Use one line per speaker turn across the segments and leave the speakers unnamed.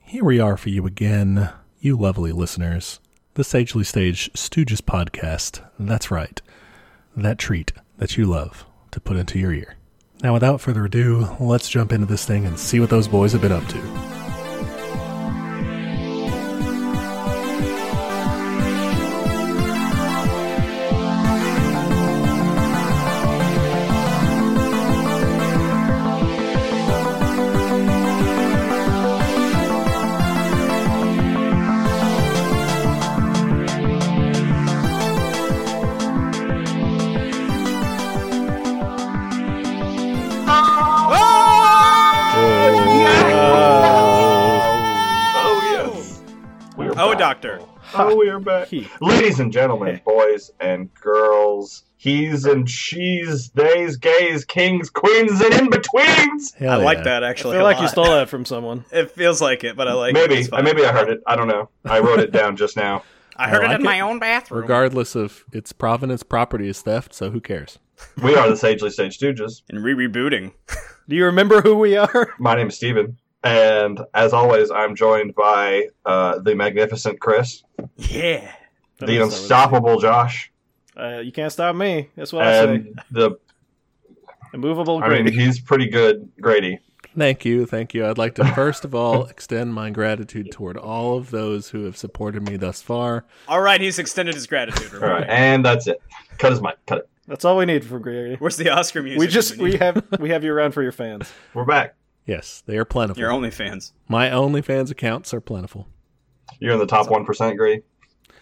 Here we are for you again, you lovely listeners. The Sagely Stage Stooges podcast. That's right. That treat that you love to put into your ear. Now, without further ado, let's jump into this thing and see what those boys have been up to.
Oh, doctor.
Oh, we are back. Ladies and gentlemen, boys and girls, he's and she's, they's, gays, kings, queens, and in betweens.
Hell
I
yeah.
like that actually.
I feel
a
like
lot.
you stole that from someone.
It feels like it, but I like it.
maybe,
It's fine.
maybe I heard it. I don't know. I wrote it down just now.
I heard
I
it
like
in
it.
my own bathroom.
Regardless of its provenance, property is theft, so who cares?
We are the Sagely Sage Stooges.
and re rebooting.
Do you remember who we are?
My name is Steven. And as always, I'm joined by uh, the magnificent Chris,
Yeah.
the unstoppable Josh,
Uh, you can't stop me. That's what I say.
and the,
Immovable
Um, I mean,
Grady.
he's pretty good, Grady.
Thank you, thank you. I'd like to first of all extend my gratitude toward all of those who have supported me thus far.
All right, he's extended his gratitude.
All
Remember?
right. And that's it. Cut his mic. Cut it.
That's all we need from Grady.
Where's the Oscar music?
We just
need?
we have we have you around for your fans.
We're back.
Yes, they are plentiful.
your only fans.
my OnlyFans accounts are plentiful.
You're in the top 1%, Grady.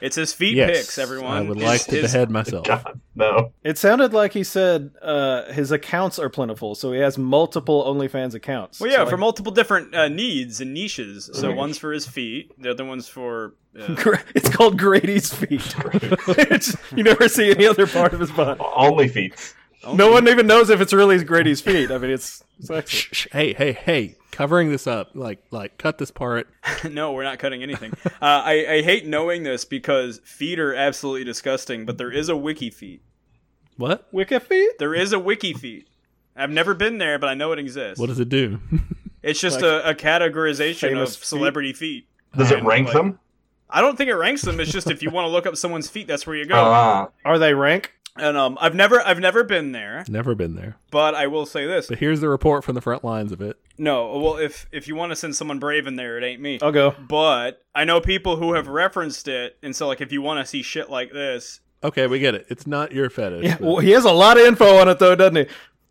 It's his feet
yes,
pics. Everyone.
I would
His-
like to
his-
behead myself.
God, no.
It sounded like he said uh, his accounts are plentiful, so he has multiple OnlyFans accounts.
Well, yeah,
So,
for
like,
multiple different uh, needs and niches. So
Mhm.
one's for his feet, the other one's for. Uh,
Gra- it's called Grady's feet. It's- you never see any other part of his body.
Only feats.
No one even knows if it's really Grady's feet. I mean, it's, it's actually-
Shh, shh, hey, hey, hey! Covering this up, like, like, cut this part.
no, we're not cutting anything. uh, I, I hate knowing this because feet are absolutely disgusting, but there is a wiki feet.
What?
Wicca feet.
There is a wiki feet. I've never been there, but I know it exists.
What does it do?
It's just
Like,
a, a categorization of
famous feet?
celebrity feet.
Does it
And,
rank
like,
them?
I don't think it ranks them. It's just if you want to look up someone's feet, that's where you go.
Ah,
Are they rank?
and um, I've never, I've never been there,
Never been there.
but I will say this:
But here's the report from the front lines of it.
no, well, if if you want to send someone brave in there, it ain't me.
I'll go.
But I know people who have referenced it, and so like if you want to see shit like this,
Okay, we get it. It's not your fetish.
Yeah,
but-
well, he has a lot of info on it though, doesn't he?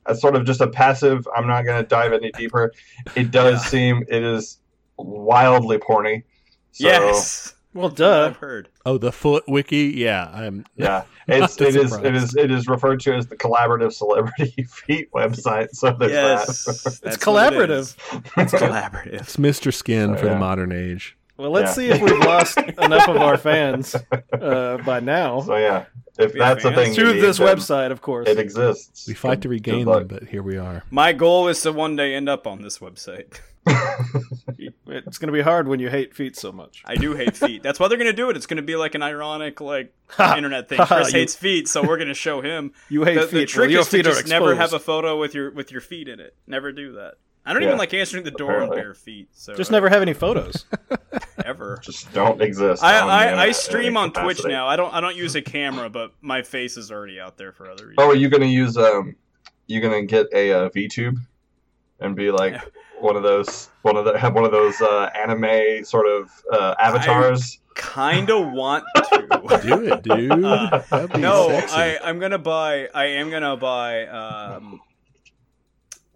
as sort of just a passive. I'm not going to dive any deeper. It does seem it is wildly porny. So,
yes,
Well,
I've
duh.
heard.
oh, the foot wiki. Yeah, I'm.
Yeah, it's
Not
it is it
surprised.
is it is referred to as the collaborative celebrity feet website. So there's
Yes,
that.
That's
It's
what it
collaborative.
is.
It's
collaborative.
It's Mr. Skin for
Oh, Yeah.
the modern age.
Well, let's
Yeah.
see if we've lost enough of our fans uh, by now.
So yeah, if
Be a
that's a
fan.
thing, you
to
need,
this
then
website, of course.
it exists.
We fight to
Good-
regain
good luck.
them, but here we are.
My goal is to one day end up on this website.
It's going to be hard when you hate feet so much.
I do hate feet. That's why they're gonna do it. It's gonna be like an ironic like
Ha.
internet thing.
Ha.
Chris
You-
hates feet, so we're gonna show him.
You hate
the,
feet.
the trick
well, your
is
feet
to
are
just never have a
exposed.
photo with your with your feet in it. Never do that. I don't
Yeah.
even like answering the door on
Apparently.
bare feet. So
Just never have any photos.
ever.
Just don't exist.
I,
on the internet
I, I
in
stream
any
on Twitch
capacity.
now. I don't I don't use a camera, but my face is already out there for other reasons.
Oh, are you going to use um? You going to get a uh, VTube and be like one of those one of the have one of those uh, anime sort of uh, avatars?
Kind of want to.
Do it, dude.
Uh,
That'd be
no,
sexy.
I I'm gonna buy. I am gonna buy. Um,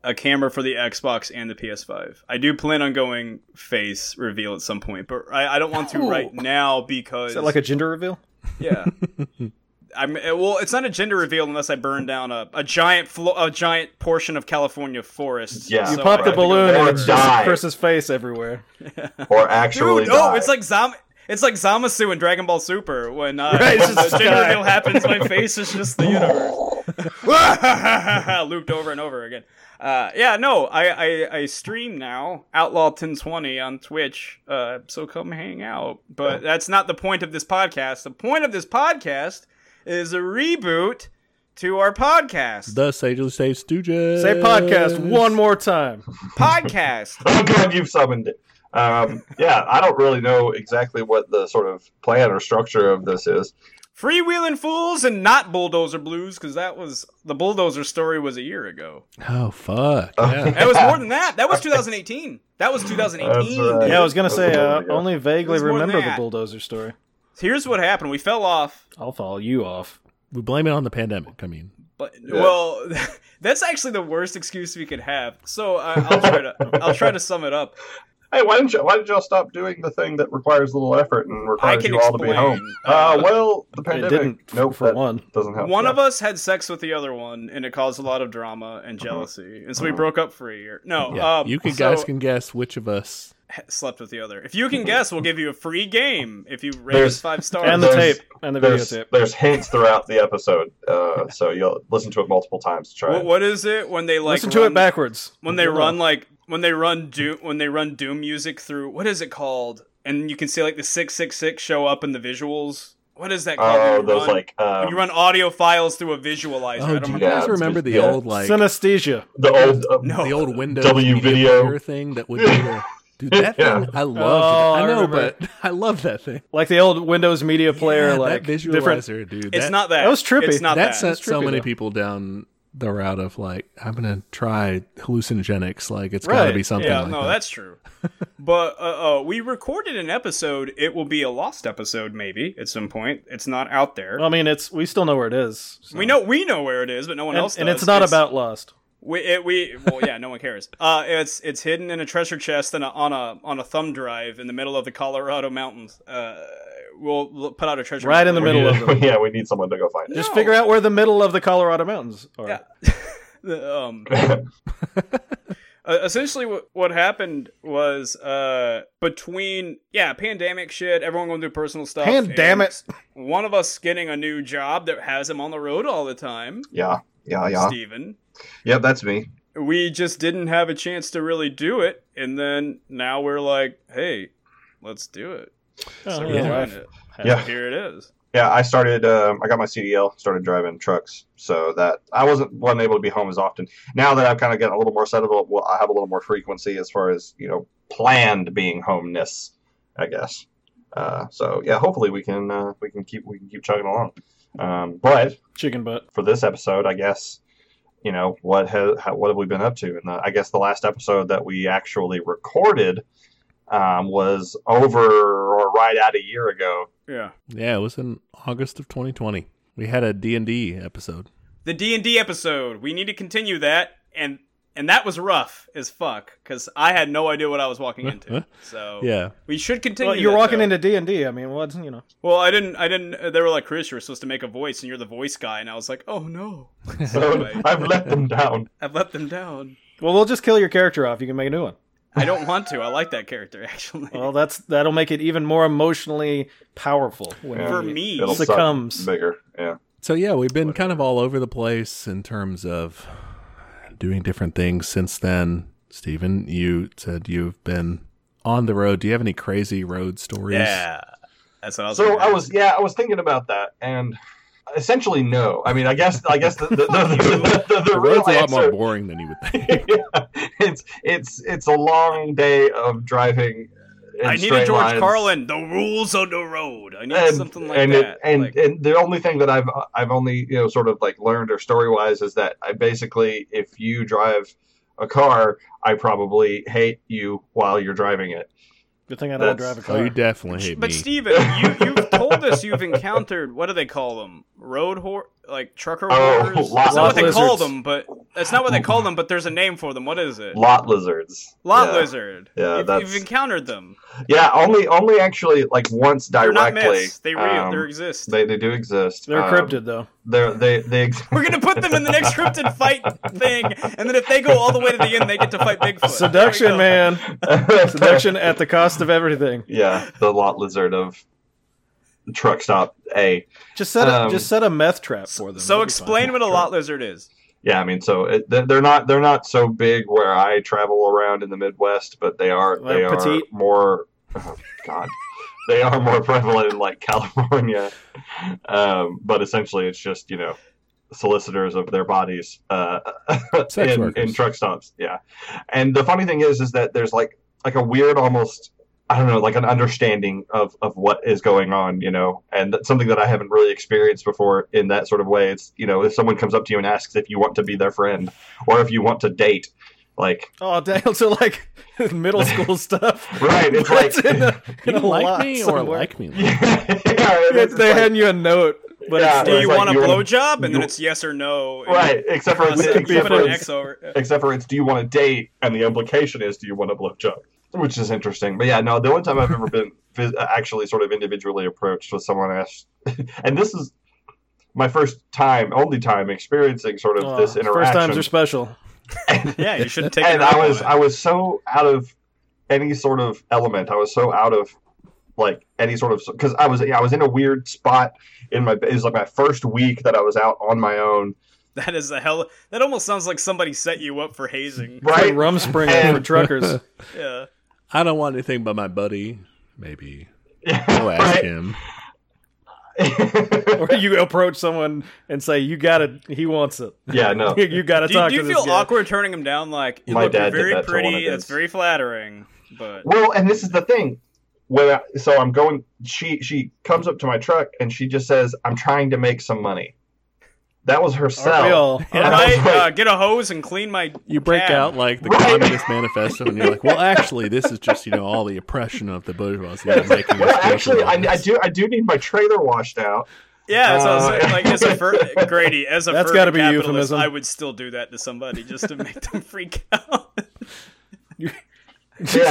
a camera for the Xbox and the PS5. I do plan on going face reveal at some point, but I, I don't want to right now because
Is that like a gender reveal?
Yeah. I'm eh, well. It's not a gender reveal unless I burn down a, a giant flo- a giant portion of California forests.
Yeah.
You
So
pop
I
the
have to go
balloon and
there.
Or
it's
die.
just Chris's face everywhere.
Or actually,
Dude, no,
die.
it's like Zom. It's like Zamasu in Dragon Ball Super when uh,
Right, it's
when
just
the gender
sky.
reveal happens. My face is just the universe, looped over and over again. Uh, yeah, no, I, I I stream now Outlaw 1020 on Twitch. Uh, so come hang out. But that's not the point of this podcast. The point of this podcast is a reboot to our podcast.
the Sagely Save Stooges.
Say podcast one more time.
podcast.
oh god, you've summoned it. Um, yeah, I don't really know exactly what the sort of plan or structure of this is.
Freewheeling fools and not bulldozer blues, because that was the bulldozer story was a year ago.
Oh fuck!
Oh,
Yeah.
That was more than that. That was 2018. That was 2018.
That's right.
dude.
Yeah, I was gonna
That's
say.
a good
Uh,
idea.
only vaguely
There's more than
remember the
that.
bulldozer story.
Here's what happened. We fell off.
I'll follow you off.
We blame it on the pandemic. I mean,
But
Yeah.
well, that's actually the worst excuse we could have. So I, I'll try to I'll try to sum it up.
Hey, why didn't you, why did y'all stop doing the thing that requires little effort and
I
requires
can
you all to be
explain.
home? Uh, well, the pandemic.
it didn't f-
nope,
for
that
one.
doesn't help.
one
yeah.
of us had sex with the other one, and it caused a lot of drama and
Uh-huh.
jealousy, and so we broke up for a year. No,
yeah.
um,
you can,
so-
guys can guess which of us.
slept with the other. If you can guess, we'll give you a free game if you rate
There's-
us five stars.
And the
Oh, There's-
tape. And the video
There's,
tape.
there's hints throughout the episode, uh, so you'll listen to it multiple times to try.
What-
and-
what is it when they like
Listen to
run-
it backwards.
when they
Hold
run
on.
like when they run doom when they run doom music through what is it called? And you can see like the six six six show up in the visuals. What is that called? when
Oh,
you
those
run,
like
when
um,
you run audio files through a visualizer. I
Oh,
don't
do you
remember.
Yeah,
guys
it's
remember
just-
the
yeah.
old like
synesthesia.
the old uh,
No.
the old Windows
W
media
video.
player thing that would do the, dude that
Yeah.
thing. I loved.
Oh,
it.
I
I know,
remember.
but I love that thing.
Like the old Windows Media Player,
Yeah,
like
that visualizer,
different.
dude.
It's
that,
not that.
that was trippy.
It's not
that,
that.
sent so
trippy,
many
though.
people down the route of like I'm gonna try hallucinogenics. Like it's got
Right,
to be something.
yeah,
like
no,
that.
that's true. but uh, uh, we recorded an episode. It will be a lost episode, maybe at some point. It's not out there.
Well, I mean, it's we still know where it is. so.
we know we know where it is, but no one
and,
else.
and
does.
it's not about Lost.
we. It, we well, yeah, no one cares. Uh, it's it's hidden in a treasure chest and a, on a on a thumb drive in the middle of the Colorado mountains. Uh, we'll l- put out a treasure
Right
map
in the
for you.
middle of them.
yeah, we need someone to go find it.
Just
No.
figure out where the middle of the Colorado mountains are.
Yeah. The, um, uh, essentially, what, what happened was uh, between yeah, pandemic shit, everyone going through personal stuff.
Pandemic.
and One of us getting a new job that has him on the road all the time,
Yeah, yeah, Ah, yeah.
Steven.
Yep, that's me.
we just didn't have a chance to really do it and then now we're like hey let's do it
Oh,
so we're
yeah.
doing it.
Yeah.
here it is
Yeah, I started. Um, I got my CDL, started driving trucks, so that I wasn't wasn't able to be home as often. Now that I've kind of gotten a little more settled, well, I have a little more frequency as far as you know planned being homeness, I guess. Uh, so yeah, hopefully we can uh, we can keep we can keep chugging along. Um, but
Chicken butt.
for this episode, I guess you know what has how, what have we been up to? And uh, I guess the last episode that we actually recorded um, was over or right at a year ago.
yeah
Yeah, it was in August of 2020. We had a D&D episode.
the d&d episode we need to continue that and and that was rough as fuck because i had no idea what i was walking into so
Yeah.
we should continue
Well, you're
that,
walking
though.
into D and D. I mean, what's you know?
well i didn't i didn't uh, they were like chris you were supposed to make a voice and you're the voice guy and i was like oh no
So
Anyway,
I've let them down.
i've let them down
Well, we'll just kill your character off. You can make a new one.
i don't want to i like that character actually
Oh,
Well, that's that'll make it even more emotionally powerful when
Yeah.
for
he
me
It'll suck
succumbs.
Bigger, yeah.
So yeah, we've been kind of all over the place in terms of doing different things since then. Stephen, you said you've been on the road. Do you have any crazy road stories?
yeah that's what i was
So
gonna
I
ask.
was, yeah, I was thinking about that, and essentially, no. I mean, I guess, I guess the the, the, the, the, the,
The
real
road's a lot more
answer-
boring than you would think.
it's it's it's a long day of driving. in
I need a
straight
George
lines.
Carlin. The rules on the road. I need
and,
something like
and
that.
It, and
Like,
and the only thing that I've I've only you know sort of like learned or story wise is that I basically if you drive a car, I probably hate you while you're driving it.
Good thing I
That's-
don't drive a car.
Oh, you definitely hate
but
me.
Steven, you you've told us you've encountered what do they call them? Road hor like trucker
Oh,
horrors.
lot-
that's not what
lot
they call
lizards.
them, but that's not what they call them. But there's a name for them. What is it?
Lot lizards.
Lot
yeah.
lizard.
Yeah,
you've,
that's-
you've encountered them.
Yeah, only only actually like once
They're not
directly.
myths. They real.
um,
they exist.
They, they do exist.
They're
Um,
cryptid though.
They're they they ex-
We're gonna put them in the next cryptid fight thing, and then if they go all the way to the end, they get to fight Bigfoot. There we
Seduction,
go.
man. Seduction at the cost of everything.
yeah, the lot lizard of truck stop A.
Just set a,
Um,
just set a meth trap for them.
So
That'd be
explain
fine.
what a lot lizard is.
Yeah, I mean, so it, they're they're not they're not so big where I travel around in the Midwest, but they are
Like
they
petite?
are more. Oh, God, they are more prevalent in like California. Um, but essentially, it's just you know solicitors of their bodies uh,
Sex
in, in
workers.
truck stops. Yeah, and the funny thing is, is that there's like like a weird almost I don't know, like an understanding of, of what is going on, you know, and that's something that I haven't really experienced before in that sort of way. It's, you know, if someone comes up to you and asks if you want to be their friend or if you want to date, like,
Oh, damn. So, like, middle school stuff.
Right, it's
That's
like-
in a,
You
in a
like
lot
me or
somewhere.
like me? less?
yeah,
Yeah,
it's
they're
like-
handing you a note, but
Yeah,
it's
Do
it's
you
like
want a
you wanna-
blowjob? And then
you-
it's yes or no. and
right, except for,
you
it's,
Put
Could be
except,
put
for
an
it's,
X over. it.
except for it's, do you want to date? And the implication is, do you want a blowjob? Which is interesting. But yeah, no, the one time I've ever been phys- actually sort of individually approached was someone asked, and this is my first time, only time experiencing sort of
Oh,
this interaction.
First times are special.
Yeah, you should take it.
and I
up
was
on
I was so out of any sort of element. I was so out of like any sort of because I was yeah, I was in a weird spot in my it was like my first week that I was out on my own.
it. That is a hell. That almost sounds like somebody set you up for hazing.
Right.
Right?
rum springer for truckers.
Yeah.
I don't want anything but my buddy. Maybe
Yeah,
I'll ask
right.
him.
or you approach someone and say, "You gotta," he wants it.
yeah, no.
you gotta
Do, you-
talk
do
to
you
this
feel
guy.
awkward turning him down? Like you
My
look
dad did
very
that to one of
pretty.
his.
That's very flattering. But
Well, and this is the thing. When I, so I'm going, she she comes up to my truck and she just says, "I'm trying to make some money." That was her
Aren't we
sell.
all?
all
I
right,
was like-
uh, get a hose and clean my.
You break
cab.
out like the
Right.
Communist Manifesto, and you're like, "Well, actually, this is just you know all the oppression of the bourgeoisie
Yeah, it's like,
making
well,
us guilty
actually,
of
I, I
this."
do I do need my trailer washed out.
Yeah, so I was
Uh,
saying, like, as a fur- Grady, as a
That's
fur
gotta be a
capitalist,
euphemism.
I would still do that to somebody just to make them freak out.
Yeah.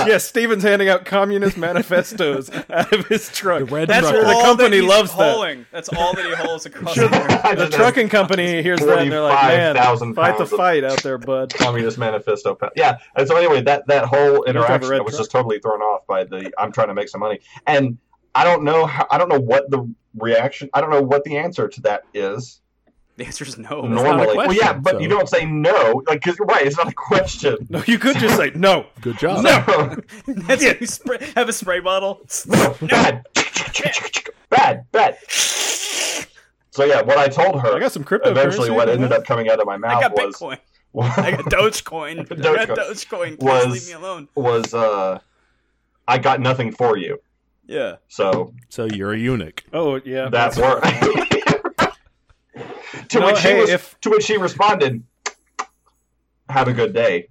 Yeah.
Steven's handing out communist manifestos out of his
The
truck.
red
That's
trucker.
all
The company
that he's
loves that.
hauling. That's all that he hauls across.
Sure,
the country.
The trucking company hears that and they're like, "Man,
45,000
fight the
pounds of-
fight out there, bud."
Communist Manifesto. pa- Yeah, and so anyway, that that whole
have a
interaction
red
I was
truck.
just totally thrown off by the I'm trying to make some money, and I don't know how I don't know what the reaction I don't know what the answer to that is
The answer is no.
not a
normally. well, yeah,
question,
but you
so-
don't say no, like because you're right, it's not a question.
No, you could just say no.
Good job.
No,
That's you spray- have a spray bottle.
bad, bad, bad. So yeah, what I told
I
her
got some cryptocurrency.
eventually, what
man.
ended up coming out of my mouth
I got
was
Bitcoin. I got Dogecoin. I got Dogecoin. Please
Was-
leave me alone.
was uh, I got nothing for you.
Yeah.
So
So you're a eunuch.
Oh yeah,
that worked. to,
No,
which she
hey,
was,
if-
to which she responded, "Have a good day."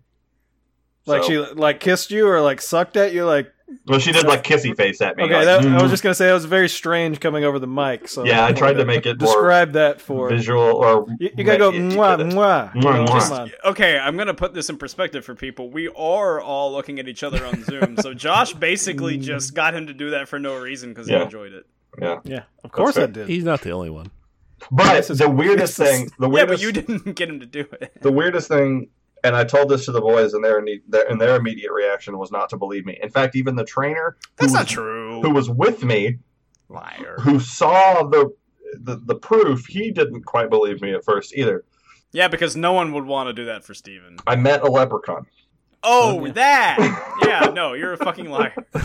like
So-
she like kissed you or like sucked at you. Like
well, she did like kissy face at me.
okay,
like,
that, I
"Mm."
was just gonna say that was very strange coming over the mic. So
yeah. I
wanted
tried to make it more
describe that for
visual or
You, you gotta go mwah mwah.
Mwah,
Come
mwah.
on.
Okay, I'm gonna put this in perspective for people. We are all looking at each other on Zoom, so Josh basically just got him to do that for no reason because he
Mm. Yeah.
enjoyed it.
Yeah, of course I
fair.
did.
He's not the only one.
But
This is-
the weirdest
this is-
thing, the
Yeah, but
weirdest,
you didn't get him to do it.
the weirdest thing, and I told this to the boys, and their ne- their and their immediate reaction was not to believe me. In fact, even the trainer
That's
who
not
was, who
true.
was with me
Liar.
who saw the, the the proof, he didn't quite believe me at first either.
Yeah, because no one would want to do that for Steven.
I met a leprechaun.
Oh, that. Yeah, no, you're a fucking liar.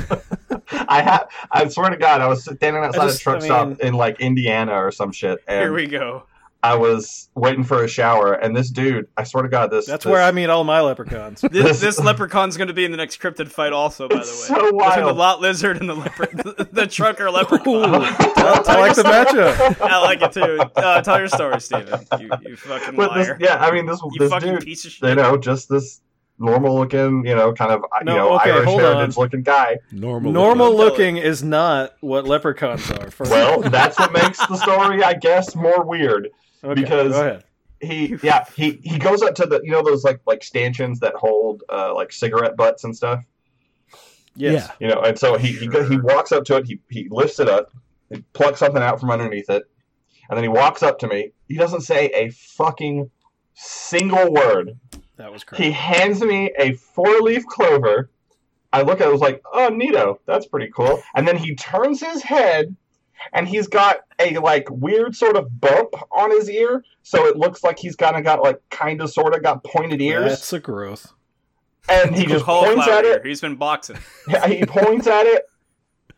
I have. I swear to God, I was standing outside
just-
a truck
I mean-
stop in like Indiana or some shit,
Here
and
we go.
I was waiting for a shower, and this dude, I swear to God, this
That's
this-
where I meet all my leprechauns.
This,
This-
this leprechaun's going to be in the next cryptid fight, also. By the way,
It's so
between the
wild.
lot lizard and the leper, the, trucker leprechaun.
I, I like the matchup.
I like it too. Uh, tell your story, Steven. You, you fucking
But this,
liar.
yeah, I mean this
you
this
fucking
dude,
piece of
you
shit.
know, just this normal looking, you know, kind of
No,
you know
okay,
Irish
hold
heritage looking guy.
Normal.
Normal
Don't tell
looking is not what leprechauns are. For
Well, that's what makes the story, I guess, more weird.
Okay,
because-
go ahead.
He yeah, he he goes up to the you know those like like stanchions that hold uh like cigarette butts and stuff.
Yes.
you know and so he he, go- he walks up to it he, he lifts it up he plucks something out from underneath it and then he walks up to me he doesn't say a fucking single word
That was correct.
he hands me a four leaf clover i look at it I was like oh neato that's pretty cool and then he turns his head and he's got a like weird sort of bump on his ear so it looks like he's kind of got like kind of sort of got pointed ears
That's a growth.
and he just points
Cauliflower
at it
ear. He's been boxing.
yeah, he points at it,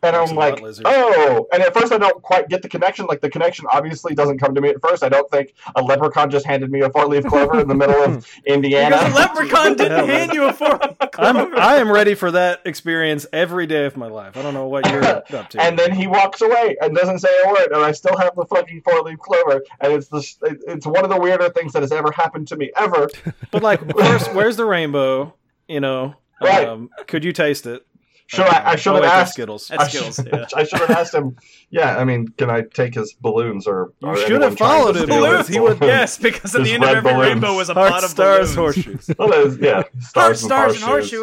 And
Or
I'm
some
like,
butt lizard.
oh! And at first, I don't quite get the connection. Like the connection obviously doesn't come to me at first. I don't think a leprechaun just handed me a four-leaf clover in the middle of Indiana.
Because a leprechaun didn't
hell, man?
hand you a four.
I'm I am ready for that experience every day of my life. I don't know what you're up to.
And then he walks away and doesn't say a word, and I still have the fucking four-leaf clover, and it's the it- it's one of the weirder things that has ever happened to me ever.
but like, where's, where's the rainbow? You know,
Right.
um, could you taste it?
Should I, I
Um,
should
oh,
have
wait, that's
asked.
Skittles.
That's
I should-
Skittles, yeah.
I should have asked him. Yeah, I mean, can I take his balloons or?
You
or
should
anyone
have
trying
followed
to
him,
steal
because
his
he would-
balloons?
yes, because at
There's
the end of
red
every
balloons.
rainbow was a
Heart
pot of balloons.
stars, horseshoes.
Well, there's- yeah,
Heart
stars,
stars and
horseshoes,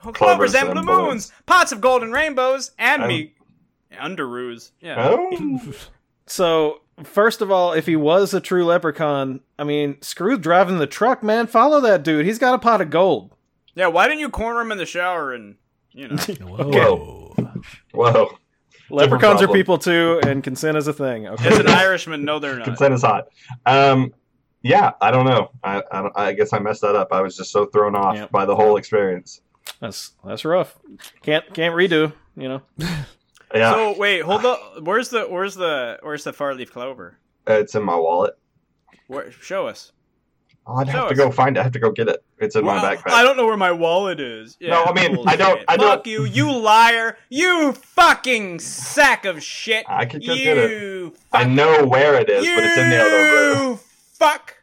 horseshoes, clovers and blue
balloons.
moons, pots of gold and rainbows, and
Oh.
me underoos. Yeah.
Oh,
So first of all, if he was a true leprechaun, I mean, screw driving the truck, man. Follow that dude. He's got a pot of gold.
Yeah, why didn't you corner him in the shower and you know
Whoa.
whoa!
Leprechauns are
problem.
people too, and consent is a thing. Okay.
as an Irishman, no they're not.
Consent is hot. Um, yeah, I don't know. I, I, don't- I guess I messed that up. I was just so thrown off
Yep.
by the whole experience.
That's that's rough. Can't can't redo. You know.
Yeah,
So wait, hold up where's the where's the where's the far leaf clover?
it's in my wallet.
Where show us.
Oh, I'd
Show
have to
us.
go find it. I have to go get it. It's in
Well,
my backpack.
I don't know where my wallet is. Yeah,
No, I mean, I don't-
bullshit.
I don't-
Fuck you, you liar, you fucking sack of shit.
I could go
you
get it.
Fuck,
I know where it is,
you
but it's in the other room.
fuck.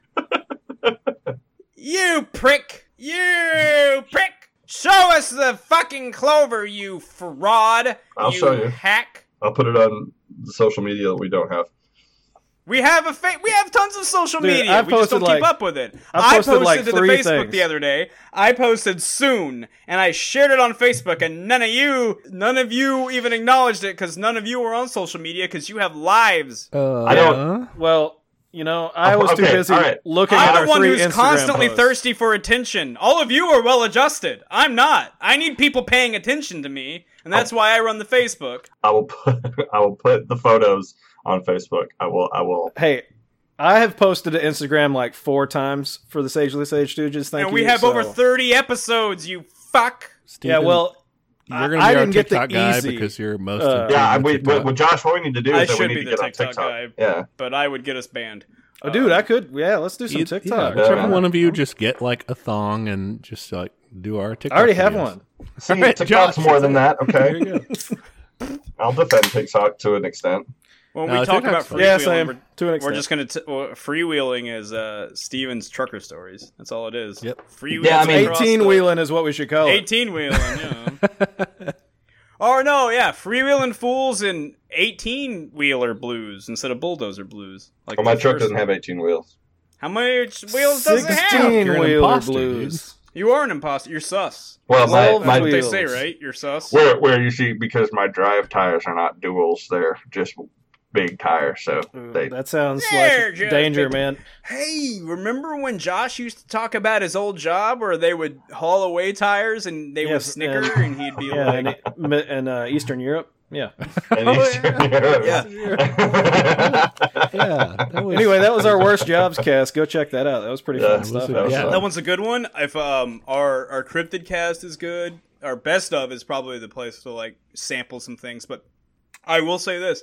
you prick. You prick. Show us the fucking clover, you fraud.
I'll show you.
hack.
I'll put it on the social media that we don't have.
We have a fa- we have tons of social
Dude,
media.
I've
we just don't
posted,
keep
like-
up with it.
I've
I
posted,
posted,
like,
to the
three
Facebook
things.
the other day. I posted soon, and I shared it on Facebook, and none of you, none of you even acknowledged it because none of you were on social media because you have lives.
Uh,
I don't-
Well, you know, I was too
Oh, Okay,
busy
all right.
looking at
I'm
our
the one
three
who's
Instagram
constantly
posts.
thirsty for attention. All of you are well adjusted. I'm not. I need people paying attention to me, and that's why I run the Facebook.
I will put I will put the photos on Facebook. I will I will
Hey, I have posted to Instagram like four times for the Sagely Sage Stooges. Thank
and we
you.
have
so-
over 30 episodes, you fuck.
Yeah, well,
you're gonna be
I- I
our
didn't get the
TikTok guy
easy.
because you're most.
Uh,
important
Yeah, I,
on
we,
TikTok.
we, well, Josh, what we need to do
I
is that we
should
need
be
to
the
get on
TikTok
TikTok.
guy.
Yeah,
But I would get us banned.
oh, dude, I could. Yeah, let's do some
uh, You-
TikTok.
Yeah, whichever
Yeah.
one of you just get like a thong and just like do our TikTok.
I already have
videos.
one.
see,
right,
TikTok's
Josh.
more than that.
There
Okay,
you go.
I'll defend TikTok to an extent.
When
No,
we talk about
TikTok's fine.
freewheeling,
Yes, I
we're,
am to an extent.
we're just going to. Well, freewheeling is uh, Steven's trucker stories. That's all it is.
Yep.
Freewheeling.
Yeah, I mean-
across
18
the-
wheeling is what we should call it.
18 wheeling, yeah. or no, yeah, freewheeling fools and 18 wheeler blues instead of bulldozer blues. Like
Well, my
the
truck
first-
doesn't have 18 wheels.
How much wheels does it have?
16
You're an
wheeler
imposter,
blues.
You are an imposter. You're sus.
Well, my,
Twelve
my
What they
wheels.
say, right? You're sus.
where where you see because my drive tires are not duals, they're just big tires. So
Ooh,
they
that sounds
There,
like
Jeff,
danger,
it-
man.
Hey, remember when Josh used to talk about his old job where they would haul away tires and they would
Yes,
snicker
and-
and he'd be
Yeah,
like,
and, and, uh, Eastern Europe. Yeah.
and Eastern Europe.
Oh, Yeah.
yeah. That was,
Anyway, that was our worst jobs cast. Go check that out. That was pretty
Yeah,
fun stuff.
that was uh,
actually.
Yeah.
That one's a good one. If um our our cryptid cast is good, our best of is probably the place to like sample some things. But I will say this: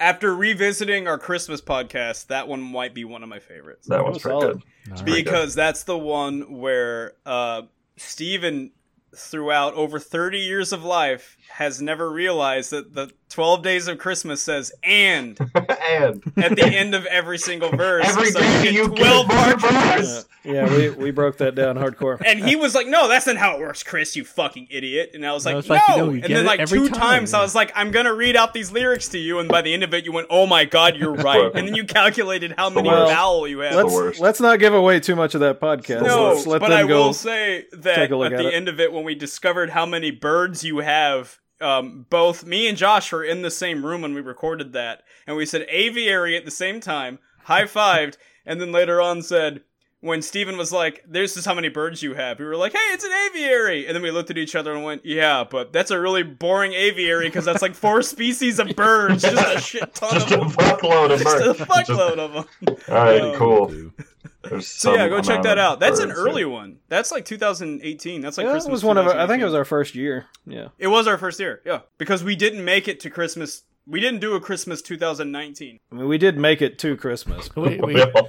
after revisiting our Christmas podcast, that one might be one of my favorites
That
That
one's
was
pretty
solid.
good.
All right.
pretty good.
because that's the one where uh Steven throughout over 30 years of life has never realized that the 12 days of christmas says and
and
at the end of every single verse
every
so
day
get
you get
12
more
Yeah,
bars.
yeah we, we broke that down hardcore.
And he was like, "No, that's not how it works, Chris. You fucking idiot." And I was
No,
like, "No."
it's like, you know, you
and
get
then
it
like
every
two
time,
times, I
yeah.
was like, "I'm gonna read out these lyrics to you," and by the end of it, you went, "Oh my god, you're right." And then you calculated how many
worst.
vowel you had.
the worst.
Let's, let's not give away too much of that podcast.
no,
let's let
but
them
I
go.
will say that at
take a look at
the
it.
end of it, when we discovered how many birds you have. Um, both me and Josh were in the same room when we recorded that, and we said aviary at the same time, high fived, and then later on said, when Steven was like, "This is how many birds you have," we were like, "Hey, it's an aviary," and then we looked at each other and went, "Yeah, but that's a really boring aviary because that's like four species of birds, just a shit ton
Just a
of them,
fuckload of
just
birds.
a fuckload of them."
All right,
Um,
cool. There's
So yeah,
some
go check
amount
that
of
out. That's an
birds
early
here.
one. That's like 2018. That's like
Yeah, it
Christmas.
was one of our, I think
2018.
it was our first year. Yeah.
It was our first year. Yeah, because we didn't make it to Christmas. We didn't do a Christmas 2019.
I mean, we did make it to Christmas.
We, we,
Well,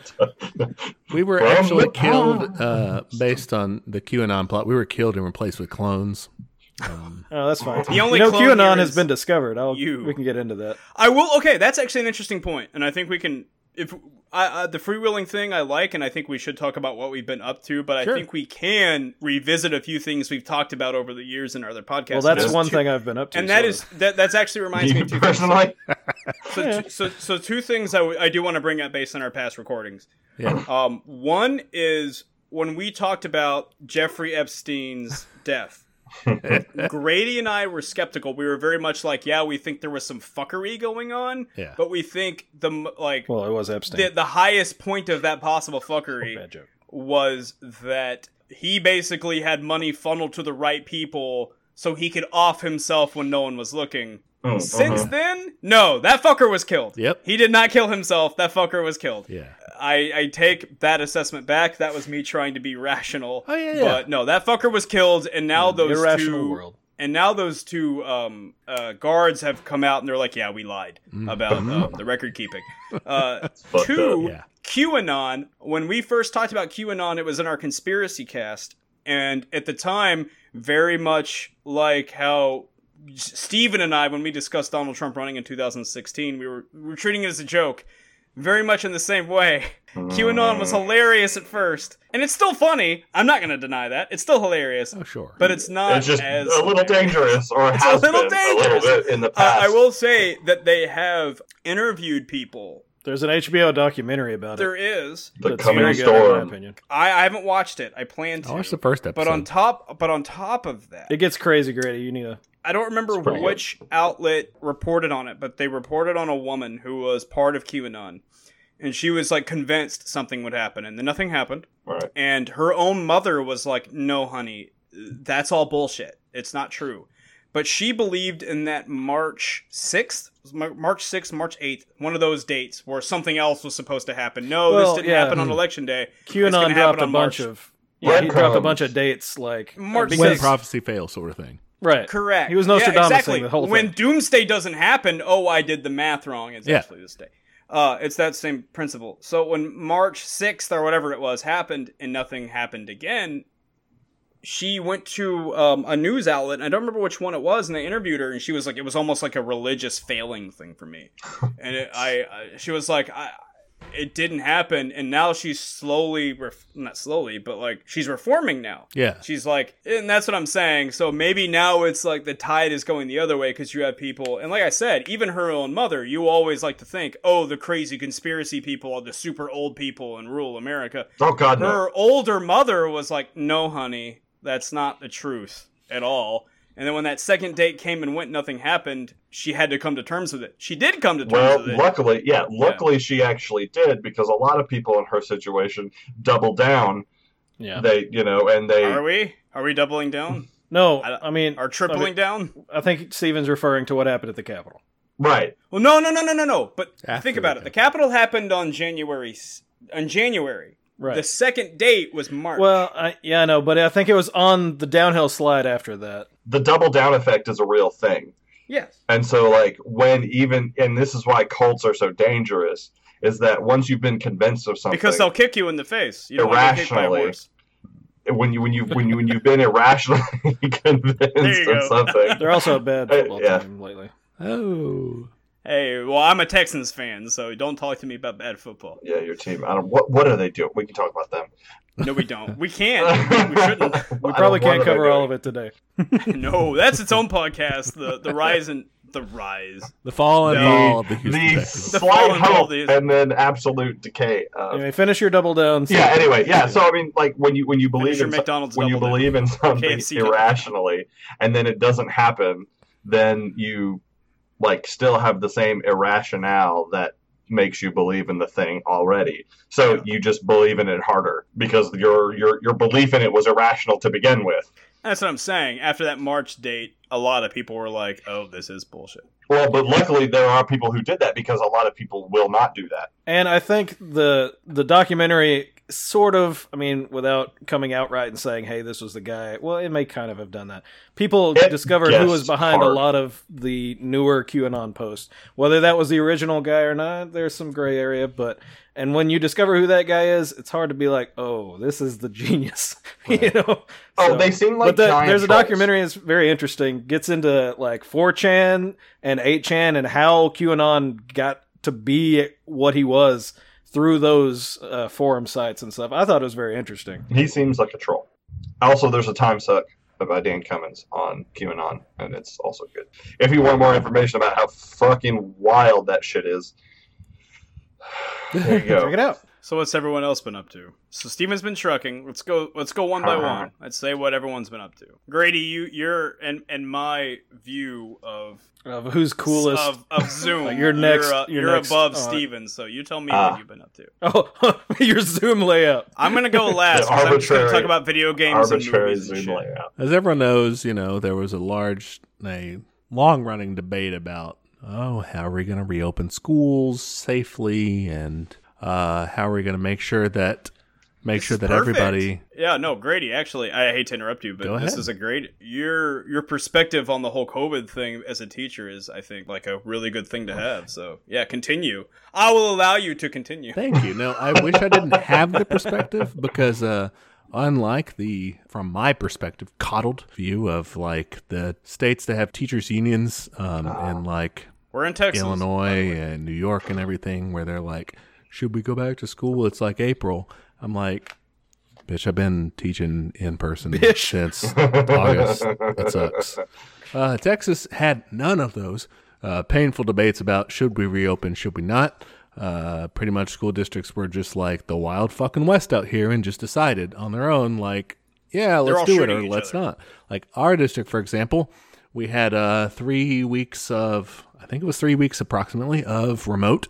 we were
From
actually
the
killed uh, based on the QAnon plot. We were killed and replaced with clones. Um,
Oh, that's fine.
The only
you know,
clone here
QAnon has
is
been discovered. I'll,
you.
We can get into that.
I will. Okay, that's actually an interesting point, and I think we can. If I, I, the freewheeling thing, I like, and I think we should talk about what we've been up to. But
Sure.
I think we can revisit a few things we've talked about over the years in our other podcasts.
Well, that's
There's
one
two-
thing I've been up to.
and that
so-
is that. That's actually reminds me
you
of two things.
personally,
So, so, so two things I, w- I do want to bring up based on our past recordings.
yeah,
Um, one is when we talked about Jeffrey Epstein's death. Grady and I were skeptical. We were very much like, yeah, we think there was some fuckery going on,
yeah.
but we think the m- like
Well, it was
the,
Epstein.
the highest point of that possible fuckery
Bad joke.
was that he basically had money funneled to the right people so he could off himself when no one was looking.
Mm,
Since
mhm.
then, no, that fucker was killed.
Yep.
He did not kill himself. That fucker was killed.
Yeah.
I, I take that assessment back. That was me trying to be rational.
Oh, yeah, yeah.
But no, that fucker was killed, and now those
Irrational
two,
world.
and now those two um, uh, guards have come out, and they're like, "Yeah, we lied
Mm-hmm.
about um, the record keeping." Uh,
fucked
two,
up.
QAnon. When we first talked about QAnon, it was in our conspiracy cast, and at the time, very much like how Steven and I, when we discussed Donald Trump running in 2016, we were, we were treating it as a joke, very much in the same way.
Hmm.
QAnon
Mm-hmm.
was hilarious at first, and it's still funny. I'm not going to deny that. It's still hilarious,
Oh, sure.
but it's not
it's just
as
a little
hilarious.
dangerous, or
It's a
has
little
been a little
dangerous.
bit in the
Uh,
past.
I will say that they have interviewed people.
There's an HBO documentary about
There
it.
is.
the
that's
coming
very good, in my
storm.
opinion.
I, I haven't watched it. I plan to.
I watched the first episode.
but on top, but on top of that,
It gets crazy, Grady. You need to.
I don't remember
It's pretty
which outlet reported on it, but they reported on a woman who was part of QAnon, and she was like convinced something would happen, and then nothing happened.
Right.
And her own mother was like, "No, honey, that's all bullshit. It's not true." But she believed in that March sixth, March sixth, March eighth, one of those dates where something else was supposed to happen. No,
Well,
this didn't
yeah.
happen on election day. It's gonna
QAnon
happen
dropped a
on
bunch
March-
of. Yeah, he dropped a
Breadcrumbs.
bunch of dates like
March
because-
when
six.
prophecy fails, sort of thing.
Right.
Correct.
He was
Yeah,
Nostradamus
exactly.
the whole
when
thing.
doomsday doesn't happen, oh, I did the math wrong. It's
Yeah.
actually this day. Uh, it's that same principle. So when March 6th or whatever it was happened and nothing happened again, she went to um, a news outlet. And I don't remember which one it was, and they interviewed her, and she was like, "It was almost like a religious failing thing for me." and it, I, I, she was like, "I." It didn't happen, and now she's slowly, ref- not slowly, but like she's reforming now.
Yeah.
She's like, and that's what I'm saying. So maybe now it's like the tide is going the other way because you have people, and like I said, even her own mother, you always like to think, oh, the crazy conspiracy people are the super old people in rural America.
Oh God, no.
Her older mother was like, no, honey, that's not the truth at all. And then when that second date came and went, nothing happened. She had to come to terms with it. She did come to terms
Well,
with it.
luckily, yeah, luckily she actually did because a lot of people in her situation double down.
Yeah.
They, you know, and they
Are we? Are we doubling down?
No,
I-
I, mean,
Are tripling
I, mean,
down?
I think Steven's referring to what happened at the Capitol.
right.
Well, no, no, no, no, no, no. But
After
think
the
about it. The Capitol happened on January. s- On January,
Right.
the second date was March.
well, I, yeah, I know, but I think it was on the downhill slide after that.
The double down effect is a real thing,
yes.
and so like when even and this is why cults are so dangerous is that once you've been convinced of something,
Because they'll kick you in the face. You don't want to get kicked by a
Irrationally.
horse.
when you when you when you when you've been irrationally convinced
go.
of something,
They're also a bad
Uh,
football
yeah.
team lately.
Oh.
Hey, well, I'm a Texans fan, so don't talk to me about bad football.
yeah, your team. I don't. What what are they doing? We can talk about them.
No, we don't. We can't. we shouldn't.
We probably can't cover all of it today.
No, that's its own podcast. The the rise and the rise.
The fall and
The-
fall of the Houston
The
Texans.
The
slight
fallen world
hope
is-
and then absolute decay. Of,
Anyway, finish your double down.
yeah anyway yeah so i mean like when you when you believe
Finish your
in so-
McDonald's
when you
double down.
believe in something
KFC double down.
irrationally and then it doesn't happen then you like still have the same irrationale that makes you believe in the thing already so
Yeah.
you just believe in it harder because your your your belief in it was irrational to begin with
That's what I'm saying. After that March date, a lot of people were like, "Oh, this is bullshit."
well but luckily there are people who did that because a lot of people will not do that
And I think the the documentary sort of, I mean, without coming outright and saying, "Hey, this was the guy." Well, it may kind of have done that. People
It
discovered who was
guessed
behind a
hard.
lot of the newer QAnon posts. Whether that was the original guy or not, there's some gray area. But and when you discover who that guy is, it's hard to be like, "Oh, this is the genius," you know.
Oh,
So-
they seem like
but the-
giant
there's a
trolls.
documentary that's very interesting. Gets into like 4chan and 8chan and how QAnon got to be what he was through those uh, forum sites and stuff. I thought it was very interesting.
He seems like a troll. Also, there's a time suck by Dan Cummins on QAnon, and it's also good. If you want more information about how fucking wild that shit is, there you
Check
go.
it out.
So what's everyone else been up to? So Steven's been trucking. Let's go. Let's go one by
Uh-huh.
one. Let's say what everyone's been up to. Grady, you, you're, and and my view of
Of who's coolest?
of, of Zoom.
You're next-
You're, uh,
you're
you're
next Uh,
above
on.
Steven, so you tell me
Ah.
what you've been up to.
oh, your Zoom layout.
I'm gonna go last. 'cause I'm just gonna
arbitrary-
talk about video games and
Arbitrary
movies and
zoom
shit.
layout.
As everyone knows, you know, there was a large, a long running debate about, oh, how are we going to reopen schools safely and uh, how are we going to make sure that, make
This
sure
is
that
perfect.
everybody,
Yeah, no, Grady. Actually, I hate to interrupt you, but
Go
this
ahead.
is a great your your perspective on the whole COVID thing as a teacher is, I think, like a really good thing to have. So yeah, continue. I will allow you to continue.
thank you. No, I wish I didn't have the perspective because, uh, Unlike the, from my perspective, coddled view of like the states that have teachers' unions um, and like
We're in Texas.
Illinois and New York and everything where they're like, should we go back to school? It's like April. I'm like, bitch, I've been teaching in person since August. That sucks. Uh, Texas had none of those uh, painful debates about should we reopen, should we not. Uh, pretty much school districts were just like the wild fucking west out here and just decided on their own, like, yeah,
all
let's do it
shooting
or
each
let's
other.
not. Like our district, for example, we had uh, three weeks of, I think it was three weeks approximately, of remote.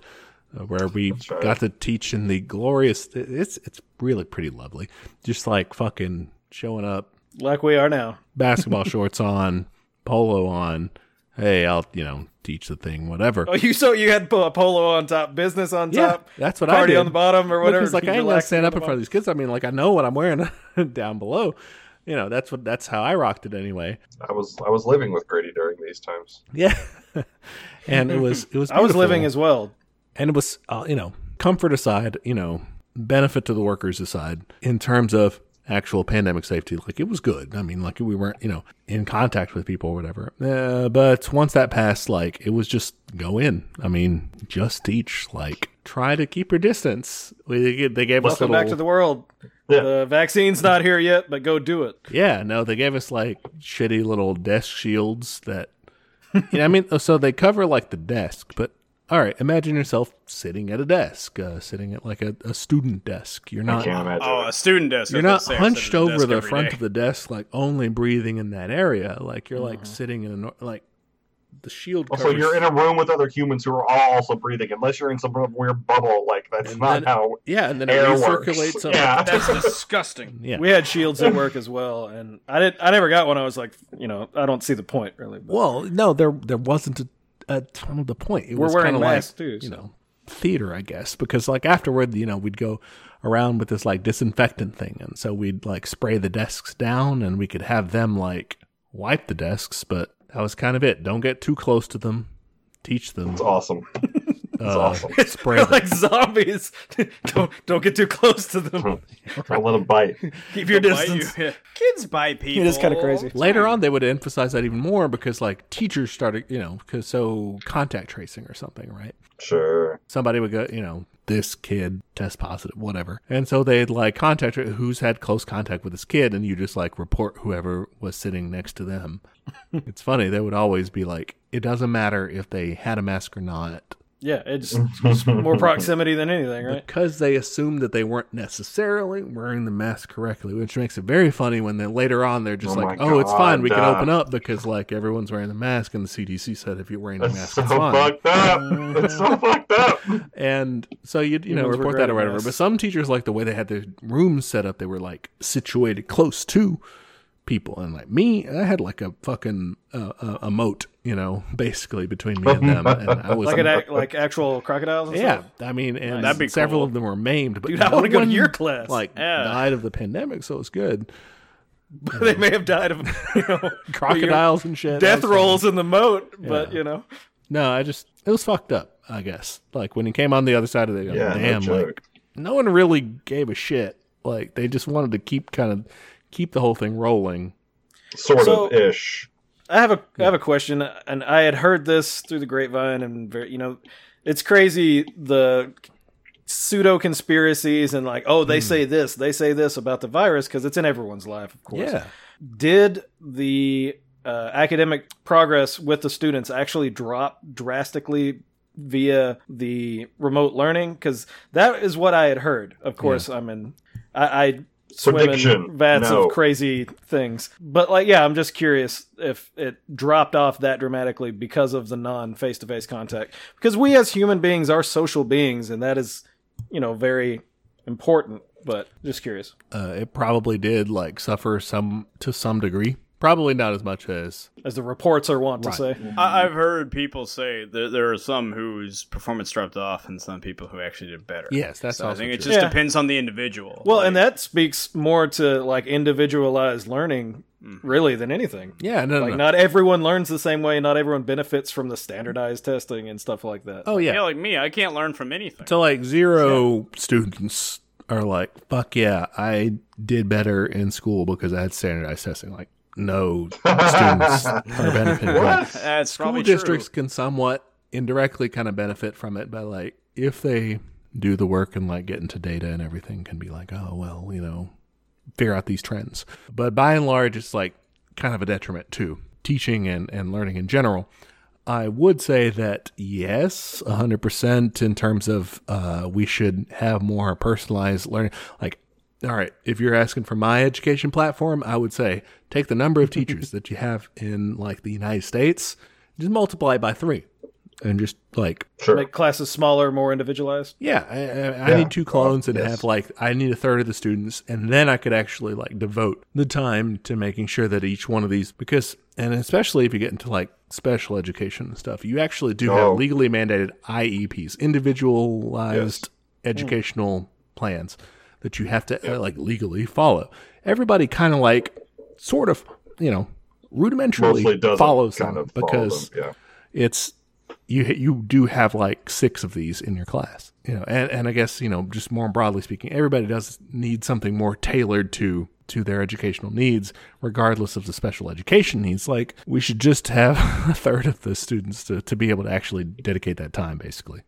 uh, Where we got to teach in the glorious, it's it's really pretty lovely. Just like fucking showing up,
Like we are now.
basketball shorts on, polo on. Hey, I'll you know teach the thing, whatever.
Oh, you so you had po- polo on top, business on
Yeah,
top,
that's what I
party
did.
on the bottom or whatever.
Because like I ain't gonna
Relaxing
stand
on
up
the
in front of these kids. I mean, like I know what I'm wearing down below. You know, that's what that's how I rocked it anyway.
I was I was living with Grady during these times.
Yeah, and it was it was.
bottom. I was living
beautiful.
as well.
and it was uh, you know comfort aside you know benefit to the workers aside in terms of actual pandemic safety like it was good i mean like we weren't you know in contact with people or whatever uh, but once that passed like it was just go in i mean just teach like try to keep your distance we, they gave us
Welcome
little,
back to the world.
Yeah.
The vaccine's not here yet, but go do it.
yeah no they gave us like shitty little desk shields that you know, I mean, so they cover like the desk, but all right, imagine yourself sitting at a desk, uh, sitting at like a, a student desk. You're
I can't
not
imagine.
Oh, a student desk.
you're
I
not
was gonna say, I
hunched
sit at a
over
desk
the
every
front
day.
of the desk, like only breathing in that area. Like you're like sitting in a nor- like the shield.
also,
covers-
you're in a room with other humans who are all also breathing, unless you're in some weird bubble. Like that's
And
not
then-
how
yeah, and then it
air works.
recirculates. Some,
Yeah.
That's disgusting.
yeah.
We had shields at work as well, and I didn't. I never got one. I was like, you know, I don't see the point really. But
Well, no, there there wasn't a, a ton of the point. It
We're
was
wearing
kinda
masks,
like,
too, so.
You know, theater, I guess, because like afterward, you know, we'd go around with this like disinfectant thing, and so we'd like spray the desks down, and we could have them like wipe the desks, but that was kind of it. Don't get too close to them. Teach them.
it's awesome. It's
uh,
awesome.
Spray
We're
them.
like zombies. don't don't get too close to them.
I let him bite.
Keep your
Why you-
distance.
Kids buy people.
kinda crazy.
Later on, they would emphasize that even more because like teachers started, you know, because so contact tracing or something, right?
Sure.
somebody would go, you know, this kid test positive, whatever. And so they'd like contact who's had close contact with this kid, and you just like report whoever was sitting next to them. it's funny, they would always be like, it doesn't matter if they had a mask or not
Yeah, it's, it's more proximity than anything, right?
because they assumed that they weren't necessarily wearing the mask correctly, which makes it very funny when then later on they're just
Oh
like,
my
oh, it's fine, we can
God.
open up because like everyone's wearing the mask, and the CDC said if you're wearing the mask,
That's so
it's fine.
fucked up. That's so fucked up.
And so you'd, you know,
Humans were
report
great
that or
at
whatever.
this.
But some teachers, like the way they had their rooms set up, they were like situated close to people. And like me, I had like a fucking uh, a, a moat, you know, basically between me and them. And I was
Like an ac- like actual crocodiles. And
yeah,
stuff?
I mean, and
That'd be
several
cool.
of them were maimed. But
Dude, I
no
want to go
one,
to your class.
Like
Yeah.
died of the pandemic, so it's good.
they may have died of you know
Crocodiles and shit.
death
that was fun.
rolls in the moat, but
Yeah.
you know.
No, I just it was fucked up. I guess like when he came on the other side of the
Yeah, no
damn,
joke.
like no one really gave a shit. Like they just wanted to keep kind of keep the whole thing rolling.
Sort
So-
of ish.
I have a I have a question, and I had heard this through the grapevine, and ver you know, it's crazy the pseudo conspiracies and like, oh, they say this, they say this about the virus because it's in everyone's life, of course.
Yeah,
Did the uh, academic progress with the students actually drop drastically via the remote learning? Because that is what I had heard. Of course, I'm in. I, I swim in
Prediction.
vats
No.
of crazy things, but like, yeah, I'm just curious if it dropped off that dramatically because of the non face to face contact. Because we as human beings are social beings, and that is, you know, very important. But just curious.
uh, it probably did like suffer some to some degree. Probably not as much as
As the reports are wont to say.
I- I've heard people say that there are some whose performance dropped off and some people who actually did better.
yes. That's
So I
also
think it
true.
just
Yeah.
depends on the individual.
Well,
Like,
and that speaks more to like individualized learning, really, than anything.
yeah, no, no,
Like,
no.
not everyone learns the same way. Not everyone benefits from the standardized testing and stuff like that.
oh yeah.
yeah, like me, I can't learn from anything.
So like zero students are like, fuck yeah, I did better in school because I had standardized testing. Like no students are benefiting.
What?
That's
school
probably
districts
True.
can somewhat indirectly kind of benefit from it by like if they do the work and like get into data and everything can be like oh well you know figure out these trends but by and large it's like kind of a detriment to teaching and, and learning in general i would say that yes 100% in terms of uh, we should have more personalized learning like all right if you're asking for my education platform i would say take the number of teachers that you have in like the united states just multiply by three and just like
Sure.
Make classes smaller, more individualized.
yeah i, I, I
Yeah.
need two clones and
yes.
have like i need a third of the students and then i could actually like devote the time to making sure that each one of these because and especially if you get into like special education and stuff you actually do
Oh.
have legally mandated ieps individualized
Hmm.
educational plans that you have to uh, like legally follow everybody kind of like sort of you know
Mostly
rudimentarily
doesn't
follows
kind
them
of follow
because
them, yeah.
it's you you do have like six of these in your class you know and, and i guess you know just more broadly speaking everybody does need something more tailored to to their educational needs regardless of the special education needs like we should just have a third of the students to, to be able to actually dedicate that time basically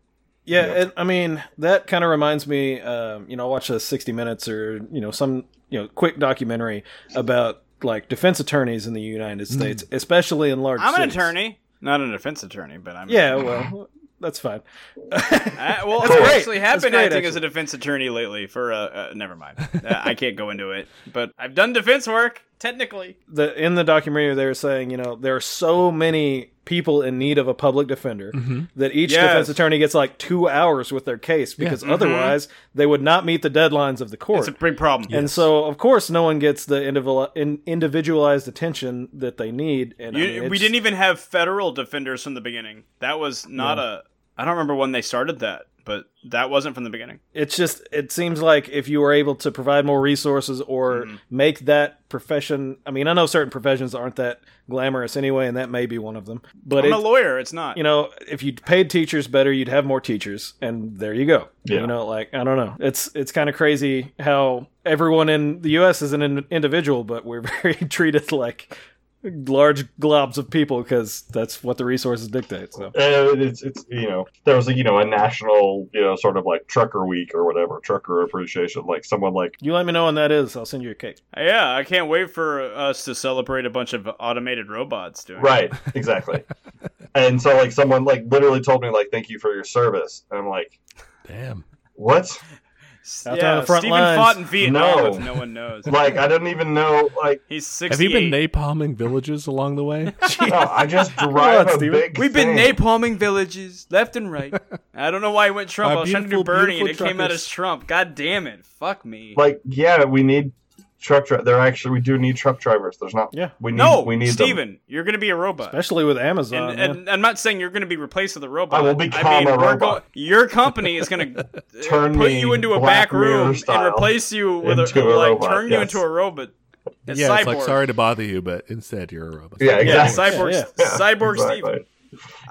Yeah, it, I mean that kind of reminds me. Um, you know, I watched a sixty minutes or you know some you know quick documentary about like defense attorneys in the United States, especially in large.
I'm an
cities.
attorney, not an defense attorney, but I'm.
Yeah, well, that's fine.
I, well,
That's
I
great.
actually have
That's
been
great,
acting as a defense attorney lately. For uh, uh never mind, uh, I can't go into it. But I've done defense work technically.
the in the documentary they were saying you know there are so many people in need of a public defender that each
Yes.
defense attorney gets like two hours with their case because otherwise they would not meet the deadlines of the court
It's a big problem.
and so of course no one gets the individual, in, individualized attention that they need and I
You-
mean,
we
it's-
didn't e- even have federal defenders from the beginning. That was not a. I don't remember when they started that, but that wasn't from the beginning.
it's just it seems like if you were able to provide more resources or
Mm-hmm.
make that profession i mean i know certain professions aren't that glamorous anyway and that may be one of them but
I'm
it,
a lawyer. It's not.
you know, if you paid teachers better, you'd have more teachers, and there you go.
Yeah.
You know, like I don't know, it's it's kind of crazy how everyone in the U.S. is an in- individual, but we're very treated like large globs of people because that's what the resources dictate. So
Uh, it's it's you know there was a you know a national you know sort of like trucker week or whatever trucker appreciation like someone like
you let me know when that is. I'll send you a cake.
yeah, I can't wait for us to celebrate a bunch of automated robots doing. it.
right exactly and so like someone like literally told me like thank you for your service and I'm like
damn
what
Out there on
yeah,
the front
Stephen
lines.
fought in Vietnam.
No.
If no one knows,
like I don't even know like
he's sixty.
have you been napalming villages along the way
no, I just drive
on,
a
Steven.
big
We've been
thing.
napalming villages left and right. I don't know why I went Trump.
Our
I was trying to do
beautiful,
Bernie, and it
beautiful
came out
truckers.
as Trump. God damn it! Fuck me.
like yeah we need truck dri- They're actually we do need truck drivers. There's not.
Yeah.
We need.
No,
We need them.
Steven, you're going to be a robot.
especially with Amazon.
and,
yeah.
and I'm not saying you're going to be replaced with a robot.
Uh, I will become a
we're
robot.
go- your company is going to
Turn
put
me
you into a
Black
back room
Mirror
and
style
replace you with a,
into a
like
robot,
turn you
yes.
into a robot. A
yeah, it's like
cyborg.
sorry to bother you, but instead you're a robot.
Yeah,
Yeah,
exactly.
cyborg,
Yeah,
Yeah,
cyborg
exactly.
Steven.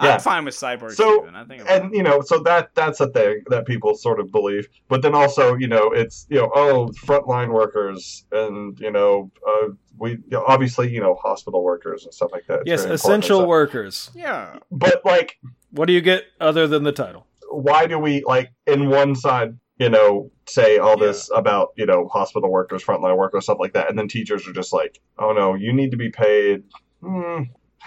Yeah.
I'm fine with cyborg
So,
Steven. I think I'm
and you know so that that's a thing that people sort of believe but then also you know it's you know oh frontline workers and you know uh, we obviously you know hospital workers and stuff like that It's
yes,
very important
essential
and stuff.
workers.
yeah.
but like
What do you get other than the title?
why do we like in one side you know say all this about you know hospital workers frontline workers stuff like that and then teachers are just like oh no you need to be paid hmm,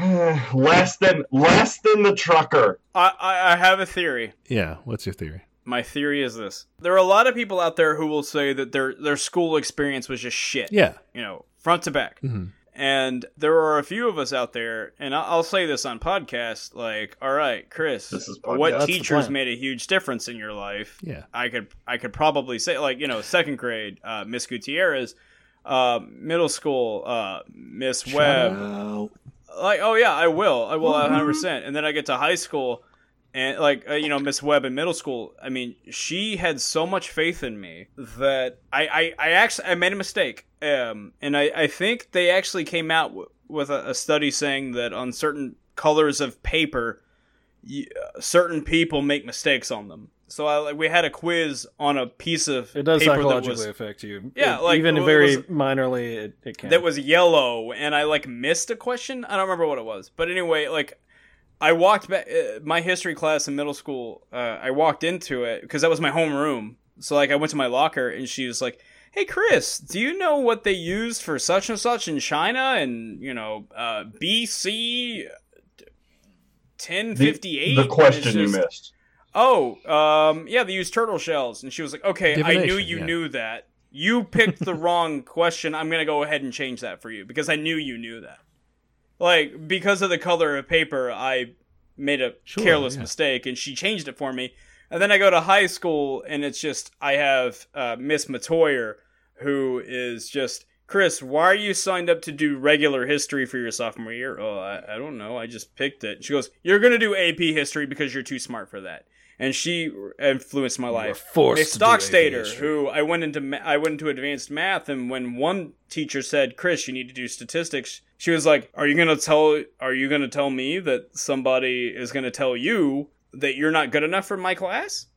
less than less than the trucker
I, I I have a theory.
Yeah, what's your theory?
My theory is this: there are a lot of people out there who will say that their their school experience was just shit.
Yeah.
you know, front to back.
Mm-hmm.
Mhm.
And there are a few of us out there, and I- I'll say this on podcast: like, all right, Chris,
This is podcast.
what
That's
the
teachers
plan.
made a huge difference in your life?
Yeah.
I could I could probably say like you know second grade uh, Miss Gutierrez, uh, middle school uh, Miss Webb,
Well,
like oh yeah i will i will 100
mm-hmm.
percent and then i get to high school and like uh, you know miss webb in middle school i mean she had so much faith in me that i i, I actually i made a mistake um and i i think they actually came out w- with a, a study saying that on certain colors of paper y- uh, certain people make mistakes on them so I, like, we had a quiz on a piece of
It does
paper that
psychologically
was
affect you.
Yeah,
It-
like,
even
what
very
was-
minorly, it, it can.
that was yellow and i like missed a question i don't remember what it was but anyway like i walked back uh, my history class in middle school uh, i walked into it because that was my home room so like i went to my locker and she was like hey chris do you know what they used for such and such in china and you know uh, bc 1058
the question you
missed.
missed
Oh, um, yeah, they used turtle shells, and she was like, "Okay, I knew
Divination,
you
yeah.
knew that. You picked the wrong question. I'm gonna go ahead and change that for you because I knew you knew that. Like because of the color of paper, I made a
Sure,
careless
yeah.
mistake, and she changed it for me. And then I go to high school, and it's just I have uh, Miss Matoyer, who is just Chris. Why are you signed up to do regular history for your sophomore year? Oh, I, I don't know. I just picked it. She goes, "You're gonna do AP history because you're too smart for that." And she influenced my
You were
life.
forced
Miss
to do AP
Stockstater,
history.
who I went into ma- I went into advanced math, and when one teacher said, "Chris, you need to do statistics," she was like, "Are you gonna tell Are you gonna tell me that somebody is gonna tell you that you're not good enough for my class?"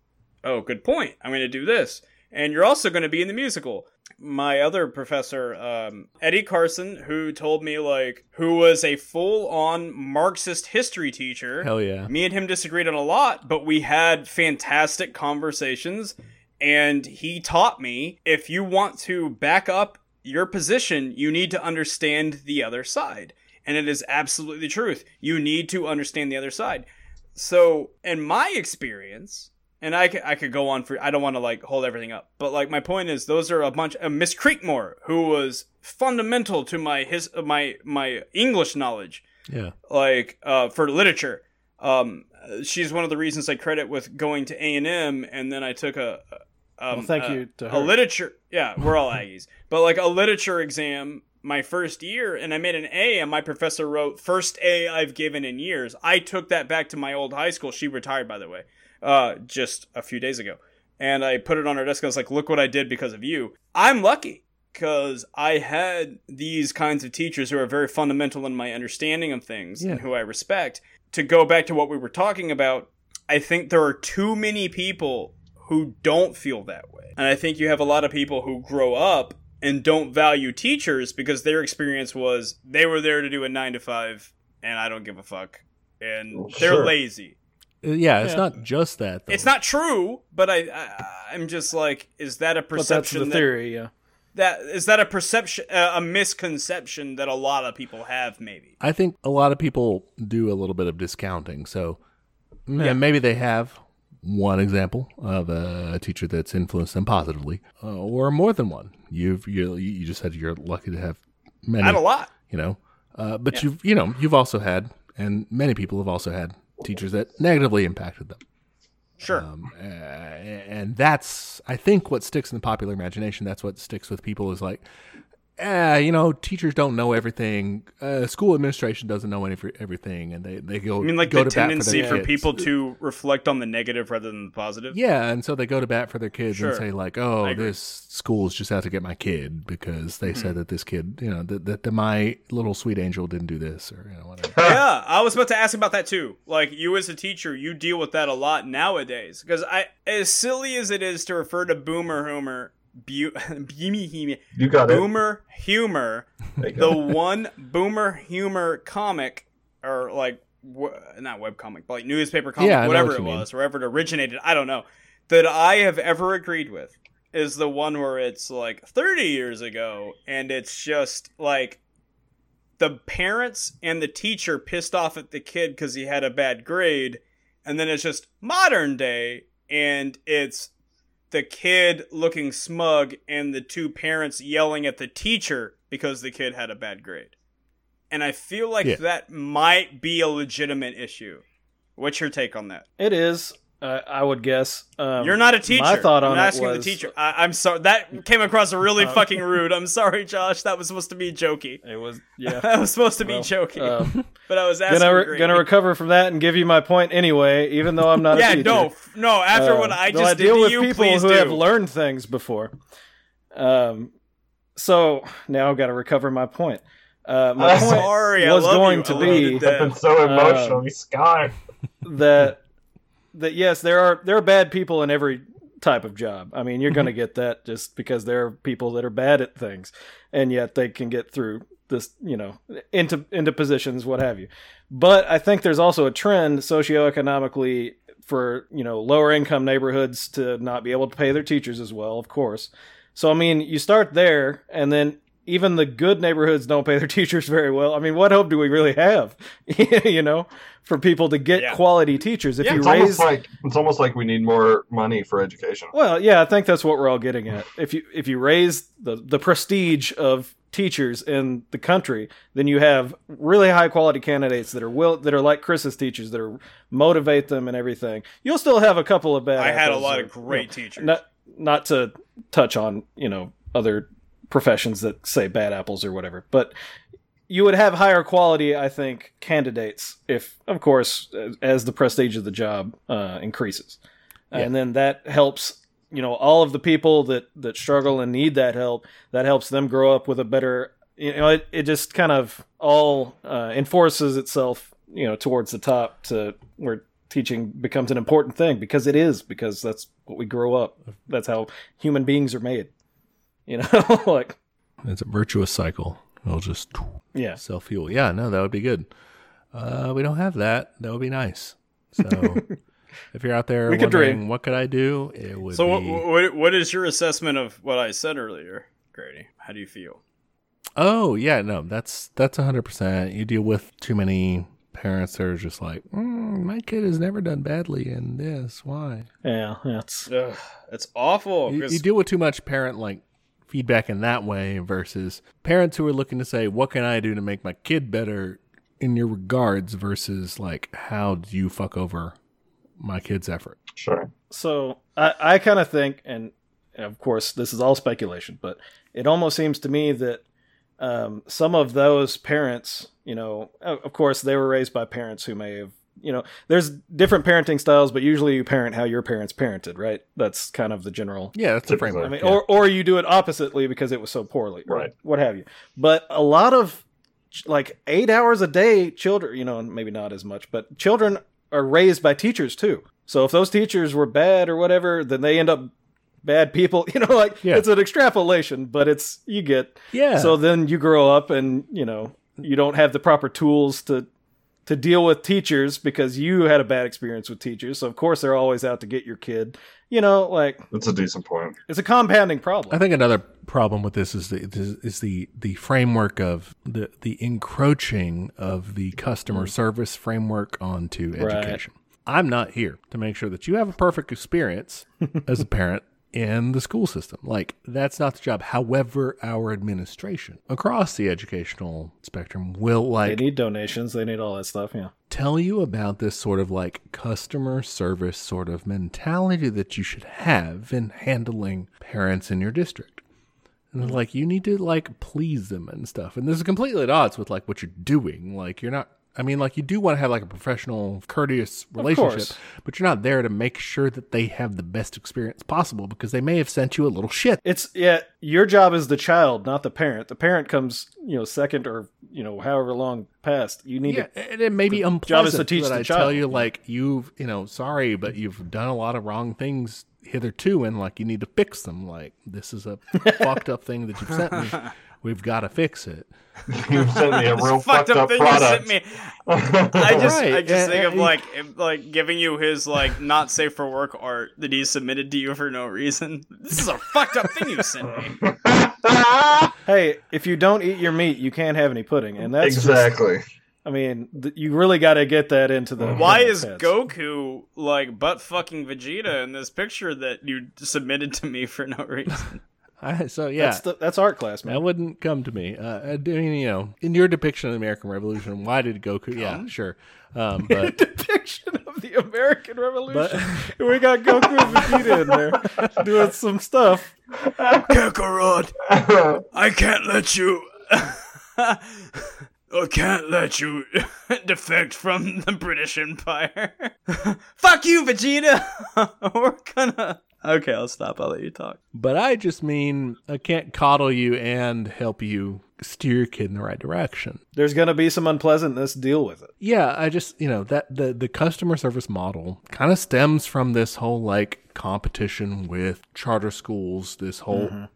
Oh, good point. I'm gonna do this, and you're also gonna be in the musical. My other professor, um, Eddie Carson, who told me like who was a full on Marxist history teacher.
Hell yeah.
Me and him disagreed on a lot, but we had fantastic conversations. And he taught me if you want to back up your position, you need to understand the other side. And it is absolutely the truth. You need to understand the other side. So, in my experience, and I could, I could go on for, I don't want to like hold everything up, but like my point is, those are a bunch, uh, Miss Creekmore, who was fundamental to my, his, uh, my, my English knowledge
Yeah.
like uh, for literature. Um, she's one of the reasons I credit with going to A and M, and then I took a. Um,
Well, thank
a-
you to
a
her.
literature. Yeah, we're all Aggies, but like a literature exam my first year, and I made an A, and my professor wrote first A I've given in years. I took that back to my old high school. She retired, by the way, uh, just a few days ago, and I put it on her desk. I was like, "Look what I did because of you." I'm lucky because I had these kinds of teachers who are very fundamental in my understanding of things and
Yeah.
who I respect. To go back to what we were talking about, I think there are too many people who don't feel that way. And I think you have a lot of people who grow up and don't value teachers because their experience was they were there to do a nine to five and I don't give a fuck. And they're
Sure.
lazy.
Uh, Yeah, it's
Yeah.
not just that. Though.
It's not true, but I, I I'm just like, is that a
but that's the
perception that
theory. Yeah,
that is that a perception uh, a misconception that a lot of people have maybe
I think a lot of people do a little bit of discounting. So, mm, yeah, maybe they have one example of a teacher that's influenced them positively, uh, or more than one. You've you you just said you're lucky to have many.
i have a lot
you know. Uh, but you've you know you've also had, and many people have also had teachers that negatively impacted them.
sure
Um, uh, and that's I think what sticks in the popular imagination. That's what sticks with people is like ah, you know, teachers don't know everything. Uh, school administration doesn't know any, everything, and they they go.
I mean, like
go
the
to bat
tendency
for,
for
their kids.
people to reflect on the negative rather than the positive.
Yeah, and so they go to bat for their kids
Sure.
and say like, "Oh,
agree. Hmm.
this school's just out to get my kid because they said that this kid, you know, that, that, that my little sweet angel didn't do this or you know whatever."
yeah, I was about to ask about that too. Like you as a teacher, you deal with that a lot nowadays because I, as silly as it is to refer to boomer humor, bu- beamy humor,
You got it.
boomer humor,
There you
the
go.
one boomer humor comic or like w- not web comic, but like newspaper comic,
Yeah, I know
whatever
what
it
you mean.
was, wherever it originated, I don't know, that I have ever agreed with is the one where it's like 30 years ago and it's just like the parents and the teacher pissed off at the kid because he had a bad grade and then it's just modern day and it's the kid looking smug and the two parents yelling at the teacher because the kid had a bad grade and i feel like
Yeah.
that might be a legitimate issue what's your take on that
It is, uh, I would guess. Um,
you're not a teacher
My thought on
i'm
it
asking
was- Oh.
the teacher I- i'm sorry that came across really fucking rude i'm sorry josh that was supposed to be jokey
It was, yeah.
that was supposed to be
Well,
jokey
um,
but i was asking
gonna
Grady.
re- gonna recover from that and give you my point anyway, even though I'm not.
yeah
a teacher.
no f- no after
Uh,
what i
though
just did
deal
to
with
you
people
please
who
do
have learned things before. Um, so now I've got to recover my point. Uh, my
I'm
point
sorry, I
was
love
going
you.
to
I loaded
be
that.
I've been so
Uh,
emotional,
Um,
Scott.
that that yes, there are there are bad people in every type of job. I mean, you're going to get that just because there are people that are bad at things, and yet they can get through this, you know, into into positions, what have you. But I think there's also a trend socioeconomically for you know lower income neighborhoods to not be able to pay their teachers as well, of course. So I mean, you start there, and then even the good neighborhoods don't pay their teachers very well. I mean, what hope do we really have, you know, for people to get
Yeah.
quality teachers? If
Yeah,
you
It's
raise
almost like it's almost like we need more money for education.
well, yeah, I think that's what we're all getting at. If you if you raise the the prestige of teachers in the country, then you have really high quality candidates that are will that are like Chris's teachers that are motivate them and everything. You'll still have a couple of bad.
i had a
apples
lot
or,
of great
you
teachers
know, Not not to touch on you know other professions that say bad apples or whatever, but you would have higher quality, I think, candidates if, of course, as- as the prestige of the job uh, increases, and then that helps you know all of the people that that struggle and need that help. That helps them grow up with a better you know it, it just kind of all uh, enforces itself you know towards the top to where teaching becomes an important thing because it is because that's what we grow up that's how human beings are made you know like
It's a virtuous cycle. It'll just
yeah
self fuel. Yeah, no, that would be good. Uh, we don't have that. That would be nice. So if you're out there
We could
wondering
dream.
what could I do, it would
So, what,
be
what, what is your assessment of what I said earlier, Grady? How do you feel?
Oh yeah, no, that's that's hundred percent. You deal with too many parents that are just like, mm, my kid has never done badly in this. Why?
yeah that's
Ugh, it's awful.
you,
'cause-
you deal with too much parent like feedback in that way versus parents who are looking to say, what can I do to make my kid better in your regards versus like, how do you fuck over my kid's effort?
Sure.
so i i kind of think and of course this is all speculation but it almost seems to me that um, some of those parents, you know, o- of course, they were raised by parents who may have, you know, there's different parenting styles, but usually you parent how your parents parented, right? That's kind of the general.
Yeah, that's the
Typically.
framework.
I mean,
yeah.
or or you do it oppositely because it was so poorly, or
Right.
What have you? But a lot of ch- like eight hours a day, children, you know, and maybe not as much, but children are raised by teachers too. So if those teachers were bad or whatever, then they end up bad people. You know, like
Yeah.
it's an extrapolation, but it's you get
yeah.
so then you grow up and, you know, you don't have the proper tools to to deal with teachers because you had a bad experience with teachers. So of course they're always out to get your kid. You know, like
That's a decent point.
it's a compounding problem.
I think another problem with this is the is the the framework of the the encroaching of the customer service framework onto
Mm-hmm. Right.
education. I'm not here to make sure that you have a perfect experience as a parent in the school system. Like that's not the job. However, our administration across the educational spectrum will
they
like
need donations, they need all that stuff, yeah.
tell you about this sort of like customer service sort of mentality that you should have in handling parents in your district. And they're like, you need to like please them and stuff. And this is completely at odds with like what you're doing. Like you're not I mean, like you do want to have like a professional, courteous relationship,
course.
but you're not there to make sure that they have the best experience possible because they may have sent you a little shit.
It's yeah, your job is the child, not the parent. The parent comes, you know, second or you know, however long past. You need
Yeah,
to
and it may be unpleasant
job is to teach
that
the
I
child.
tell you like you've you know sorry, but you've done a lot of wrong things hitherto, and like you need to fix them. Like this is a fucked up thing that you've sent me. We've got to fix it.
you sent me a real
fucked up thing you
product.
sent me. I just, I
Right,
just
and-
think of
and-
like, if- like giving you his like not safe for work art that he submitted to you for no reason. This is a fucked up thing you sent me.
Hey, if you don't eat your meat, you can't have any pudding. And that's just-
exactly.
I mean, th- you really got to get that into the
Why
parents'
is
heads.
Goku like butt fucking Vegeta in this picture that you submitted to me for no reason?
I, so yeah,
That's the, that's art class, man.
That wouldn't come to me. Uh, I mean, you know, in your depiction of the American Revolution, why did Goku? Yeah, sure. Um, but
depiction of the American Revolution. we got Goku and Vegeta in there doing some stuff.
Kakarot, I can't let you. I can't let you defect from the British Empire. Fuck you, Vegeta. We're gonna. Okay, I'll stop. I'll let you talk.
but I just mean I can't coddle you and help you steer your kid in the right direction.
There's gonna be some unpleasantness. Deal with it.
Yeah, I just you know that the the customer service model kind of stems from this whole like competition with charter schools. This whole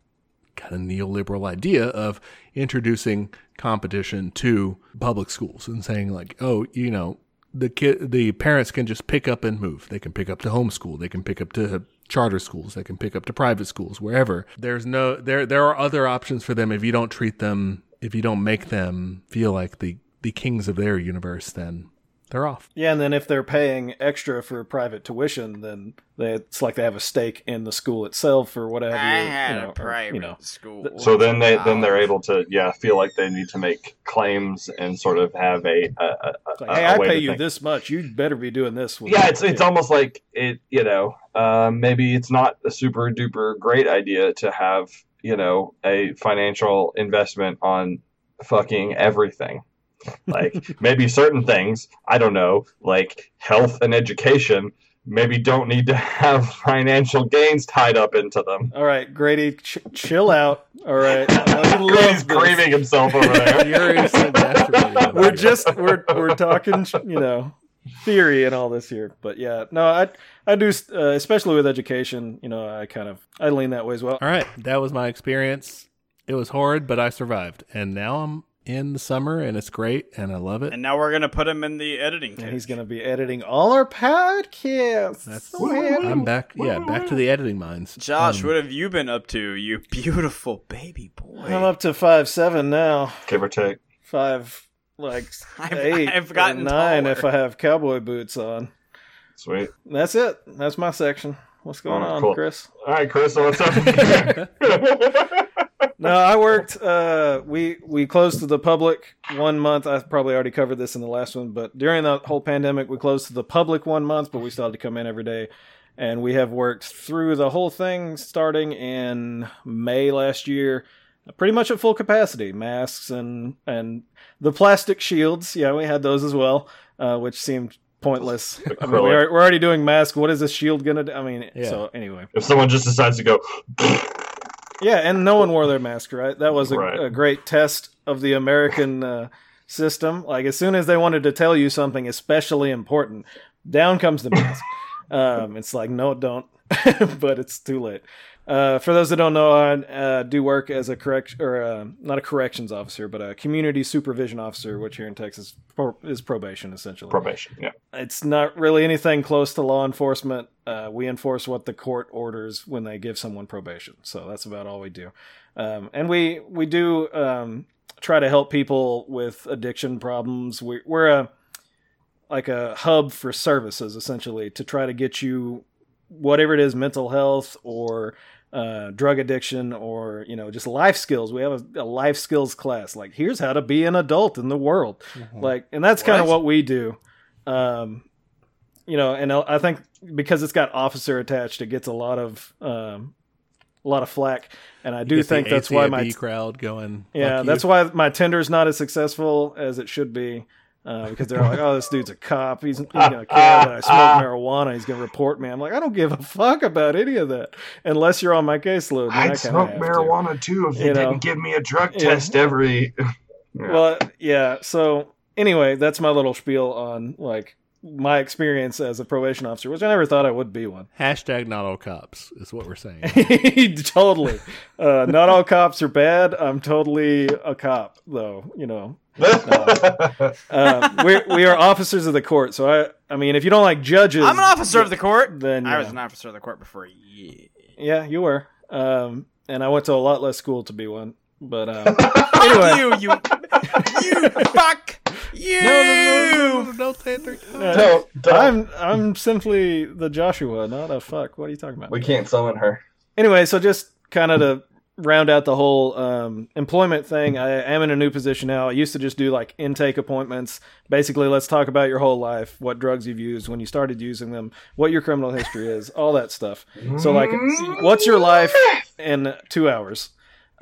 kind of neoliberal idea of introducing competition to public schools and saying like, oh, you know, the kid, the parents can just pick up and move. They can pick up to homeschool. They can pick up to charter schools. They can pick up to private schools, wherever. There's no there. There are other options for them if you don't treat them, if you don't make them feel like the the kings of their universe. Then they're off.
Yeah, and then if they're paying extra for private tuition, then they, it's like they have a stake in the school itself or whatever. you know, or, you know.
school.
So then they then they're able to yeah feel like they need to make claims and sort of have a, a, a,
It's like,
a-
hey,
a
I
way
pay
to
you
think.
this much. You better be doing this. with
Yeah,
me,
it's it's
too.
almost like it. You know, uh, maybe it's not a super duper great idea to have you know a financial investment on fucking everything. Like maybe certain things, I don't know, like health and education, maybe don't need to have financial gains tied up into them.
All right, Grady, ch- chill out. All right, I love
He's
this.
grieving himself over there.
Furiously masturbating.
we're just we're we're talking you know theory and all this here but yeah no i i do uh, especially with education you know i kind of i lean that way as well
All right, that was my experience. It was horrid, but I survived, and now I'm in the summer, and it's great, and I love it.
and now we're gonna put him in the editing.
and
cage.
he's gonna be editing all our podcasts Oh,
That's-
Man.
I'm back. Yeah, back to the editing minds. Um,
Josh, what have you been up to, you beautiful baby boy?
i'm up to five seven now
Give or take.
five like
I've-
eight
I've
or
gotten
nine
taller.
if i have cowboy boots on
Sweet.
And that's it that's my section what's going
Alright,
on
cool.
chris
All right, Chris, so what's up?
no, I worked. Uh, we we closed to the public one month. I probably already covered this in the last one, but during the whole pandemic, we closed to the public one month, but we still had to come in every day. And we have worked through the whole thing starting in May last year, pretty much at full capacity. Masks and and the plastic shields. Yeah, we had those as well, uh, which seemed pointless. I mean, we are, we're already doing masks. What is this shield gonna do? I mean,
Yeah.
so anyway.
if someone just decides to go,
Yeah, and no one wore their mask, right? That was a,
Right.
a great test of the American uh, system. Like, as soon as they wanted to tell you something especially important, down comes the mask. um, it's like, no, don't, but it's too late. Uh, for those that don't know, I uh, do work as a correct or uh, not a corrections officer, but a community supervision officer, which here in Texas pro- is probation essentially
probation. Yeah.
it's not really anything close to law enforcement. Uh, we enforce what the court orders when they give someone probation. So that's about all we do. Um, and we we do um, try to help people with addiction problems. We, we're a like a hub for services essentially to try to get you whatever it is mental health or uh, drug addiction or you know just life skills we have a, a life skills class like here's how to be an adult in the world like and that's kind of
What?
what we do um you know and I I think because it's got officer attached it gets a lot of um a lot of flack, and I do
Get the
think that's why my
ACAB crowd going.
yeah,
"Fuck
that's
you."
why my Tinder's not as successful as it should be. Uh, because they're like, oh, this dude's a cop. He's, he's gonna care that I smoke marijuana. He's gonna report me. I'm like, I don't give a fuck about any of that, unless you're on my caseload. then I
I'd
kinda
smoke
have to.
marijuana too if they
You know.
didn't give me a drug
Yeah.
test every.
Well, yeah. So anyway, that's my little spiel on like my experience as a probation officer, which I never thought I would be one.
hashtag not all cops is what we're saying.
totally. Uh, not all cops are bad. I'm totally a cop, though. You know, uh, we we are officers of the court. So I, I mean, if you don't like judges,
I'm an officer of the court.
Then
I was
yeah.
an officer of the court before. Yeah.
Yeah, you were. Um, and I went to a lot less school to be one. But um,
Fuck
anyway,
you, you, you fuck you.
don't say it three times.
uh,
no, don't.
I'm I'm simply the Joshua, not a fuck. What are you talking about?
we can't summon her.
anyway, so just kind of to round out the whole um, employment thing, I am in a new position now. I used to just do like intake appointments. Basically, let's talk about your whole life, what drugs you've used, when you started using them, what your criminal history is, all that stuff. So, like, what's your life in two hours?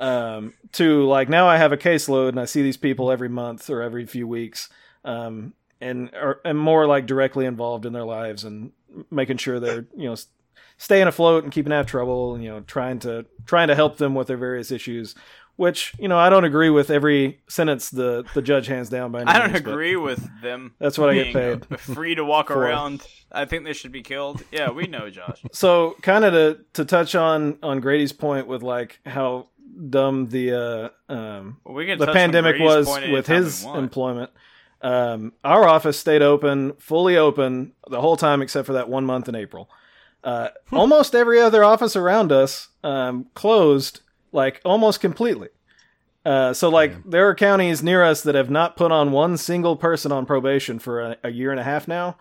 Um, to like now I have a caseload and I see these people every month or every few weeks. Um, and are and more like directly involved in their lives and making sure they're you know s- staying afloat and keeping out of trouble and you know trying to trying to help them with their various issues which you know i don't agree with every sentence the the judge hands down by any
I don't
means, but
agree with them.
that's what i get
being
paid
Free to walk
For.
around. I think they should be killed. Yeah, we know, Josh.
so kind of to to touch on on grady's point with like how dumb the uh um
We can.
the
touch on
pandemic
Brady's
was
point
with
anytime we
his
want.
employment. Um, our office stayed open, fully open the whole time except for that one month in April. Uh,
Hmm.
almost every other office around us um, closed, like almost completely. Uh, so, like, there are counties near us that have not put on one single person on probation for a, a year and a half now.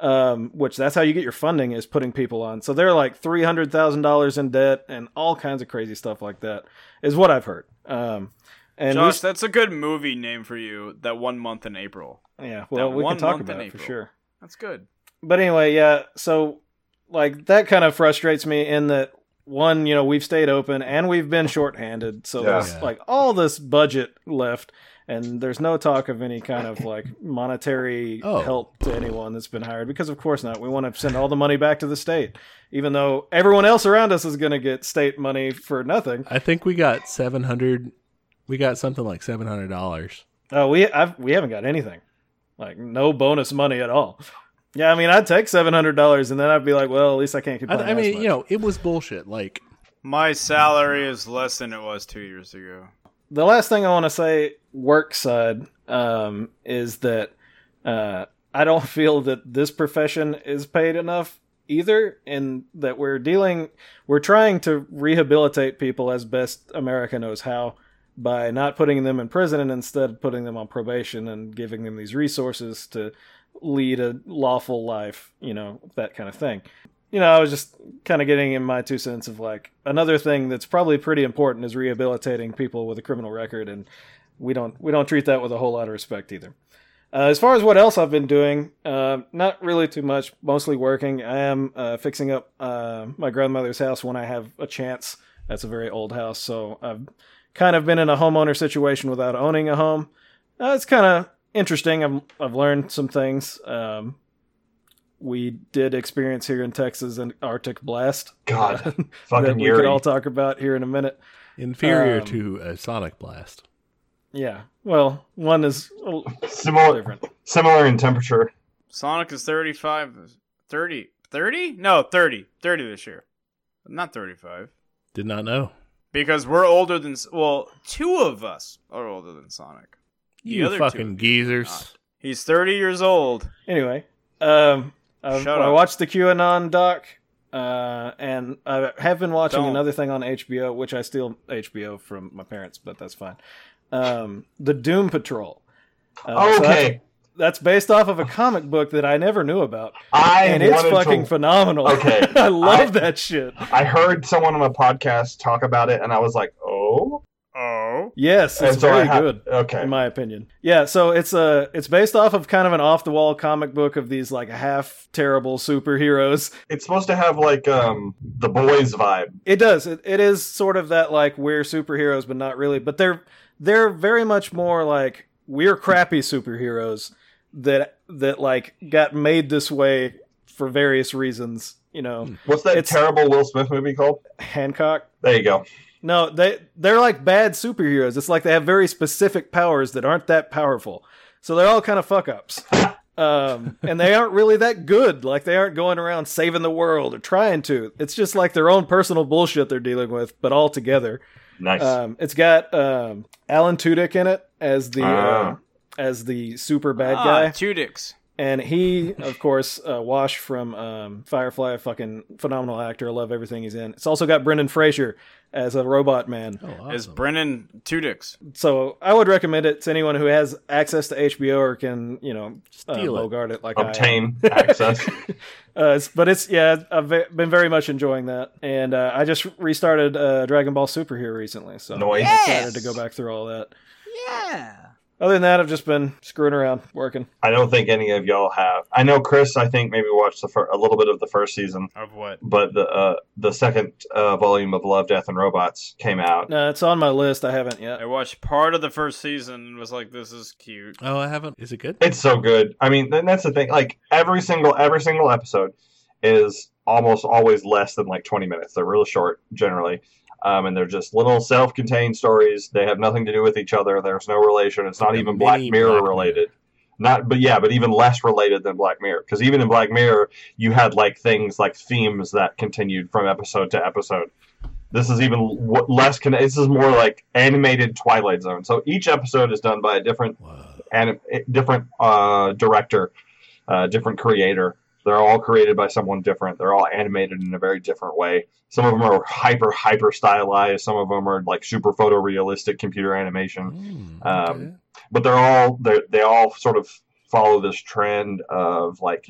Um, which that's how you get your funding is putting people on. So they're like three hundred thousand dollars in debt and all kinds of crazy stuff like that is what I've heard. Um, and we
Josh, that's a good movie name for you. That one month in April.
Yeah, well,
That
we
one
can talk
month in
about it for
April.
sure.
That's good.
But anyway, yeah, so like that kind of frustrates me in that one, you know, we've stayed open and we've been shorthanded, so
Yeah.
there's
Yeah.
like all this budget left, and there's no talk of any kind of like monetary
Oh.
help to anyone that's been hired because, of course, not. We want to send all the money back to the state, even though everyone else around us is going to get state money for nothing.
I think we got seven hundred. We got something like seven hundred dollars.
Oh, we I've, we haven't got anything, like no bonus money at all. Yeah, I mean, I'd take seven hundred dollars, and then I'd be like, well, at least I can't
I,
complain.
I
as
mean,
much.
you know, it was bullshit. Like
My salary is less than it was two years ago.
the last thing I want to say, work side, um, is that uh, I don't feel that this profession is paid enough either, and that we're dealing, we're trying to rehabilitate people as best America knows how by not putting them in prison and instead putting them on probation and giving them these resources to lead a lawful life, you know, that kind of thing. You know, I was just kind of getting in my two cents of like another thing that's probably pretty important is rehabilitating people with a criminal record, and we don't we don't treat that with a whole lot of respect either. Uh, as far as what else I've been doing, uh, not really too much. Mostly working. I am uh, fixing up uh, my grandmother's house when I have a chance. That's a very old house, so I've kind of been in a homeowner situation without owning a home. Uh, it's kind of interesting. I've I've learned some things. Um, we did experience here in Texas an Arctic blast
God,
that
fucking
we could
Yuri.
all talk about here in a minute.
inferior
Um,
to a sonic blast.
Yeah. Well, one is a little
similar,
different.
similar in temperature.
Sonic is 35, 30, 30? No, 30, 30 this year. Not 35.
Did not know.
Because we're older than, well, two of us are older than Sonic.
You
other two
fucking
did
geezers.
not. He's 30 years old.
Anyway, um, I've,
Shut
I
up.
watched the QAnon doc, uh, and I have been watching
Don't.
another thing on HBO, which I steal HBO from my parents, but that's fine. Um, the Doom Patrol. Uh, so that's-
okay,
that's based off of a comic book that I never knew about,
I
and it's
wanted
fucking
to
phenomenal.
Okay,
I love
I-
that shit.
I heard someone on a podcast talk about it, and I was like, "Oh,
Oh.
Yes,
And
it's
so I
very
ha-
good.
Okay.
in my opinion. Yeah, so it's a it's based off of kind of an off the wall comic book of these like half terrible superheroes.
it's supposed to have like um the boys vibe.
It does. It, it is sort of that like we're superheroes but not really, but they're they're very much more like we're crappy superheroes that that like got made this way for various reasons, you know.
What's that
It's-
terrible Will Smith movie called?
Hancock
There you go.
No, they they're like bad superheroes. It's like they have very specific powers that aren't that powerful. So they're all kind of fuck ups. Um, and they aren't really that good. Like they aren't going around saving the world or trying to. It's just like their own personal bullshit they're dealing with, but all together.
Nice.
Um, it's got um, Alan Tudyk in it as the uh,
Ah.
as the super bad
ah,
guy
Two dicks.
and he of course uh, wash from um, firefly a fucking phenomenal actor i love everything he's in it's also got brendan fraser as a robot man
Oh,
Is
awesome.
Brennan two dicks?
so i would recommend it to anyone who has access to hbo or can you know uh,
Steal it.
bogart it like
Obtain access.
I am. Uh, it's- but it's yeah i've ve- been very much enjoying that and uh, i just restarted uh, dragon ball super here recently so
Noise.
i'm
Yes!
excited to go back through all that
Yeah.
other than that i've just been screwing around working
I don't think any of y'all have. I know Chris. I think maybe watched the fir- a little bit of the first season,
Of what?
but the uh, the second uh, volume of Love, Death, and Robots came out.
no it's on my list i haven't yet
I watched part of the first season and was like, "This is cute."
Oh, I haven't. Is it good?
It's so good. I mean, and that's the thing. Like every single every single episode is almost always less than like twenty minutes. They're real short generally, um, and they're just little self-contained stories. They have nothing to do with each other. There's no relation. It's not
Like a
even Black
mini
Mirror
Black Mirror.
related. Not, but yeah, but even less related than Black Mirror because even in Black Mirror you had like things like themes that continued from episode to episode. This is even w- less. Con- this is more like animated Twilight Zone. So each episode is done by a different
Wow.
and different uh, director, uh, different creator. They're all created by someone different. They're all animated in a very different way. Some of them are hyper hyper stylized. Some of them are like super photorealistic computer animation.
Mm,
Um,
okay.
But they're all they they all sort of follow this trend of like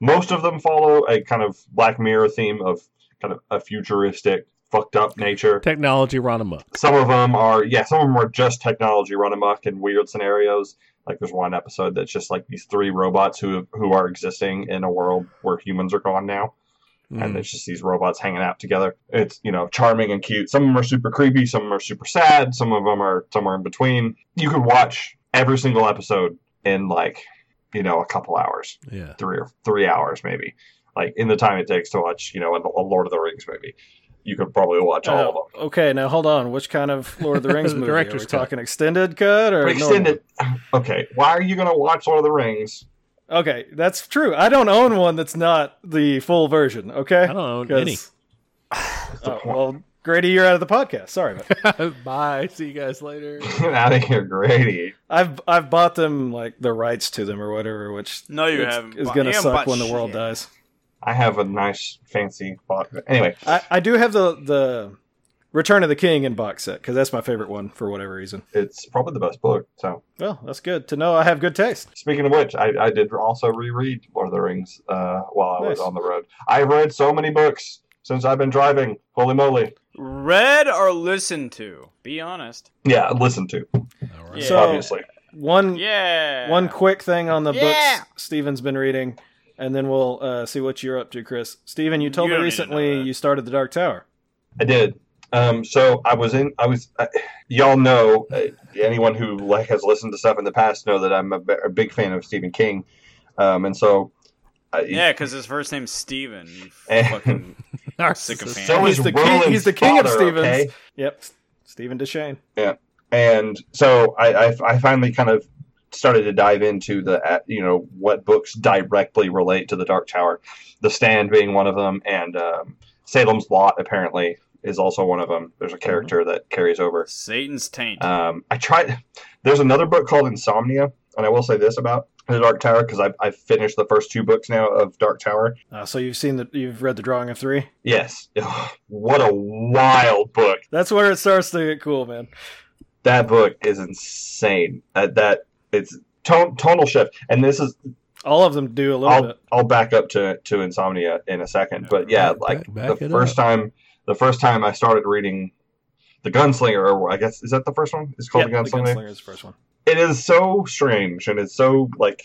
most of them follow a kind of Black Mirror theme of kind of a futuristic fucked up nature
Technology run amok.
some of them are yeah some of them are just technology run amok in weird scenarios like there's one episode that's just like these three robots who who are existing in a world where humans are gone now and
Mm.
it's just these robots hanging out together it's you know charming and cute some of them are super creepy some of them are super sad some of them are somewhere in between you could watch every single episode in like you know a couple hours
Yeah.
three or three hours maybe like in the time it takes to watch you know a, a lord of the rings movie you could probably watch all of them
Oh, Okay, now hold on. Which kind of Lord of the Rings
The
movie?
director's
are we
cut.
talking extended cut or normal?
extended. Okay, why are you gonna watch Lord of the Rings?
Okay, that's true. I don't own one that's not the full version. Okay,
I don't own
'Cause-
any.
Oh, well, Grady, you're out of the podcast. Sorry, man.
Bye. See you guys later.
Get out of here, Grady.
I've I've bought them like the rights to them or whatever, which
No, you
it's-
haven't.
is
bought-
going to
you haven't bought
suck when the world
shit.
dies.
I have a nice fancy box. Anyway,
I, I do have the the Return of the King in box set because that's my favorite one for whatever reason.
it's probably the best book. So,
Well, that's good to know. I have good taste.
speaking of which, I, I did also reread Lord of the Rings uh, while I was
Nice.
on the road. I've read so many books since I've been driving. Holy moly!
Read or listen to? Be honest.
Yeah, listen to
All right.
Yeah.
So-
obviously.
One
Yeah.
One quick thing on the
Yeah.
books Steven's been reading, and then we'll uh, see what you're up to, Chris. Steven, you told
You
me
don't need to know
recently
that.
you started The Dark Tower.
I did. Um, so I was in. I was. Uh, y'all know uh, anyone who like has listened to stuff in the past know that I'm a, b- a big fan of Stephen King, um, and so uh,
Yeah, because his first name's Steven. you
Eh.
Fucking sycophant.
So
He's
is
the king-
Roland's
he's the king of
father,
Stevens.
okay?
Yep, S- Stephen Deshane.
And so I, I, I finally kind of started to dive into the uh, you know what books directly relate to the Dark Tower, The Stand being one of them, and um, Salem's Lot apparently is also one of them. There's a
Mm-hmm.
character that carries over.
Satan's taint.
Um, I tried. There's another book called Insomnia, and I will say this about the Dark Tower because I've, I've finished the first two books now of Dark Tower.
Uh, so you've seen the you've read the drawing of three.
Yes, what a wild book!
That's where it starts to get cool, man.
That book is insane. That that it's tone, tonal shift, and this is
All of them do a little
I'll
bit.
I'll back up to to Insomnia in a second, but yeah,
Back-
like
back
the
it
first time the first time I started reading the gunslinger, or I guess is that the first one? It's called
Yep,
the
the
gunslinger.
Gunslinger is the first one.
It is so strange, and it's so like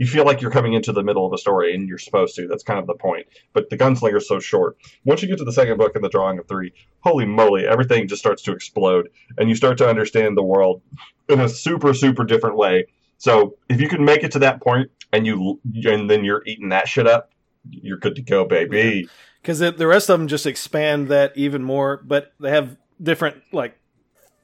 you feel like you're coming into the middle of a story, and you're supposed to. That's kind of the point. But the gunslinger's so short. Once you get to the second book and the drawing of three, holy moly, everything just starts to explode, and you start to understand the world in a super super different way. So if you can make it to that point, and you and then you're eating that shit up, you're good to go, baby.
because the rest of them just expand that even more but they have different like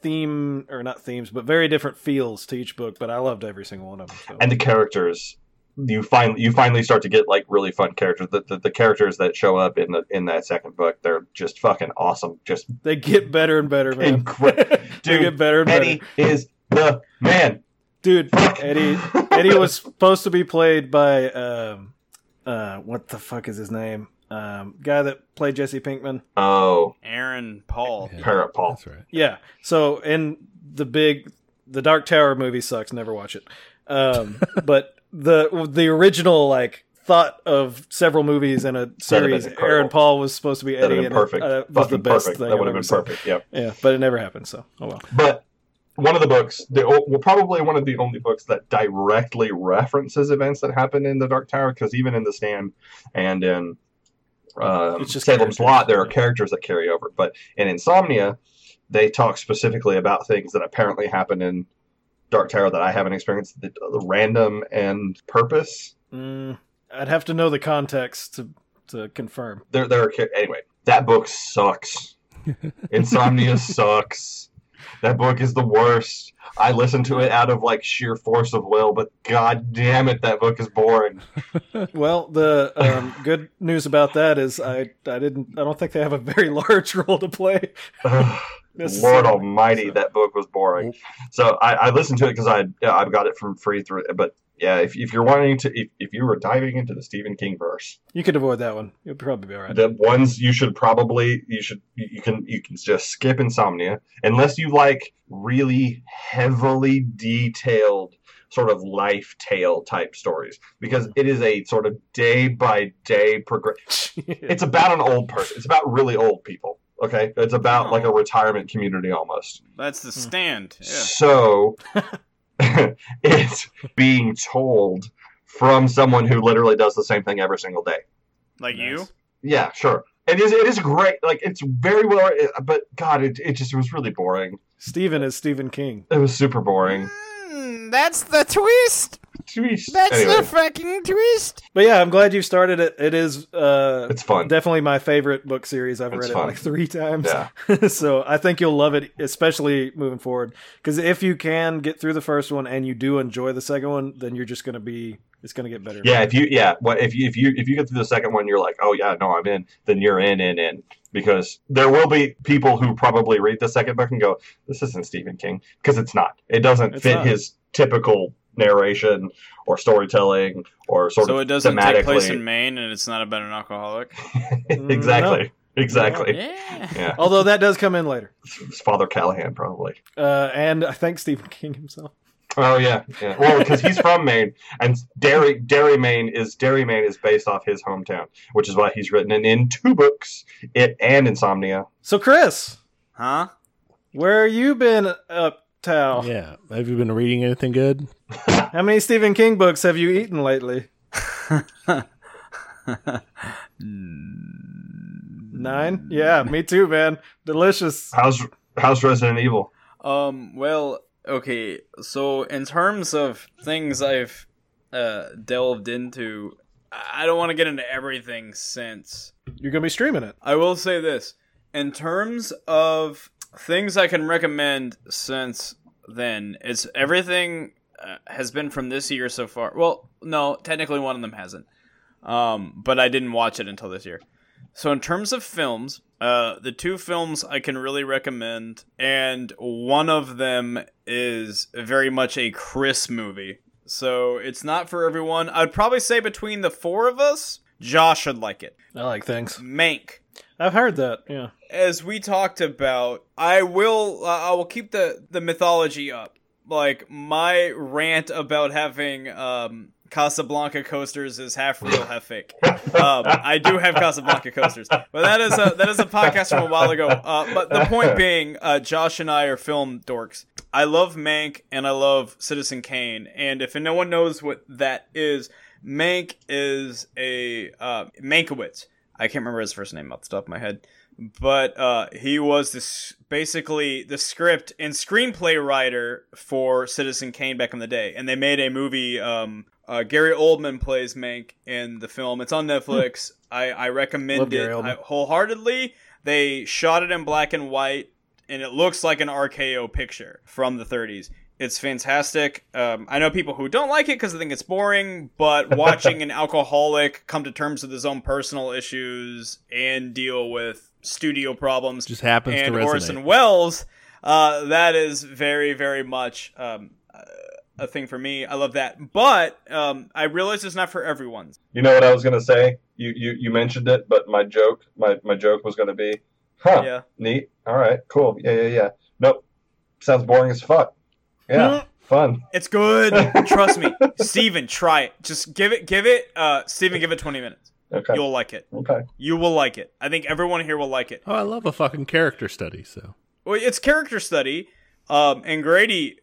theme or not themes but very different feels to each book but i loved every single one of them so.
and the characters you finally you finally start to get like really fun characters the, the, the characters that show up in the in that second book they're just fucking awesome just
they get better and better man
incredible
they
Dude,
get better and
eddie
better
is the man
dude eddie eddie was supposed to be played by um uh what the fuck is his name um guy that played jesse pinkman
oh
Aaron Paul.
Yeah.
parrot paul
That's right.
yeah so in the big the dark tower movie sucks never watch it um but the the original like thought of several movies in a
been
series
incredible.
aaron paul was supposed to be
that'd
eddie
have
and
been perfect
it, uh, was
fucking
the best
perfect
thing
that
I've
would have
ever
been
seen.
perfect yeah
yeah but it never happened so oh well
but one of the books the o- well, probably one of the only books that directly references events that happened in the dark tower because even in the stand and in um,
It's just
salem's
characters,
lot there are
yeah.
characters that carry over but in insomnia they talk specifically about things that apparently happened in dark tower that i haven't experienced the, the random and purpose
mm, i'd have to know the context to to confirm
there, there are char- anyway that book sucks insomnia sucks that book is the worst i listened to it out of like sheer force of will but god damn it that book is boring
well the um, good news about that is i i didn't i don't think they have a very large role to play
Ugh, lord
necessarily.
almighty
So-
that book was boring so i, I listened to it because i yeah, i've got it from free through but yeah if, if you're wanting to if, if you were diving into the stephen king verse
you could avoid that one you'll probably be all right
the ones you should probably you should you you can you can just skip insomnia unless you like really heavily detailed sort of life tale type stories because it is a sort of day by day progress it's about an old person it's about really old people okay it's about like a retirement community almost
That's the stand. Yeah.
so it's being told from someone who literally does the same thing every single day
Like you?
yeah, sure. It is. It is great. Like it's very well. uh, But God, it, it just was really boring.
Stephen is Stephen King.
It was super boring.
Mm, that's the twist.
Jeez.
the
Anyway,
fucking twist.
But yeah, I'm glad you started it. It is uh,
it's fun.
definitely my favorite book series. I've
It's
read
fun.
it like three times.
Yeah.
so I think you'll love it, especially moving forward. Because if you can get through the first one and you do enjoy the second one, then you're just going to be, it's going to get better.
Yeah. If you. Yeah. What if you if you if you get through the second one, you're like, oh yeah, no, I'm in. Then you're in, in, in. Because there will be people who probably read the second book and go, this isn't Stephen King because it's not. It doesn't
It's
fit
not.
his typical narration or storytelling or sort
so
of
it doesn't take place
thematically-
in Maine and it's not about an alcoholic.
exactly. Exactly.
Yeah.
Yeah.
Although that does come in later.
It's Father Callahan probably.
Uh, and I think Stephen King himself.
Oh yeah, yeah. Well, because he's from Maine, and Derry, Derry, Maine is Derry, Maine is based off his hometown, which is why he's written it in two books, it and Insomnia.
So, Chris,
Huh?
where you been up,
Oh.
Tao?
Yeah. Have you been reading anything good?
How many Stephen King books have you eaten lately? Nine? Yeah, me too, man. Delicious.
How's How's Resident Evil?
Um, well, okay, so in terms of things I've uh, delved into, I I don't want to get into everything since.
You're gonna be streaming it.
I will say this. In terms of things I can recommend since then, it's everything uh, has been from this year so far. Well, no, technically one of them hasn't. Um, but I didn't watch it until this year. So in terms of films, uh, the two films I can really recommend, and one of them is very much a Chris movie. So it's not for everyone. I'd probably say between the four of us, Josh should like it.
I like things.
Mank
I've heard that. Yeah.
as we talked about, I will uh, I will keep the the mythology up. Like my rant about having um Casablanca coasters is half real, half fake. Um, I do have Casablanca coasters, but that is a that is a podcast from a while ago. Uh, but the point being, uh, Josh and I are film dorks. I love Mank and I love Citizen Kane, and if no one knows what that is, Mank is a uh, Mankiewicz. I can't remember his first name off the top of my head, but uh, he was this basically the script and screenplay writer for Citizen Kane back in the day, and they made a movie. Um, uh, Gary Oldman plays Mank in the film. It's on Netflix. I, I
Hmm. Love
recommend it
Gary
I-
Oldman.
wholeheartedly. They shot it in black and white, and it looks like an RKO picture from the 30s. It's fantastic. Um, I know people who don't like it because they think it's boring, but watching an alcoholic come to terms with his own personal issues and deal with studio problems
Just happens
and
to resonate.
Orson Welles, uh, that is very, very much um, uh, a thing for me. I love that. But um, I realize it's not for everyone.
You know what I was gonna say? You you, you mentioned it, but my joke my, my joke was gonna be, huh?
Yeah.
Neat. All right. Cool. Yeah. Yeah. Yeah. Nope. Sounds boring as fuck.
Hmm?
Yeah. fun.
It's good. Trust me. Steven, try it. Just give it, give it, uh, Steven, give it 20 minutes.
Okay.
You'll like it.
Okay.
You will like it. I think everyone here will like it.
Oh, I love a fucking character study. So
Well, it's character study. Um, and Grady,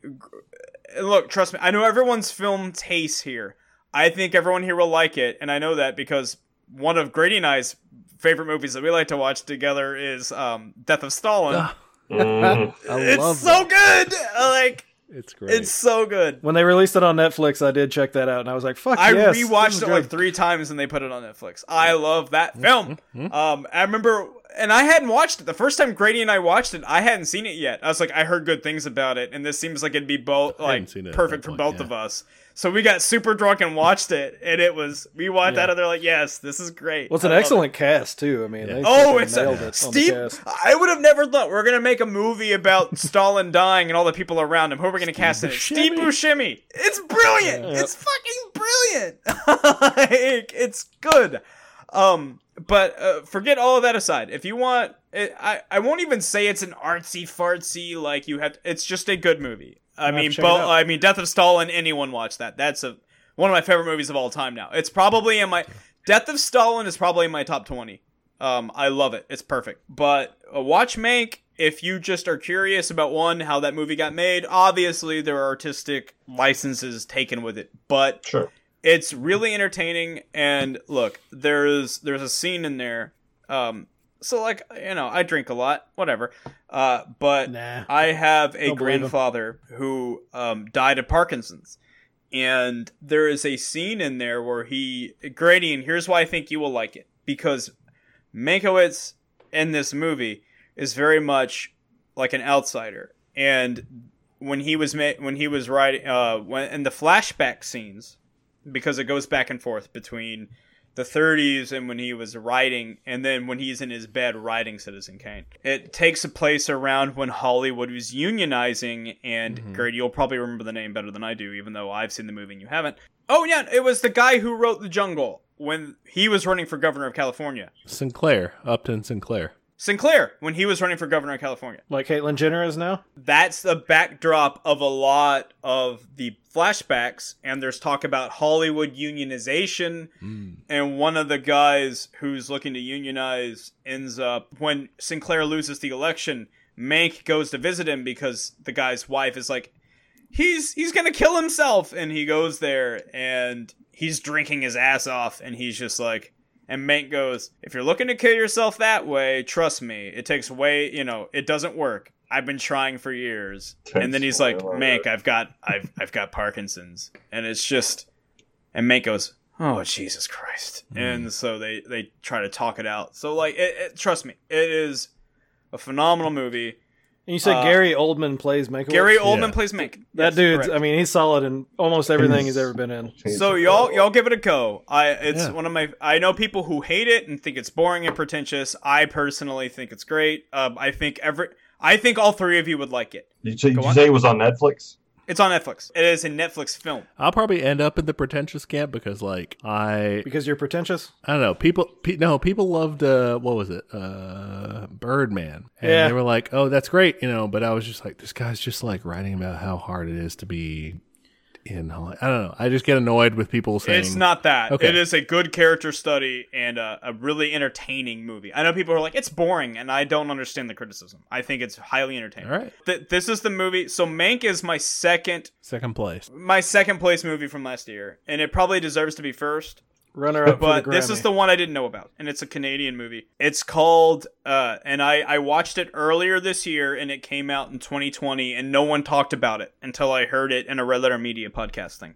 and look, trust me, I know everyone's film tastes here. I think everyone here will like it, and I know that because one of Grady and I's favorite movies that we like to watch together is um, Death of Stalin.
Mm.
Ah, I
it's
love
so good. Like,
it. It's great.
it's so good.
When they released it on Netflix, I did check that out, and I was like, "Fuck
I
yes, this is
rewatched it like
good.
three times and they put it on Netflix. I love
Mm-hmm.
that film. Um, I remember, and I hadn't watched it the first time Grady and I watched it. I hadn't seen it yet. I was like, I heard good things about it, and this seems like it'd be both like
seen it at
perfect
that
for
point,
both
yeah.
of us. So we got super drunk and watched it, and it was we watched that and they're like, yes, this is great.
Well, it's an
I love it.
excellent cast too. I mean, they
Oh,
fucking
it's
nailed
a,
it
Steve.
on the cast.
I would have never thought we're gonna make a movie about Stalin dying and all the people around him. Who are we gonna cast in it? Steve Buscemi. It's brilliant. It's fucking brilliant. like, it's good. Um, but uh, forget all of that aside. If you want, it, I I won't even say it's an artsy fartsy like you have. it's just a good movie. I mean,
check it
bo-
out.
I mean, Death of Stalin. Anyone watch that? That's a one of my favorite movies of all time. Now it's probably in my Death of Stalin is probably in my top twenty. Um, I love it. It's perfect. But uh, watch Mank if you just are curious about one how that movie got made. Obviously, there are artistic licenses taken with it, but
Sure.
it's really entertaining and look there's there's a scene in there um so like you know i drink a lot whatever uh but
Nah.
i have a
Don't believe him.
grandfather who um died of parkinson's and there is a scene in there where he grady and here's why i think you will like it because Mankiewicz in this movie is very much like an outsider. And when he was ma- when he was writing uh, when in the flashback scenes, because it goes back and forth between the 30s and when he was writing, and then when he's in his bed writing Citizen Kane. It takes a place around when Hollywood was unionizing, and Grady, you'll probably remember the name better than I do, even though I've seen the movie and you haven't. Oh yeah, it was the guy who wrote The Jungle when he was running for governor of California.
Sinclair, Upton Sinclair.
Sinclair when he was running for governor of California.
like Caitlyn Jenner is now.
That's the backdrop of a lot of the flashbacks, and there's talk about Hollywood unionization. And one of the guys who's looking to unionize ends up when Sinclair loses the election. Mank goes to visit him because the guy's wife is like, he's he's gonna kill himself and he goes there and he's drinking his ass off and he's just like and Mank goes, if you're looking to kill yourself that way, trust me, it takes way, you know, it doesn't work. I've been trying for years.
Takes
and then he's
way
like,
longer.
Mank, I've got, I've, I've got Parkinson's, and it's just, and Mank goes, oh Jesus Christ, and so they they try to talk it out. So like, it, it, trust me, it is a phenomenal movie.
And you said
Uh,
Gary Oldman plays Michael.
Gary Oldman
Yeah.
plays Mank.
That
Yes,
dude's.
correct.
I mean, he's solid in almost everything
He's-
he's ever been in.
So y'all y'all give it a go. I it's
Yeah.
one of my I know people who hate it and think it's boring and pretentious. I personally think it's great. Um, I think every I think all three of you would like it.
You, say-
Go
you
on.
say it was on Netflix?
It's on Netflix. It is a Netflix film.
I'll probably end up in the pretentious camp because, like, I
Because you're pretentious.
I don't know. People, pe- no, people loved uh, what was it, uh, Birdman, and
Yeah.
they were like, "Oh, that's great," you know. But I was just like, "This guy's just like writing about how hard it is to be in Hollywood. I don't know. I just get annoyed with people saying
It's not that.
Okay.
It is a good character study and a, a really entertaining movie. I know people are like, it's boring, and I don't understand the criticism. I think it's highly entertaining.
All right.
Th- this is the movie. So Mank is my second,
second place.
my second place movie from last year, and it probably deserves to be first.
Runner up
But
for the
this is the one I didn't know about, and it's a Canadian movie. It's called, uh, and I I watched it earlier this year, and it came out in 2020, and no one talked about it until I heard it in a Red Letter Media podcast thing.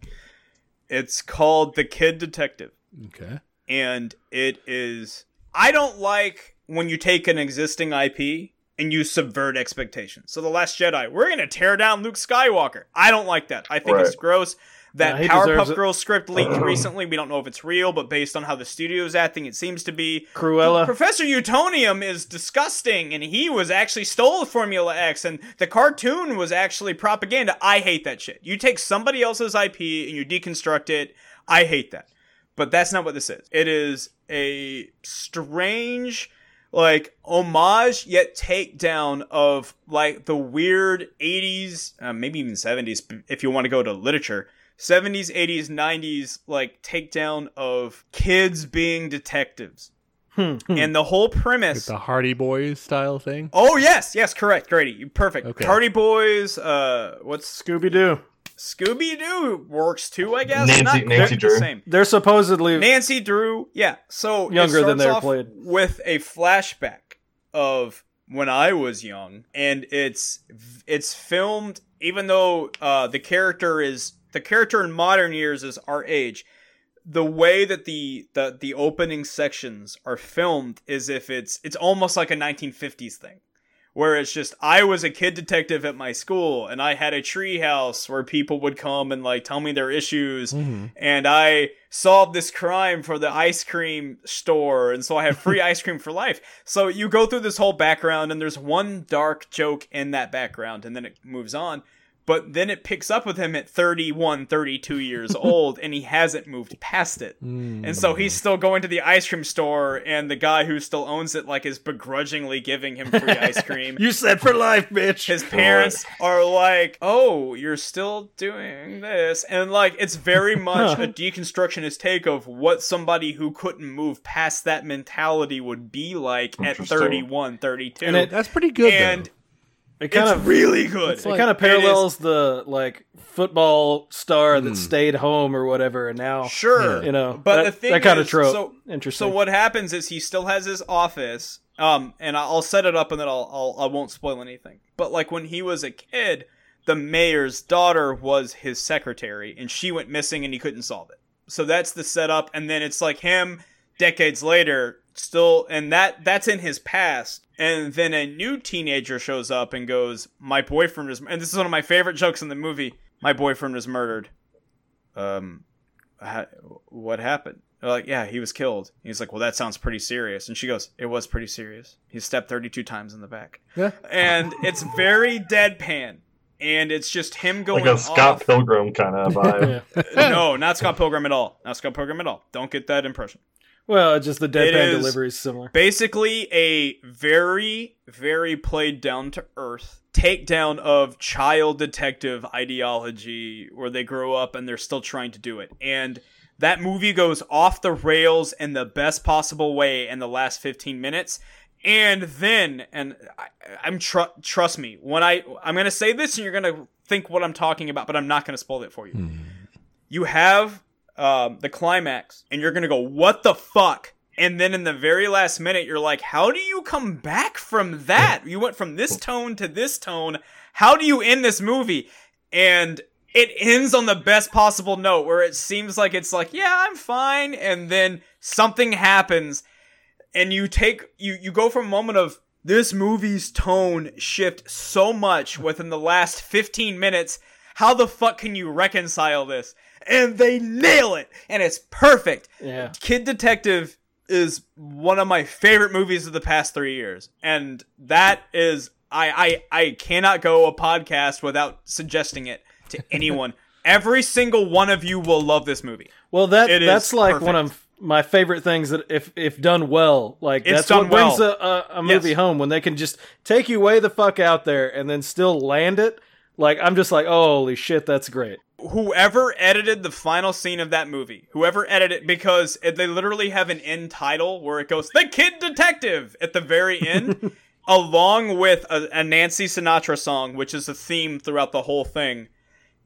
It's called The Kid Detective
Okay.
and it is I don't like when you take an existing IP and you subvert expectations. So the last Jedi, we're going to tear down Luke Skywalker. I don't like that. I think
Right.
it's gross. That
Yeah, he deserves
Powerpuff
it.
Girls script leaked recently. We don't know if it's real, but based on how the studio's acting, it seems to be.
Cruella.
Professor Utonium is disgusting, and he was actually stole Formula X, and the cartoon was actually propaganda. I hate that shit. You take somebody else's IP and you deconstruct it. I hate that. But that's not what this is. It is a strange, like, homage yet takedown of, like, the weird 80s, uh, maybe even 70s, b- if you want to go to literature, 70s, 80s, 90s, like, takedown of kids being detectives. Hmm.
Hmm.
And the whole premise.
The Hardy Boys style thing.
Oh yes, yes, correct, Grady, you perfect.
Okay.
Hardy Boys, uh, what's
Scooby Doo.
Scooby Doo works too, I guess.
Nancy-
Not
Nancy
quite
Drew.
The same.
They're supposedly
Nancy Drew, yeah. So it
Younger than
starts
they were
off
played.
with a flashback of when I was young, and it's it's filmed even though uh, the character is the character in modern years is our age. The way that the, the the opening sections are filmed is if it's it's almost like a 1950s thing where it's just I was a kid detective at my school and I had a tree house where people would come and like tell me their issues and I solved this crime for the ice cream store and so I have free ice cream for life. So you go through this whole background and there's one dark joke in that background and then it moves on. But then it picks up with him at 31, 32 years old, and he hasn't moved past it. And so he's still going to the ice cream store, and the guy who still owns it, like, is begrudgingly giving him free ice cream.
You said for life, bitch.
His parents are like, "Oh, you're still doing this," and like it's very much a deconstructionist take of what somebody who couldn't move past that mentality would be like at
Interesting.
31, 32.
And it-
That's pretty good.
And
though.
it kind
it's
of
really good.
it kind of parallels the like football star that stayed home or whatever, and now
sure,
you know,
but
that,
the thing
that kind
is,
of trope.
so-
Interesting.
So what happens is he still has his office, um, and I- I'll set it up and then I'll, I'll I won't spoil anything. But like when he was a kid, the mayor's daughter was his secretary, and she went missing, and he couldn't solve it. So that's the setup, and then it's like him decades later still and that that's in his past and then a new teenager shows up and goes my boyfriend is and this is one of my favorite jokes in the movie my boyfriend was murdered um ha- what happened? They're like, yeah, he was killed. He's like, well, that sounds pretty serious. And she goes, it was pretty serious. He stepped 32 times in the back.
Yeah.
And it's very deadpan. And it's just him going
Like a Scott
off.
Pilgrim kind of vibe.
no, not Scott Pilgrim at all. Not Scott Pilgrim at all. Don't get that impression.
well, just the deadpan
is-
delivery is similar.
Basically, a very, very played down to earth takedown of child detective ideology where they grow up and they're still trying to do it. And that movie goes off the rails in the best possible way in the last 15 minutes. And then, and I, I'm tr- trust me when I I'm gonna say this, and you're gonna think what I'm talking about, but I'm not gonna spoil it for you
Mm-hmm.
you have um, the climax and you're gonna go what the fuck and then in the very last minute you're like how do you come back from that you went from this tone to this tone how do you end this movie and it ends on the best possible note where it seems like it's like yeah i'm fine and then something happens and you take you you go from a moment of this movie's tone shift so much within the last 15 minutes how the fuck can you reconcile this and they nail it and it's perfect
Yeah.
kid detective is one of my favorite movies of the past three years and that is i i, I cannot go a podcast without suggesting it to anyone every single one of you will love this movie
Well, that
It is
that's like one
perfect.
of my favorite things that if if done well, like
It's
that's
done
what brings
well.
a, a, a movie
Yes.
home when they can just take you way the fuck out there and then still land it. Like I'm just like, holy shit, that's great.
whoever edited the final scene of that movie, whoever edited because it, they literally have an end title where it goes "The Kid Detective" at the very end, along with a, a Nancy Sinatra song, which is a theme throughout the whole thing.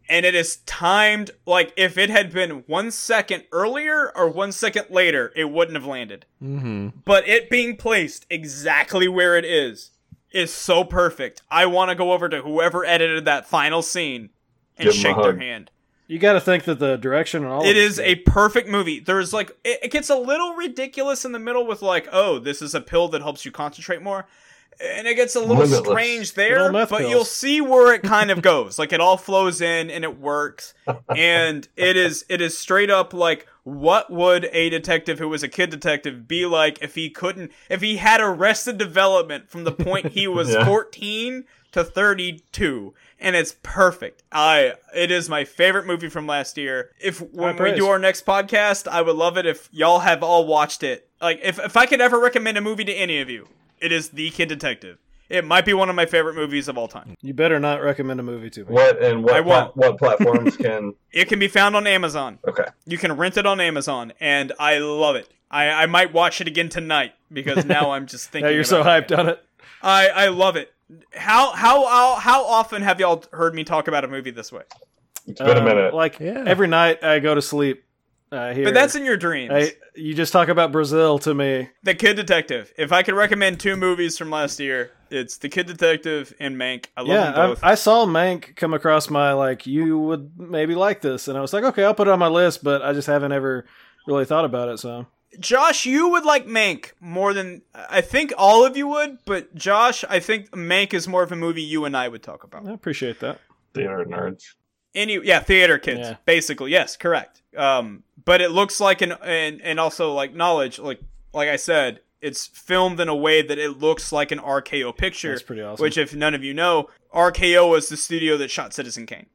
And it is timed like if it had been one second earlier or one second later, it wouldn't have landed.
Mm-hmm.
But it being placed exactly where it is is so perfect. I want to go over to whoever edited that final scene and
Give 'em a
shake their
hug.
hand.
You got to think that the direction and all of
It
this
is a perfect movie. There's like it, it gets a little ridiculous in the middle with like, oh, this is a pill that helps you concentrate more. And it gets a little
Limitless.
strange there,
Little meth
but you'll
pills.
see where it kind of goes. Like it all flows in and it works. And it is it is straight up like what would a detective who was a kid detective be like if he couldn't if he had arrested development from the point he was
Yeah.
14 to 32 and it's perfect. I it is my favorite movie from last year. If when we
praise.
do our next podcast, I would love it if y'all have all watched it. Like if if I could ever recommend a movie to any of you, it is The Kid Detective. It might be one of my favorite movies of all time.
You better not recommend a movie to me.
What and
I
what pla-
won't.
what platforms can?
It can be found on Amazon.
Okay,
You can rent it on Amazon, and I love it. I, I might watch it again tonight because now I'm just thinking.
Now you're so
about it.
hyped on it.
I I love it. How how how how often have y'all heard me talk about a movie this way?
it's been a
Uh,
Um,
minute.
Like
Yeah.
every night I go to sleep. Uh, here,
But that's in your dreams.
I, you just talk about Brazil to me.
The Kid Detective. If I could recommend two movies from last year, it's The Kid Detective and Mank. I love them
yeah,
both.
I, I saw Mank come across my like. You would maybe like this, and I was like, okay, I'll put it on my list, but I just haven't ever really thought about it. So
Josh, you would like Mank more than I think all of you would, but Josh, I think Mank is more of a movie you and I would talk about.
I appreciate that.
Theater nerds.
Any yeah, theater kids,
Yeah.
basically. Yes, correct. Um, but it looks like an and and also like knowledge, like like I said, it's filmed in a way that it looks like an RKO picture.
That's pretty awesome.
Which, if none of you know, RKO is the studio that shot Citizen Kane.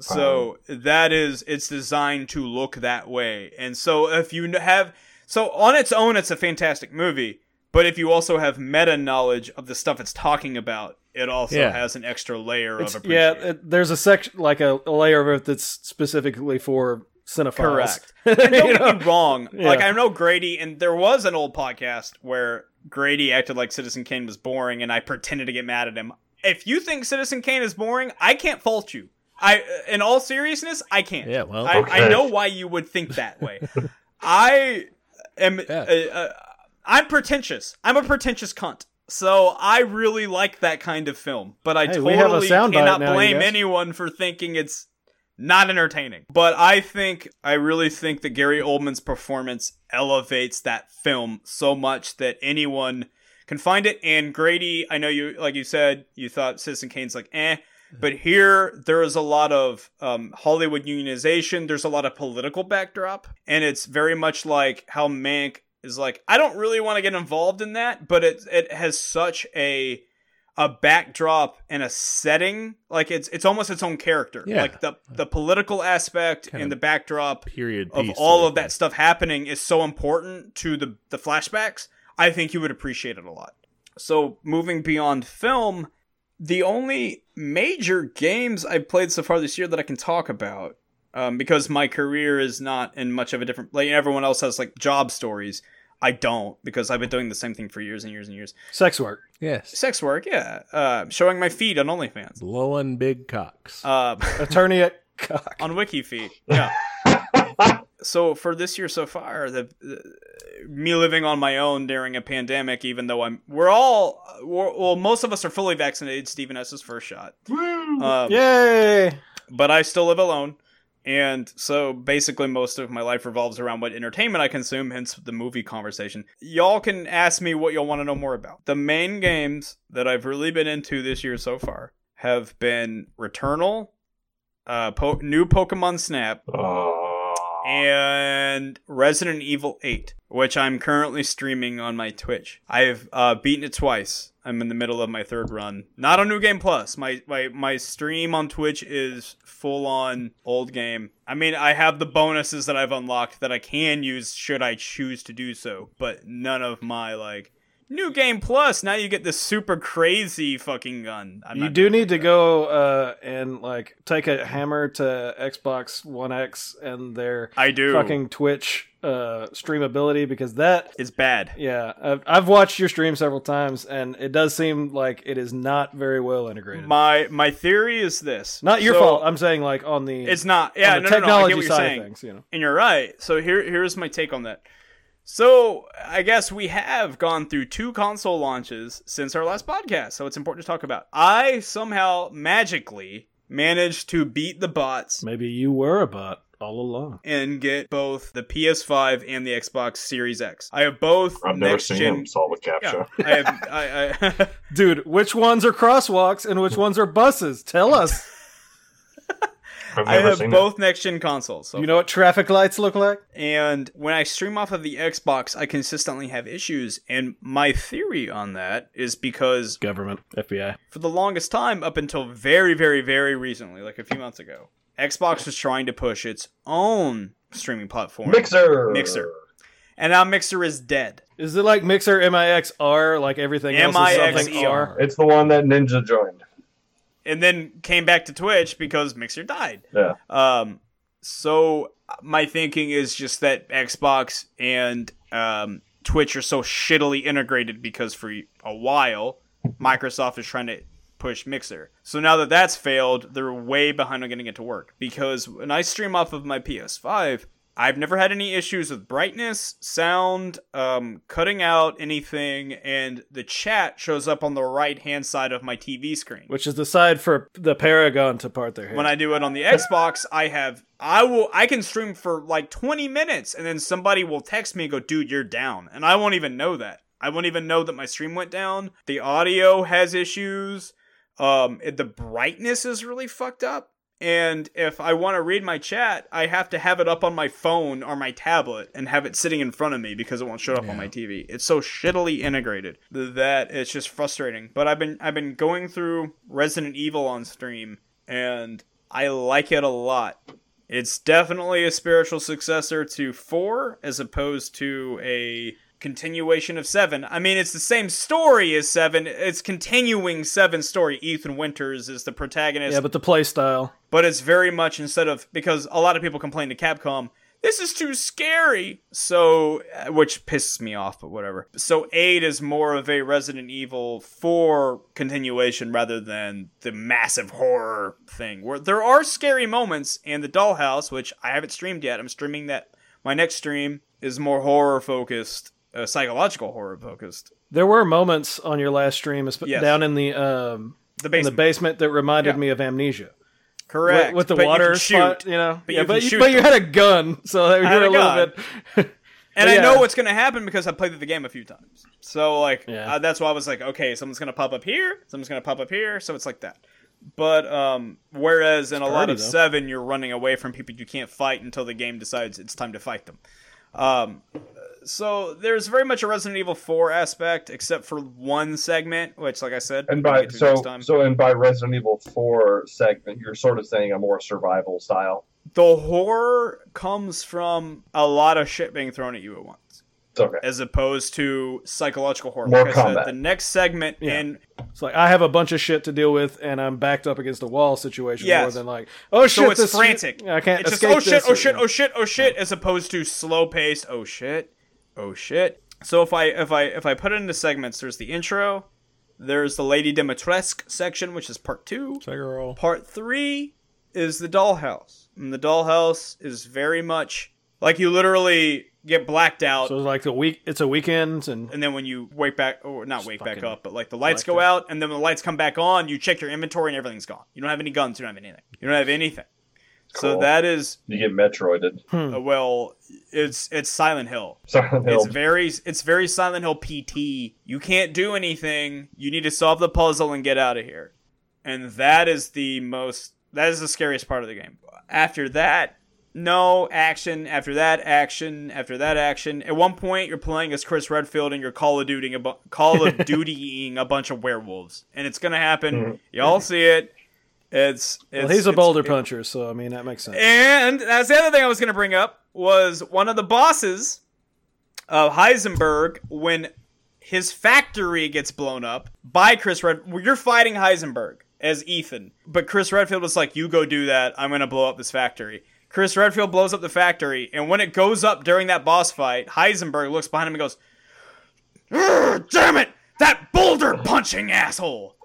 So that is it's designed to look that way. And so if you have so on its own, it's a fantastic movie. But if you also have meta knowledge of the stuff it's talking about, it also
Yeah.
has an extra layer
It's-
of
yeah,
appreciation.
it, there's a section like a, a layer of it that's specifically for cinephiles.
Correct. And don't
You know?
get me wrong.
Yeah.
Like I know Grady, and there was an old podcast where Grady acted like Citizen Kane was boring, and I pretended to get mad at him. If you think Citizen Kane is boring, I can't fault you. I, uh, in all seriousness, I can't.
Yeah, well,
I, I
Okay.
know why you would think that way. I am.
Yeah.
Uh, uh, I'm pretentious. I'm a pretentious cunt. So I really like that kind of film, but I
Hey,
totally
we have a soundbite
cannot
now, you
blame
guys.
anyone for thinking it's not entertaining. But I think I really think that Gary Oldman's performance elevates that film so much that anyone can find it. And Grady, I know you like you said, you thought Citizen Kane's like eh. But here, there is a lot of um, Hollywood unionization. There's a lot of political backdrop, and it's very much like how Mank is like. I don't really want to get involved in that, but it it has such a a backdrop and a setting. Like it's it's almost its own character.
Yeah.
Like the the political aspect
Kind
and
of
the backdrop
Period.
of
piece
all of
everything.
that stuff happening is so important to the the flashbacks. I think you would appreciate it a lot. So moving beyond film, the only major games I've played so far this year that I can talk about, um, because my career is not in much of a different. Like everyone else has like job stories. I don't because I've been doing the same thing for years and years and years.
Sex work.
Yes.
Sex work, yeah. Uh, showing my feet on OnlyFans.
Blowing big cocks.
Uh,
Attorney at cock.
on WikiFeed. Yeah.
Uh,
so for this year so far, the, the me living on my own during a pandemic, even though I'm, we're all, we're, well, most of us are fully vaccinated. Steven has his first shot. Um,
Yay!
But I still live alone. And so basically, most of my life revolves around what entertainment I consume, hence the movie conversation. Y'all can ask me what y'all want to know more about. The main games that I've really been into this year so far have been Returnal, uh, po- new Pokemon Snap,
Oh,
and Resident Evil 8, which I'm currently streaming on my Twitch. I've uh, beaten it twice. I'm in the middle of my third run. Not on New Game Plus. My my my stream on Twitch is full on old game. I mean, I have the bonuses that I've unlocked that I can use should I choose to do so, but none of my like New Game Plus. Now you get this super crazy fucking gun. I'm
you
not
do
doing
need to
that.
go uh, and like take a hammer to Xbox One X and their
I do.
fucking Twitch uh, streamability because that
It's bad.
yeah I've, I've watched your stream several times and it does seem like it is not very well integrated.
My my theory is this.
not your
So,
fault. I'm saying like on the
It's not. Yeah,
on the
no, no, no, I
technology
get what you're
side
saying.
of things. You know,
And you're right. So here here's my take on that. So I guess we have gone through two console launches since our last podcast, so it's important to talk about. I somehow magically managed to beat the bots
maybe you were a bot all along.
and get both the PS5 and the Xbox Series X. I have both
I've never
next
seen
gen.
him solve a
Yeah,
captcha.
I have. I, I,
Dude, which ones are crosswalks and which ones are buses? Tell us.
I've
I
never
have
seen
both next gen consoles. So
You know what traffic lights look like?
And when I stream off of the Xbox, I consistently have issues. And my theory on that is because
Government, FBI.
for the longest time, up until very, very, very recently, like a few months ago, Xbox was trying to push its own streaming platform.
it. Mixer.
Mixer. And now Mixer is dead.
Is it like Mixer MIXR, like everything else is something
MIXER.
R?
It's the one that Ninja joined.
And then came back to Twitch because Mixer died.
Yeah.
Um, so my thinking is just that Xbox and um, Twitch are so shittily integrated because for a while Microsoft is trying to push Mixer. So now that that's failed, they're way behind on getting it to work because when I stream off of my PS5. I've never had any issues with brightness, sound, um, cutting out anything, and the chat shows up on the right hand side of my TV screen
Which is the side for the Paragon to part their hair.
when I do it on the Xbox, I have I will I can stream for like 20 minutes and then somebody will text me and go, "Dude, you're down." And I won't even know that. I won't even know that my stream went down. The audio has issues. Um it- the brightness is really fucked up. And if I want to read my chat, I have to have it up on my phone or my tablet and have it sitting in front of me because it won't show up on my TV. It's so shittily integrated that it's just frustrating. But I've been I've been going through Resident Evil on stream and I like it a lot. It's definitely a spiritual successor to 4 as opposed to a continuation of 7. I mean, it's the same story as 7. It's continuing 7 story. Ethan Winters is the protagonist
yeah, but the play style.
but it's very much instead of because a lot of people complain to Capcom, this is too scary. So, uh, which pisses me off, but whatever. So, eight is more of a Resident Evil four continuation rather than the massive horror thing. Where there are scary moments, and the Dollhouse, which I haven't streamed yet, I'm streaming that. My next stream is more horror focused, uh, psychological horror focused.
There were moments on your last stream esp-
Yes.
down in the um
The
in the
basement,
basement that reminded
Yeah.
me of amnesia.
correct?
With, with the
but you
water
can
spot, you know.
But
yeah,
you can
but, you,
shoot
but you
them.
had a gun, so you
I had
were
a
a little
gun.
bit
and
But
I know
yeah.
what's gonna happen because I played the game a few times. So like
Yeah.
uh, that's why I was like, okay, someone's gonna pop up here, someone's gonna pop up here, so it's like that. But um, whereas in a lot
party,
of
though.
seven, you're running away from people you can't fight until the game decides it's time to fight them. Um, so there's very much a Resident Evil Four aspect, except for one segment, which, like I said,
And
we'll
by
get to next
so
time.
so and by Resident Evil Four segment, you're sort of saying a more survival style.
the horror comes from a lot of shit being thrown at you at once.
It's okay.
as opposed to psychological horror.
More
Like I said,
combat.
the next segment
Yeah.
and
It's like I have a bunch of shit to deal with, and I'm backed up against a wall situation more
Yes.
than like, oh shit,
so it's
this
frantic.
I can't
It's just
escape
oh shit,
this,"
oh
or-
shit, oh shit, oh shit, as opposed to slow paced. Oh shit, oh shit. So if I if I if I put it into segments, there's the intro, there's the Lady Dimitrescu section, which is part two. Part three is the dollhouse, and the dollhouse is very much like you literally get blacked out.
So it's like the week. It's a weekend, and
and then when you wake back or not wake back
fucking
up but like the lights
blacked
go out and then when the lights come back on you check your inventory and everything's gone you don't have any guns you don't have anything you don't have anything so
Cool.
that is
You get Metroided.
hmm.
uh, well it's it's silent hill
Silent Hill.
it's very it's very silent hill pt you can't do anything you need to solve the puzzle and get out of here and that is the most that is the scariest part of the game after that no action after that action after that action at one point you're playing as chris redfield and you're call of duty a bu- call of dutying a bunch of werewolves and it's gonna
Mm-hmm.
happen y'all see it it's, it's
well, he's a
it's-
boulder
it-
puncher, so I mean that makes sense.
and that's the other thing I was going to bring up was one of the bosses of Heisenberg when His factory gets blown up by Chris Red. well, You're fighting Heisenberg as Ethan, but Chris Redfield is like, "You go do that. I'm gonna blow up this factory." Chris Redfield blows up the factory, and when it goes up during that boss fight, Heisenberg looks behind him and goes, "Urgh, "Damn it, that boulder punching asshole!"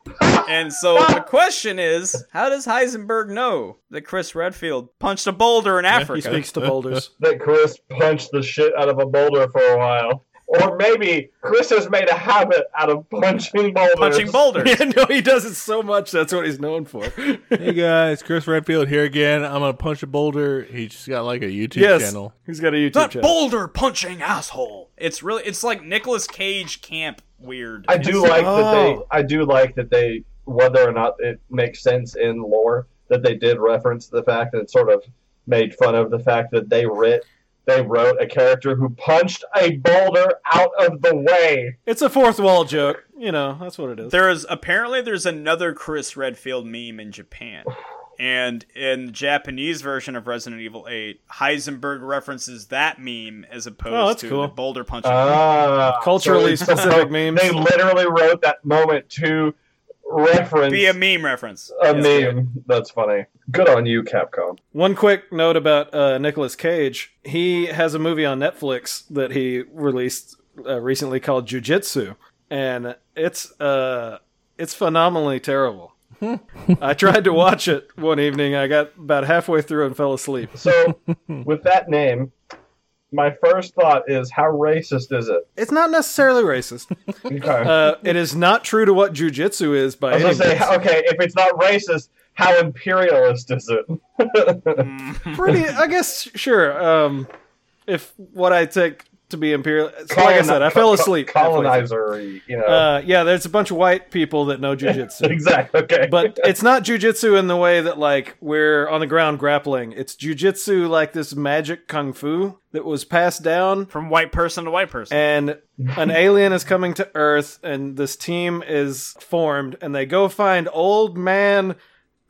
And so the question is, how does Heisenberg know that Chris Redfield punched a boulder in Africa?
He speaks to boulders.
that Chris punched the shit out of a boulder for a while. Or maybe Chris has made a habit out of punching boulders.
punching boulders.
yeah, no, he does it so much. That's what he's known for.
Hey guys, Chris Redfield here again. I'm gonna punch a boulder. He's just got like a YouTube
yes,
channel.
he's got a YouTube
That
channel.
boulder punching asshole. It's really it's like Nicolas Cage camp weird.
I do like that they.
Oh.
I do like that they, whether or not it makes sense in lore, that they did reference the fact that it sort of made fun of the fact that they writ, they wrote a character who punched a boulder out of the way.
It's a fourth wall joke. You know, that's what it is.
There is apparently there's another Chris Redfield meme in Japan. And in the Japanese version of Resident Evil 8, Heisenberg references that meme as opposed
Oh, that's
to
cool.
the boulder punching.
Ah,
Culturally
so they-
specific memes.
They literally wrote that moment to reference
be a meme reference.
a meme. That's funny. Good on you, Capcom.
One quick note about uh, Nicolas Cage. He has a movie on Netflix that he released uh, recently called Jujitsu, and it's uh, it's phenomenally terrible.
Hmm.
I tried to watch it one evening. I got about halfway through and fell asleep.
So, with that name, my first thought is how racist is it?
It's not necessarily racist.
Okay.
Uh, it is not true to what jujitsu is
I
by
was
any
gonna say,
means.
okay, if it's not racist, how imperialist is it?
Mm.
Pretty, I guess, sure. Um, if what I take to be imperial, so like I said, I fell asleep. halfway through.
Colonizer, you know.
Uh, yeah, there's a bunch of white people that know jujitsu.
exactly. Okay.
but it's not jujitsu in the way that like we're on the ground grappling. It's jujitsu like this magic kung fu that was passed down,
From white person to white person.
and an alien is coming to Earth, and this team is formed, and they go find old man.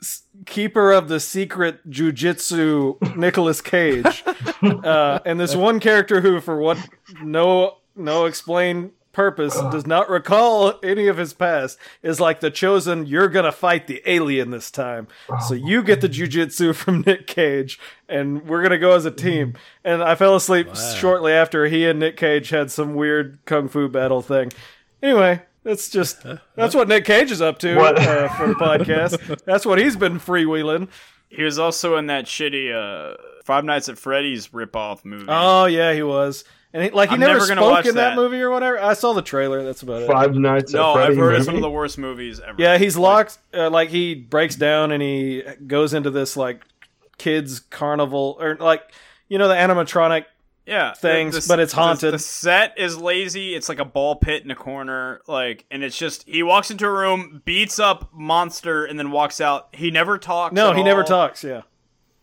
s- Keeper of the secret jujitsu, Nicholas Cage, uh, and this one character who, for what no no explain purpose, does not recall any of his past, is like the chosen. You're gonna fight the alien this time, so you get the jujitsu from Nick Cage, and we're gonna go as a team. And I fell asleep shortly after he and Nick Cage had some weird kung fu battle thing. Anyway. That's just that's what Nick Cage is up to
What?
uh, for the podcast. That's what he's been freewheeling.
he was also in that shitty uh, Five Nights at Freddy's ripoff movie.
Oh yeah, he was. And he, like he
I'm
never,
never gonna
spoke
watch
in that,
that.
movie or whatever. I saw the trailer. That's about it.
Five Nights
no, I've
at Freddy's.
heard
movie?
it's some of the worst movies ever.
Yeah, he's locked. Uh, like he breaks down and he goes into this like kids carnival or like you know the animatronic.
yeah
things,
s-
but it's haunted.
The, the set is lazy. It's like a ball pit in a corner, like, and it's just he walks into a room, beats up monster, and then walks out. He never talks.
No,
at
he never
all.
talks. Yeah,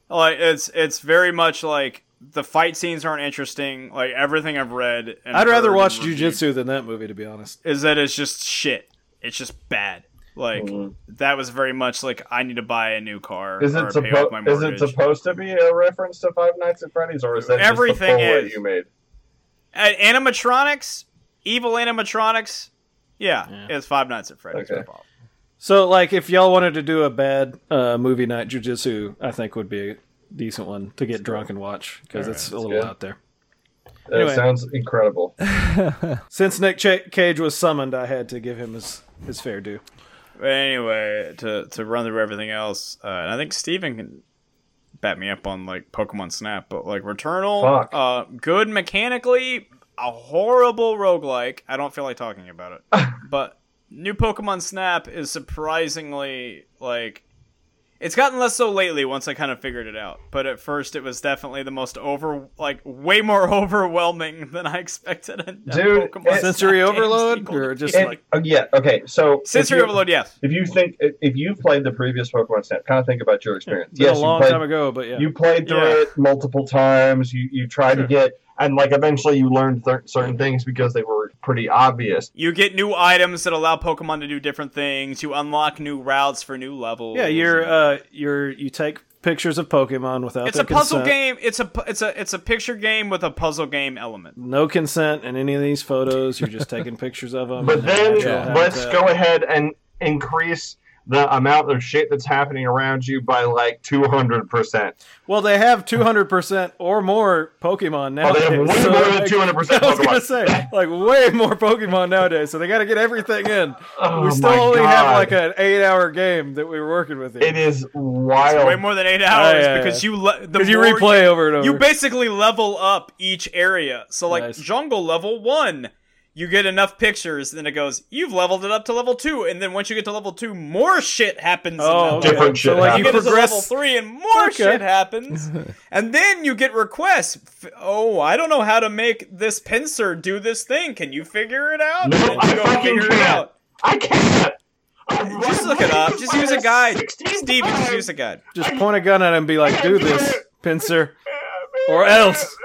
Like it's it's very much like the fight scenes aren't interesting. Like everything I've read, and
I'd rather
heard
watch
and reviewed
jujitsu than that movie to be honest.
Is that it's just shit. It's just bad. Like that was very much like I need to buy a new car.
Mm. Is
or
it,
pay off my
suppo- is it
mortgage.
supposed to be a reference to Five Nights at Freddy's, or is that
Everything
just the bullet
is.
you made?
Uh, animatronics, evil animatronics. Yeah, it's Five Nights at Freddy's.
Okay.
ripoff.
So like if y'all wanted to do a bad uh, movie night, jujitsu I think would be a decent one to get drunk and watch because it's a little
good.
out there.
That
Anyway.
sounds incredible.
Since Nick Ch- Cage was summoned, I had to give him his his fair due.
But anyway, to to run through everything else, uh, and I think Steven can bat me up on like Pokemon Snap, but like Returnal,
Fuck.
uh, good mechanically, a horrible roguelike. I don't feel like talking about it. but new Pokemon Snap is surprisingly like it's gotten less so lately once I kind of figured it out. But at first it was definitely the most over like way more overwhelming than I expected. a- a
Dude,
Pokemon
it-
Sensory
Snap game
overload
sequel to
or just
be.
It-
like-
oh, yeah. Okay. So
sensory
if you-
overload, yes.
If you think if if you've played the previous Pokemon Snap, kind of think about your experience.
It's been
yes,
a
you
long
played-
time ago, but yeah.
you played through
Yeah.
it multiple times you you tried to get and like eventually you learned th- certain things because they were pretty obvious
You get new items that allow Pokemon to do different things. You unlock new routes for new levels.
Yeah, uh, you're uh, you're you take pictures of Pokemon without
It's
their
a puzzle game.
consent.
It's a pu- it's a it's a picture game with a puzzle game element.
No consent in any of these photos. You're just taking pictures of them.
But then
Yeah.
let's go ahead and increase the amount of shit that's happening around you by like 200%.
Well, they have 200% or more Pokemon
Oh,
nowadays.
they have way
so,
more than
like-
200%
I was gonna
Pokemon.
say, like, way more Pokemon nowadays, so they got to get everything in.
Oh
we still
my
only have
God.
like an eight-hour game that we were working with
It
here
is
Way
wild.
more than eight hours
Oh. yeah,
because you le- the
because you
more
replay over and over.
You basically level up each area. So like
Nice.
jungle level one, you get enough pictures, then it goes, you've leveled it up to level two, and then once you get to level two, more shit happens. in
oh,
level
okay.
Different
so
shit
like
you
you
get us to
progress.
level three and more
Okay.
shit happens and then you get requests F- oh i don't know how to make this pincer do this thing can you figure it out
No,
And then you
I
go
fucking
figure it
can't.
out.
I can't.
just look it up just use a guide steve just use a
it.
guide
Just point a gun at him and be like, "Do this, Pincer, or else."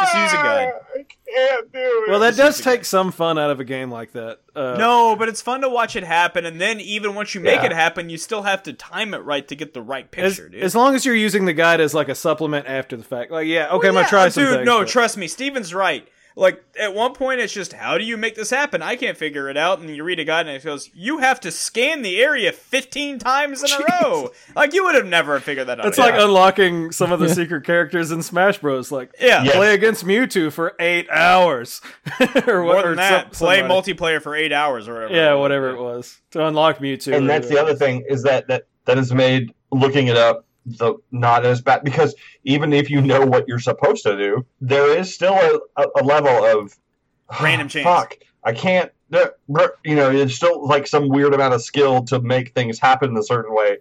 Just use a guide.
I can't do it.
Well, that does take some fun out of a game like that. Uh,
no but it's fun to watch it happen and then even once you make
Yeah.
it happen you still have to time it right to get the right
as,
picture dude
as long as you're using the guide as like a supplement after the fact. Like, yeah, okay, I'm gonna
Oh, Yeah,
try
dude,
some things,
no,
but-
trust me, Steven's right. Like at one point, it's just how do you make this happen? I can't figure it out. And you read a guide, and it goes, "You have to scan the area fifteen times in a row." Like you would have never figured that out.
It's
Yeah.
like unlocking some of the secret characters in Smash Bros. Like,
Yeah. Yes.
play against Mewtwo for eight hours, or
more
what?
than
or
that.
some-
play
somebody.
multiplayer for eight hours or whatever.
Yeah, whatever it was to unlock Mewtwo.
and that's the other thing is that that that has made looking it up the not as bad because even if you know what you're supposed to do, there is still a, a, a level of
Random chance.
Fuck, I can't. there- br- You know, it's still like some weird amount of skill to make things happen a certain way.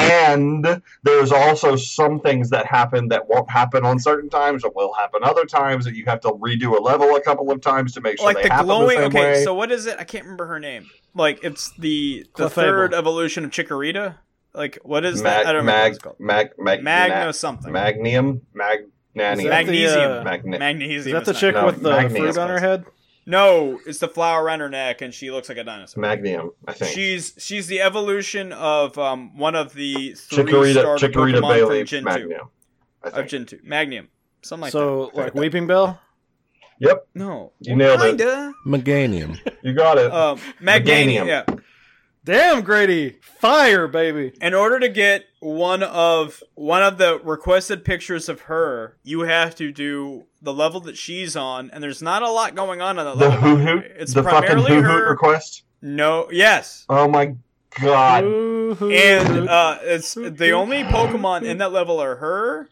And there's also some things that happen that won't happen on certain times or will happen other times that you have to redo a level a couple of times to make sure
like
they
the
happen
glowing.
the same
okay,
way.
so what is it? I can't remember her name. Like it's the the
Clefable.
third evolution of Chikorita. Like what is that? I don't remember
mag,
what it's called.
mag, mag,
Magno something.
Magnium,
Is
magnanium,
that the,
Magnesium.
uh,
magni-
Magnesium.
is that
it's
the
not-
chick
No,
with the
Magni
fruit
is
on her
close.
head?
No, it's the flower around her neck, and she looks like a dinosaur.
magnium. I think.
She's she's the evolution of um one of the three
Chikorita,
starter
Chikorita
Pokemon
Bailey,
from Gen two
magnium. I
of
think.
Gen two Magnium, something like that.
so, like Weeping Bell.
Yep,
No,
You nailed it.
kinda.
Meganium.
you got it.
Um, Maganium.
Maganium.
Yeah.
Damn, Grady, fire, baby.
In order to get one of one of the requested pictures of her, you have to do the level that she's on, and there's not a lot going on on that
the
level.
hoo hoot,
uh, It's
the fucking
primarily
hoo hoot
her.
request.
no. Yes.
Oh my god!
and uh, it's the only Pokemon in that level are her,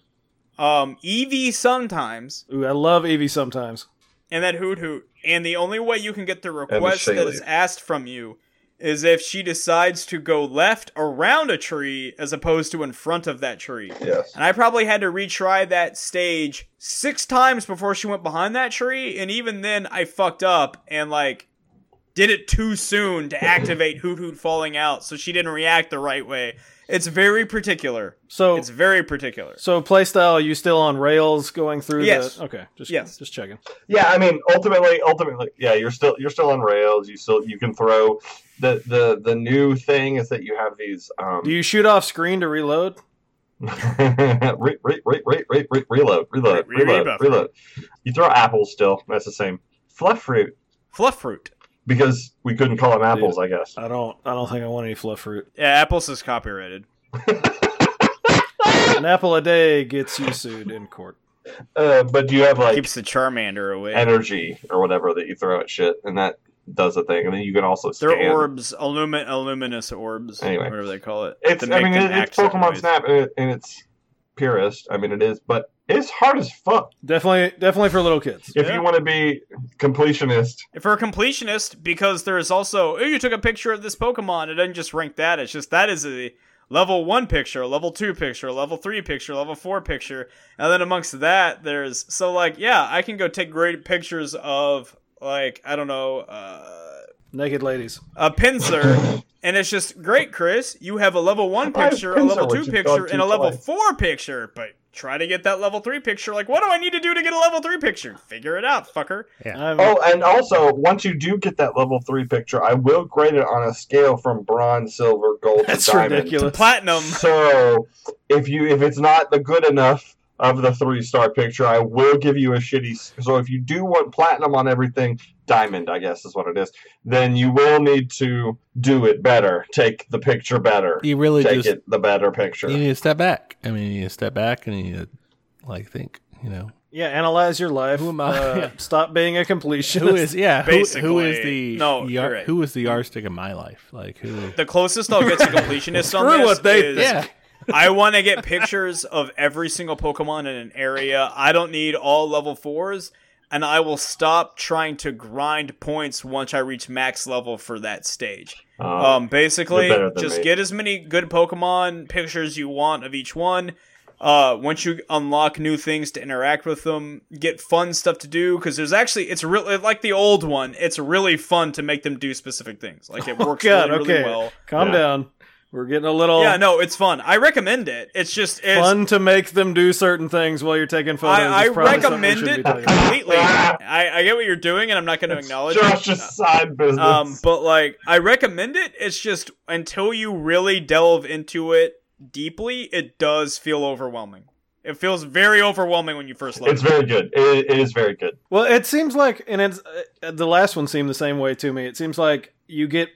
um, Eevee sometimes,
Ooh, I love Eevee sometimes.
and that Hoot Hoot. And the only way you can get the request
Shaylee.
that is asked from you is if she decides to go left around a tree as opposed to in front of that tree.
Yes.
And I probably had to retry that stage six times before she went behind that tree, and even then I fucked up and like did it too soon to activate Hoot Hoot falling out, so she didn't react the right way. It's very particular.
So,
It's very particular.
so playstyle, you still on rails going through?
Yes.
The, okay. Just,
Yes.
Just checking.
Yeah, I mean, ultimately, ultimately, yeah, you're still you're still on rails. You still you can throw. The the the new thing is that you have these um.
Do you shoot off screen to reload?
re, re, re, re, re, re, reload, reload,
Re- re-
reload,
rebuff.
reload. You throw apples still. That's the same. Fluff fruit
Fluff fruit.
because we couldn't call them apples, I guess.
I don't. I don't think I want any fluff fruit.
Yeah, apples is copyrighted.
An apple a day gets you sued in court.
Uh, but you have like
Keeps the Charmander away.
energy or whatever that you throw at shit, and that does a thing. And then you can also
They're
scan.
orbs, illumin- illuminous orbs,
Anyway.
whatever they call it.
It's
that
I
make
mean
them
it, it's
act certain
Pokemon
ways.
Snap and, it, and it's purist. I mean it is, but it's hard as fuck
Definitely, definitely for little kids.
if
Yeah.
you want to be completionist.
For a completionist, because there is also, oh, you took a picture of this Pokemon. It doesn't just rank that. It's just that is a level one picture, a level two picture, a level three picture, a level four picture, and then amongst that, there's so like yeah, I can go take great pictures of like I don't know uh,
Naked ladies.
a pincer, and it's just great, Chris. You have a level one
I have
picture, a
pincer,
level two
which is called
picture, and a
two
level
twice.
four picture, but try to get that level three picture. Like, what do I need to do to get a level three picture? Figure it out, fucker.
I'm,
Oh, and also, once you do get that level three picture, I will grade it on a scale from bronze, silver, gold
that's
to diamond.
ridiculous.
Platinum.
So, if you if it's not the good enough of the three star picture, I will give you a shitty. s- So, if you do want platinum on everything, diamond, I guess is what it is. Then you will need to do it better. Take the picture better.
You really
Take
just
it the better picture.
you need to step back. I mean, you need to step back and you need to like think. You know,
Yeah, analyze your life.
Who am I?
Uh,
Yeah.
Stop being a completionist.
who is yeah? Who, who is
Basically.
the
No,
yar-
you're right.
who is the yardstick of my life? Like who?
The closest I'll get to completionist on
Screw
this
what they
is
think.
I want to get pictures of every single Pokemon in an area. I don't need all level fours, and I will stop trying to grind points once I reach max level for that stage.
Uh,
Um, basically,
You're better than
just
me.
get as many good Pokemon pictures you want of each one. Uh, once you unlock new things to interact with them, get fun stuff to do because there's actually it's really like the old one. It's really fun to make them do specific things. Like
Oh,
it works
God,
really,
okay.
really well.
Calm
Yeah.
down. We're getting a little
Yeah, no, it's fun. I recommend it. It's just it's,
fun to make them do certain things while you're taking photos.
I, I
is probably something we
recommend
should be
it
doing.
completely. I, I get what you're doing, and I'm not going to
Oh,
acknowledge it.
Josh's side business.
Um, but like, I recommend it. It's just until you really delve into it deeply, it does feel overwhelming. It feels very overwhelming when you first learn.
it's very good. It, it is very good.
Well, it seems like, and it's uh, the last one seemed the same way to me. It seems like you get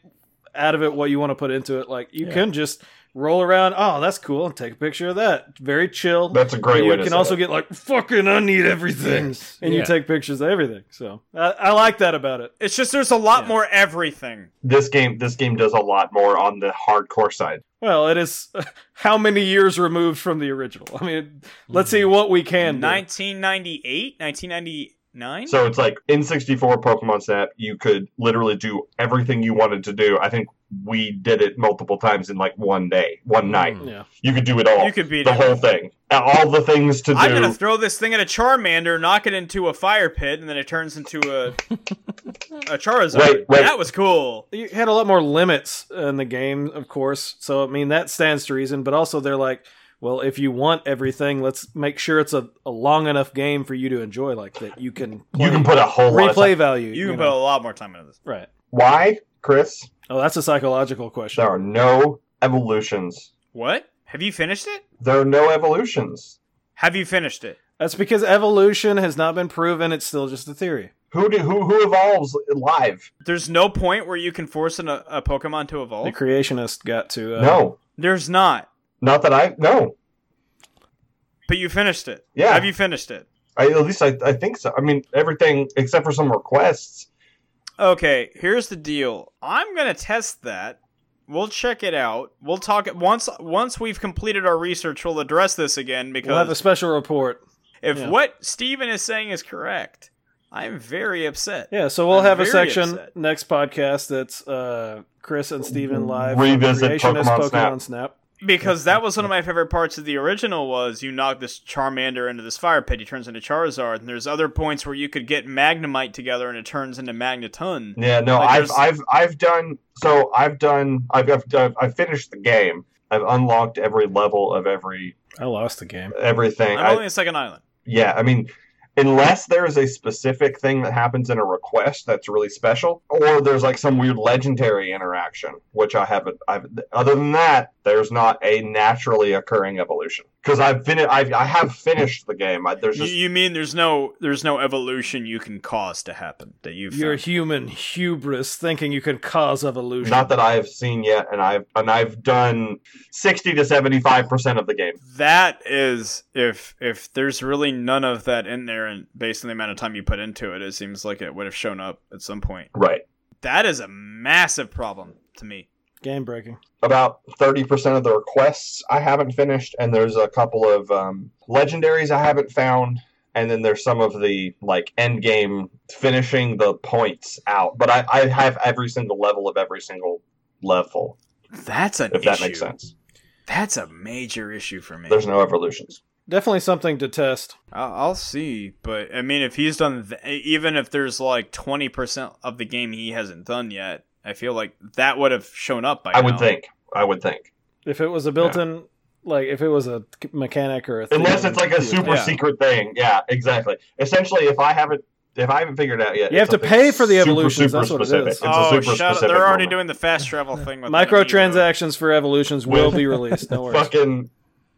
out of it what you want to put into it. Like you can just roll around. Oh, that's cool. Take a picture of that. Very chill.
That's a great
you
way to
can
say
also
it.
get like fucking. I need everything,
Yes.
and
Yeah.
you take pictures of everything. So I, I like that about it.
It's just there's a lot
Yeah.
more everything.
this game this game does a lot more on the hardcore side.
Well, it is how many years removed from the original. I mean, let's
Hmm.
see what we can. do.
1998, 1999.
So it's like in 64 Pokemon Snap, you could literally do everything you wanted to do. I think we did it multiple times in like one day, one night.
Yeah.
You could do it all.
Hmm. You could beat
the
it.
whole thing. All the things to do.
I'm gonna throw this thing at a Charmander, knock it into a fire pit, and then it turns into a a Charizard.
Wait, wait.
That was cool.
you had a lot more limits in the game, of course. So I mean that stands to reason. But also they're like, well, if you want everything, let's make sure it's a, a long enough game for you to enjoy, like that you can
you can put a whole lot of
replay
time-
value.
You can put a
know.
lot more time into this.
right.
Why, Chris?
Oh, that's a psychological question.
There are no evolutions.
What? Have you finished it?
There are no evolutions.
Have you finished it?
That's because evolution has not been proven. It's still just a theory.
Who do who who evolves live?
There's no point where you can force an, a Pokemon to
The
evolve.
creationist got to uh,
no.
There's not.
Not that I no.
But you finished it.
Yeah.
Have you finished it?
I, at least I, I think so. I mean, everything except for some requests.
Okay, here's the deal. I'm gonna test that. We'll check it out. We'll talk once once we've completed our research. We'll address this again because
We'll have a special report.
if
yeah.
what Steven is saying is correct, I'm very upset.
Yeah, so we'll
I'm
have a
very
section
upset.
next podcast that's uh, Chris and Steven live. on
Revisit
creationist
Pokemon Snap.
Pokemon Snap.
Because that was one of my favorite parts of the original was you knock this Charmander into this fire pit, he turns into Charizard, and there's other points where you could get Magnemite together and it turns into Magneton.
Yeah, no,
Like,
I've
there's-
I've I've done so I've done I've I've, done, I've finished the game. I've unlocked every level of every
I lost the game.
everything.
I'm
I,
only in Second Island.
yeah, I mean, unless there is a specific thing that happens in a request that's really special, or there's like some weird legendary interaction, which I haven't. I've other than that, there's not a naturally occurring evolution because I've finished. I've I have finished the game. I, there's
You,
just
you mean there's no there's no evolution you can cause to happen that you've
Your
found?
human hubris thinking you can cause evolution.
not that I've seen yet, and I've and I've done sixty to seventy five percent of the game.
that is if if there's really none of that in there and based on the amount of time you put into it, it seems like it would have shown up at some point.
Right.
That is a massive problem to me.
game breaking.
about 30% of the requests I haven't finished, and there's a couple of um, legendaries I haven't found, and then there's some of the like end game finishing the points out. But I, I have every single level of every single level,
That's an
if
issue.
that makes sense.
That's a major issue for me.
There's no evolutions.
Definitely something to test.
I'll, I'll see, but I mean, if he's done, th- e, even if there's like twenty percent of the game he hasn't done yet, I feel like that would have shown up by
I would
now.
think. I would think.
If it was a built-in like if it was a mechanic or a
Unless
thing,
it's like a
you would-
super
Yeah.
secret thing. Yeah, exactly. Essentially, if I haven't if I haven't figured it out yet,
You
it's
have to
something
pay for the
super,
evolutions,
Super
that's what it
specific.
is.
It's a
oh,
super
shut up!
specific
They're already
moment.
doing the fast travel thing with Amiibo.
Microtransactions for evolutions will be released. No worries.
Fucking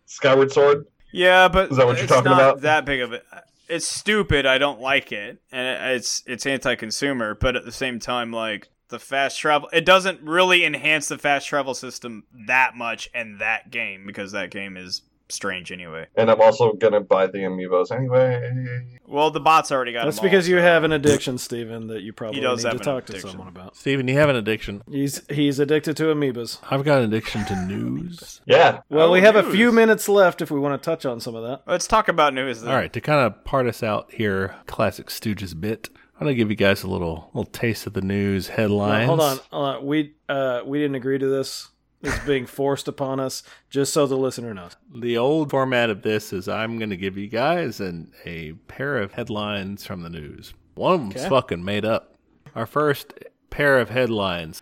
Skyward Sword.
Yeah, but
Is that what you're
it's
talking
not
about?
That big of it. It's stupid. I don't like it, and it's it's anti-consumer. But at the same time, like the fast travel, it doesn't really enhance the fast travel system that much in that game because that game is strange anyway.
And I'm also gonna buy the amiibos anyway.
Well, the bots already got.
That's
them all,
because you
so-
have an addiction, Steven, that you probably need
does have
to
an
talk to
addiction.
someone about.
Steven, you have an addiction.
He's he's addicted to amoebas.
I've got an addiction to news.
Yeah.
Well,
Oh,
we have a
news.
few minutes left if we want to touch on some of that.
Let's talk about news. Then.
All right, to kind of part us out here, classic Stooges bit. I'm gonna give you guys a little little taste of the news headlines.
Hold on, hold on. We uh, we didn't agree to this. It's being forced upon us, just so the listener knows.
The old format of this is I'm going to give you guys an, a pair of headlines from the news. One of them's
Okay.
fucking made up. Our first pair of headlines.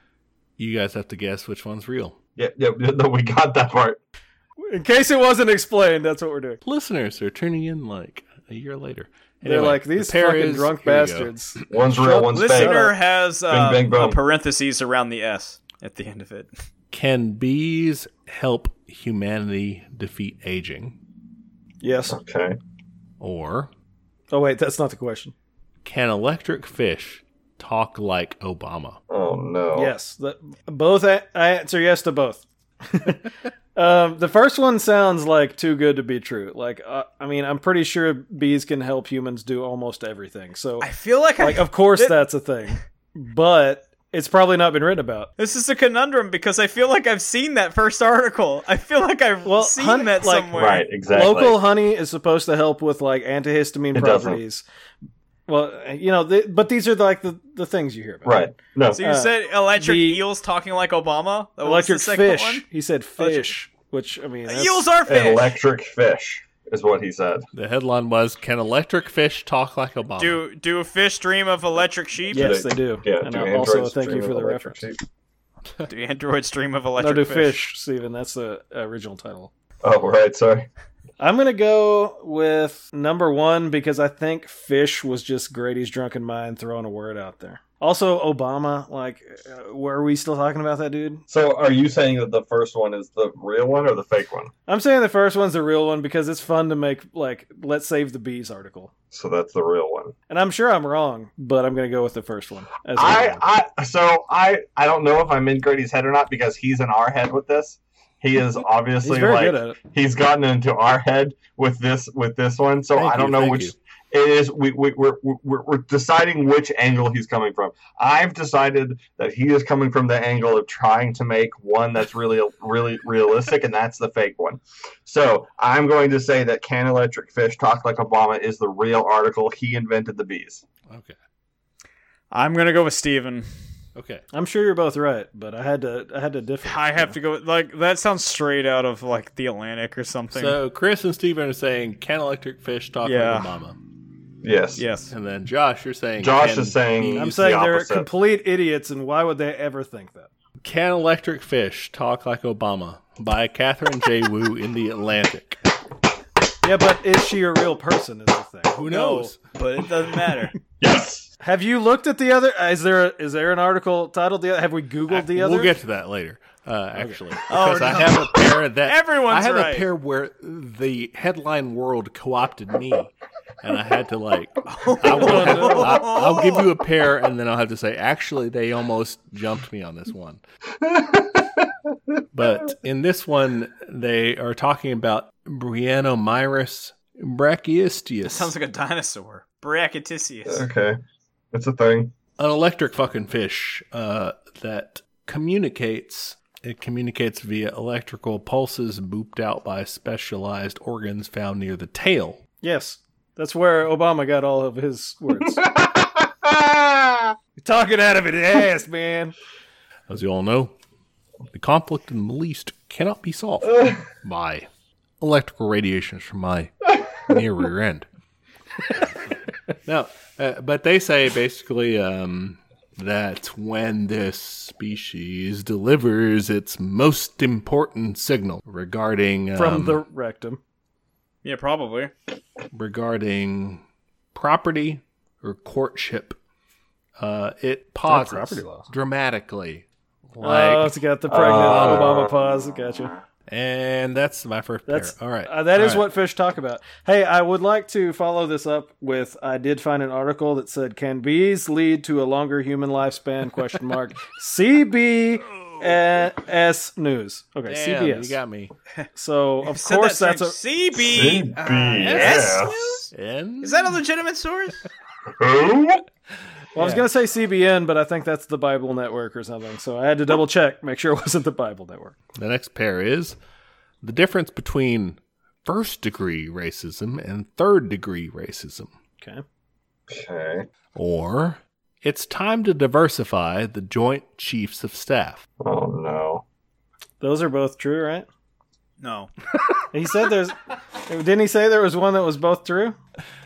You guys have to guess which one's real.
Yeah, yeah, no, we got that part.
In case it waswasn't explained, that's what we're doing.
Listeners are tuning in like a year later.
They're
Anyway,
like
the
these
pair
fucking
is-
drunk
here we go.
bastards.
One's
Shut
real,
up.
one's fake.
Listener has uh,
bang, boom.
a parentheses around the S at the end of it.
Can bees help humanity defeat aging?
Yes.
Okay.
Or
Oh wait, that's not the question.
can electric fish talk like Obama?
Oh no.
Yes, the, both. a- I answer yes to both. um, the first one sounds like too good to be true. Like, uh, I mean, I'm pretty sure bees can help humans do almost everything. So,
I feel like,
like,
I,
of course,
Th-
that's a thing, but it's probably not been written about.
this is a conundrum because I feel like I've seen that first article. I feel like I've
Well,
seen
hun-
that
like-
somewhere.
Right. Exactly.
Local honey is supposed to help with like antihistamine
It doesn't.
properties. Well, you know, th but these are like the, the things you hear about.
Right. No.
So you
Uh,
said electric
the-
eels talking like Obama? That was the
Electric
second
fish.
one? Oh,
He said fish, which I mean, that's-
Eels are fish.
An electric fish is what he said.
The headline was Can electric fish talk like Obama?
do do fish dream of electric sheep?
Yes, they do.
Yeah.
and
do
I-
androids
also, thank
dream
you for
of
the
electric
reference.
sheep?
Do androids dream of
No,
electric
do
fish?
fish, Steven. That's the uh, original title.
Oh, right. Sorry.
I'm gonna go with number one because I think fish was just Grady's drunken mind throwing a word out there. Also, Obama. Like, uh, were we still talking about that dude?
So, are you saying that the first one is the real one or the fake one?
I'm saying the first one's the real one because it's fun to make like "Let's Save the Bees" article.
So that's the real one.
And I'm sure I'm wrong, but I'm gonna go with the first one. As the real one.
I, I, so I, I don't know if I'm in Grady's head or not because he's in our head with this. He is
He's
obviously
very
like
good at it.
he's gotten into our head with this with this one. So
Thank
I don't
you,
know
thank
which
you.
it is. We, we we're, we're we're deciding which angle he's coming from. I've decided that he is coming from the angle of trying to make one that's really really realistic, and that's the fake one. So I'm going to say that can electric fish talk like Obama is the real article. He invented the bees.
Okay.
I'm gonna go with Steven.
Okay.
I'm sure you're both right, but I had to. I had to differ.
I have to go like that sounds straight out of like the Atlantic or something.
So Chris and Steven are saying can electric fish talk
Yeah.
like Obama?
Yes.
yes.
And then Josh, you're saying
Josh
can
is saying-
I'm
bees-
saying
the
they're
opposite.
complete idiots, and why would they ever think that?
Can electric fish talk like Obama? By Catherine J. Wu in the Atlantic.
Yeah, but is she a real person? Is the thing.
Who knows?
But it doesn't matter.
Yes.
Have you looked at the other? Is there a, is there an article titled the? Have we Googled the other?
We'll get to that later. Uh, actually,
Oh,
because I have a pair that
Everyone's
I have
right.
a pair where the headline world co-opted me, and I had to like, I will, I, I'll give you a pair, and then I'll have to say, actually, they almost jumped me on this one.
Oh.
but in this one, they are talking about Brionomyrus brachyistius,
sounds like a dinosaur. Brachitisius.
Okay. It's a thing.
an electric fucking fish uh, that communicates. It communicates via electrical pulses booped out by specialized organs found near the tail.
Yes, that's where Obama got all of his words. You're talking out of his ass, man.
As you all know, the conflict in the Middle East cannot be solved by electrical radiations from my near rear end. no, uh, but they say basically um, That's when this species delivers its most important signal regarding
from
um,
the rectum.
Yeah, probably.
regarding property or courtship. Uh, it pauses
property laws.
dramatically, like,
oh, it's got the pregnant
Uh,
Obama pause. Gotcha.
and that's my first pair.
That's
All right,
Uh, that
All
is
right.
what fish talk about. Hey, I would like to follow this up with. I did find an article that said, "Can bees lead to a longer human lifespan?" Question mark. CBS News. Okay,
Damn,
CBS.
You got me.
so of
Said
course
that
that's a
strange. CB.
CBS.
And
Uh, Is that a legitimate source?
Who?
Well, I was
Yeah.
going to say CBN, but I think that's the Bible Network or something. So I had to double check, make sure it wasn't the Bible Network.
The next pair is the difference between first degree racism and third degree racism.
Okay.
Okay.
Or it's time to diversify the Joint Chiefs of Staff.
Oh no.
Those are both true, right?
No.
He said there's. didn't he say there was one that was both true?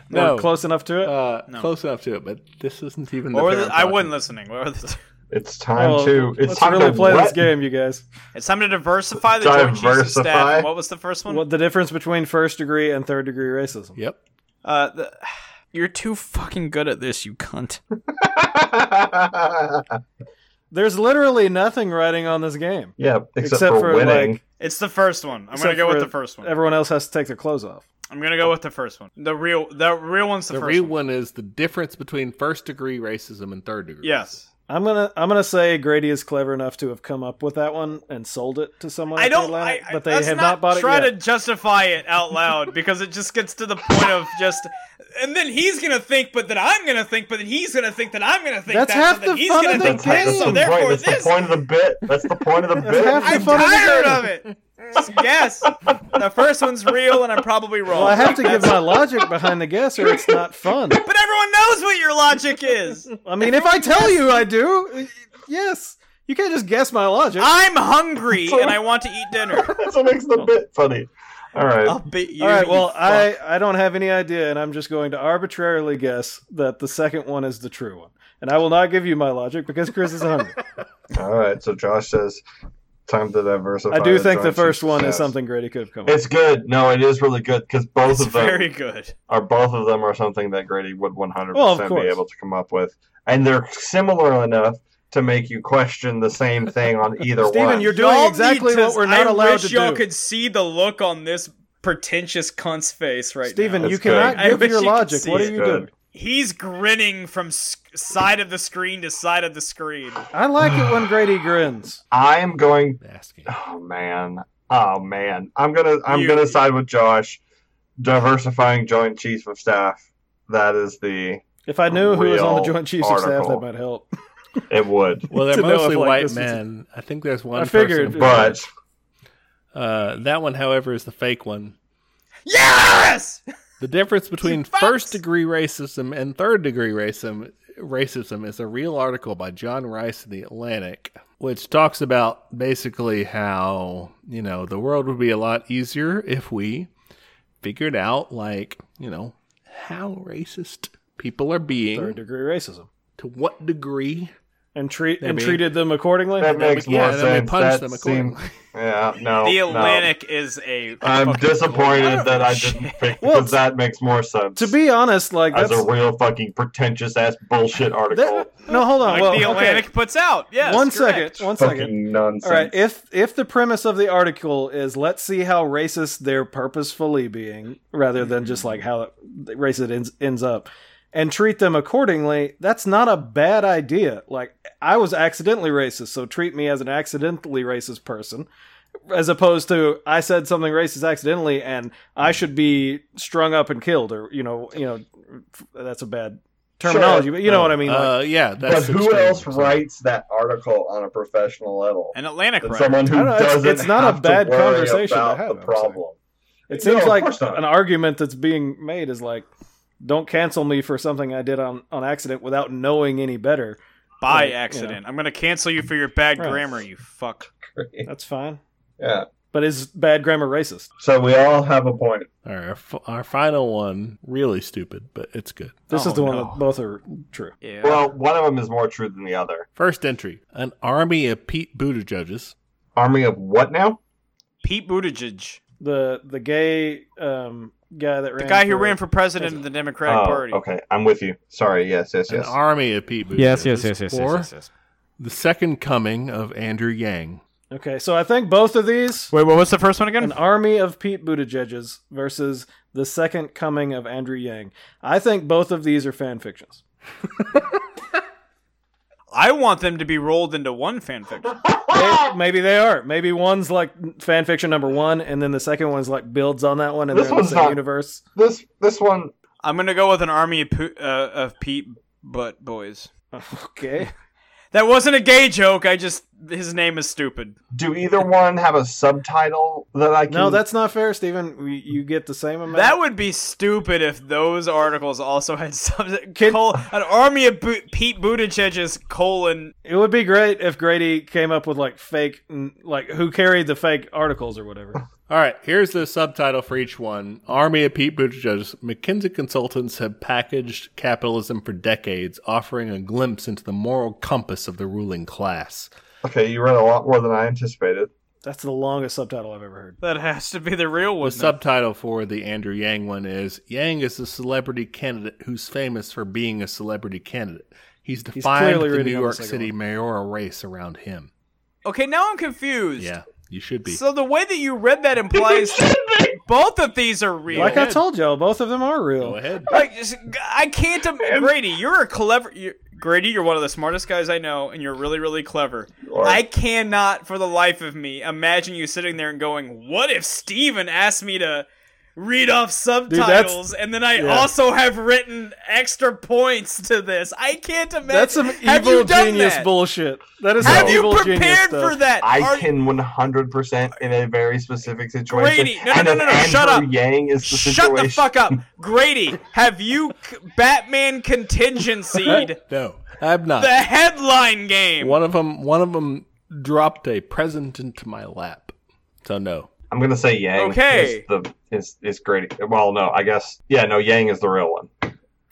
No.
Or close enough to it?
Uh,
No.
Close enough to it, but this isn't even the
Or
pair
the,
I'm
I
talking
wasn't listening. What were the
It's time
Well,
to. It's
Let's
time
really
to
play
what?
this game, you guys.
It's time to diversify the Joint Chiefs of staff.
Diversify?
And What was the first one?
What the difference between first degree and third degree racism?
Yep.
Uh, the, you're too fucking good at this, you cunt.
There's literally nothing writing on this game.
yeah, except,
Except
for,
for,
winning.
like,
It's the first one. I'm
Except
gonna go with
for
the first one.
Everyone else has to take their clothes off.
I'm gonna go with the first one. The real, the real one's the,
The
first
real
one.
one is the difference between first degree racism and third degree.
Yes.
I'm gonna I'm gonna say Grady is clever enough to have come up with that one and sold it to someone.
I
at the
don't.
Atlantic,
I, I,
but they
let's
have
not,
not, bought it
try
yet.
to justify it out loud because it just gets to the point of just, and then he's gonna think, but then I'm gonna think, but then he's gonna think that I'm gonna think.
That's
that, so
half
then
the
he's
fun of
gonna
the
think
that's,
game.
this,
that's,
so
the,
therefore
point, that's
this.
the point of the bit. That's the point of the
half
bit.
I'm
the fun of the
tired
game.
of it. Just guess. The first one's real, and I'm probably wrong.
Well, I have to give my logic behind the guess, or it's not fun.
But everyone knows what your logic is.
I mean, if I tell you I do, yes, you can't just guess my logic.
I'm hungry and I want to eat dinner.
That's what makes
Oh.
the bit funny. All right.
I'll beat you.
All right,
you
well,
fuck.
I, I don't have any idea, and I'm just going to arbitrarily guess that the second one is the true one. And I will not give you my logic because Chris is hungry.
All right. So Josh says, "Time to diversify."
I do think the
joint
first
chiefs
one
of
is
staff.
something Grady could have come up with.
It's good. No, it is really good because both
It's
of them
very good.
are both of them are something that Grady would 100
Well, of
percent
course.
be able to come up with, and they're similar enough to make you question the same thing on either
Steven,
one.
you're doing
Y'all need
exactly
to-
what we're not
I
allowed
wish
to
y'all
do.
could see the look on this pretentious cunt's face right
Steven,
now.
That's
you cannot
good. I
give
wish
your
you could
logic.
see
What
it.
are you
Good.
doing?
He's grinning from s- side of the screen to side of the screen.
I like it when Grady grins.
I am going.
Asking.
Oh man. Oh man. I'm gonna. I'm
You-
gonna side with Josh. Diversifying Joint Chiefs of Staff. That is the.
If I knew who was on the
Real
Joint Chiefs of Staff, that
article.
might help.
It would.
Well, they're
To know if,
mostly
like,
white
this is-
men. I think there's one.
I figured,
person-
But
uh, that one, however, is the fake one.
Yes!
The difference between
Fox.
first degree racism and third degree racism racism is a real article by John Rice in the Atlantic, which talks about basically how, you know, the world would be a lot easier if we figured out like, you know, how racist people are being,
Third degree racism.
to what degree.
And treat and
Maybe.
treated them accordingly.
that makes
yeah,
more
and then we
sense.
punch
That
them
seem-
accordingly.
yeah. No.
The
no.
Atlantic is a.
I'm
fucking-
disappointed that I didn't pick
Well,
because that makes more sense.
To be honest, like
as
that's
a real fucking pretentious ass bullshit article.
that, no. Hold on.
Like
well,
the
okay.
Atlantic puts out. Yes.
One
correct.
second. One second.
fucking nonsense.
All right. If if the premise of the article is let's see how racist they're purposefully being, rather than just like how racist ends, ends up, and treat them accordingly, that's not a bad idea. Like I was accidentally racist, so treat me as an accidentally racist person. As opposed to, I said something racist accidentally, and I should be strung up and killed, or you know, you know, f- that's a bad terminology, but you know what I mean. like-
Uh, yeah,
but
that's
who
extreme.
else
So-
writes that article on a professional level?
An Atlantic
Than
writer.
someone who
I don't know, it's-
doesn't.
it's not a
have to
bad
worry
conversation to
about
have,
The
I'm
problem.
It
No,
seems
of
like
course not.
an argument that's being made is like, don't cancel me for something I did on, on accident without knowing any better.
By
Like, you know.
accident. I'm going to cancel you for your bad
Right.
grammar, you fuck.
That's fine.
Yeah,
But But is bad grammar racist?
So we all have a point.
Our, f- our final one, really stupid, but it's good.
This
Oh,
is the one
no.
that both are true.
Yeah.
Well, one of them is more true than the other.
First entry An army of Pete Buttigieg's
Army of what now?
Pete Buttigieg,
The the gay um, guy that
the
ran
guy who ran for president of the Democratic Party.
Oh, okay. I'm with you. Sorry. Yes, yes,
An
yes.
army of Pete Buttigieg's.
Yes, yes, yes, yes, yes,
Or
yes, yes.
The second coming of Andrew Yang.
Okay, so I think both of these
Wait, what was the first one
an
again?
army of Pete Buttigieg's versus the second coming of Andrew Yang. I think both of these are fan fictions.
I want them to be rolled into one fanfiction.
Oh!
They- maybe they are. Maybe one's like fan fiction number one, and then the second one's like builds on that one, and
This
they're in the
one's
same
not-
universe.
this this one.
I'm gonna go with an army of, Pu- uh, of Pete Butt Boys.
Okay.
That wasn't a gay joke. I just his name is stupid.
Do either one have a subtitle that I can?
No, that's not fair, Steven. We, you get the same amount.
That would be stupid if those articles also had some
Can-
col- an army of Bu- Pete Buttigieg's colon.
it would be great if Grady came up with like fake, n- like who carried the fake articles or whatever.
All right, here's the subtitle for each one Army of Pete Buttigieg's. McKinsey consultants have packaged capitalism for decades, offering a glimpse into the moral compass of the ruling class.
okay. You read a lot more than I anticipated.
That's the longest subtitle I've ever heard.
That has to be the real one.
The subtitle for the Andrew Yang one is Yang is a celebrity candidate who's famous for being a celebrity candidate. He's defined
clearly
the
reading
New
on the
York
second
City mayoral race around him.
okay, now I'm confused.
Yeah, you should be.
So the way that you read that implies both of these are real.
Like
Like,
I
ahead.
told y'all, both of them are
Go
real.
ahead.
just- I can't. Im- Grady, you're a clever. You're, Grady, you're one of the smartest guys I know, and you're really, really clever.
Or-
I cannot, for the life of me, imagine you sitting there and going, "What if Steven asked me to read off subtitles, and then I also have written extra points to this? I can't imagine."
That's some
Have you
evil
done
genius
that?
bullshit. That is
Have
some
you
evil genius
prepared
stuff.
for that?
I
Are-
can 100% in a very specific situation.
Grady, no, no,
and
no,
if
no, no, shut
Andrew
up.
Yang is the
Shut
situation.
the fuck up, Grady. Have you c- Batman contingencied
No, I'm not.
the headline game?
One of them, one of 'em dropped a present into my lap. So no.
I'm gonna say Yang.
Okay.
Is the is is Grady? Well, no, I guess. Yeah, no, Yang is the real one.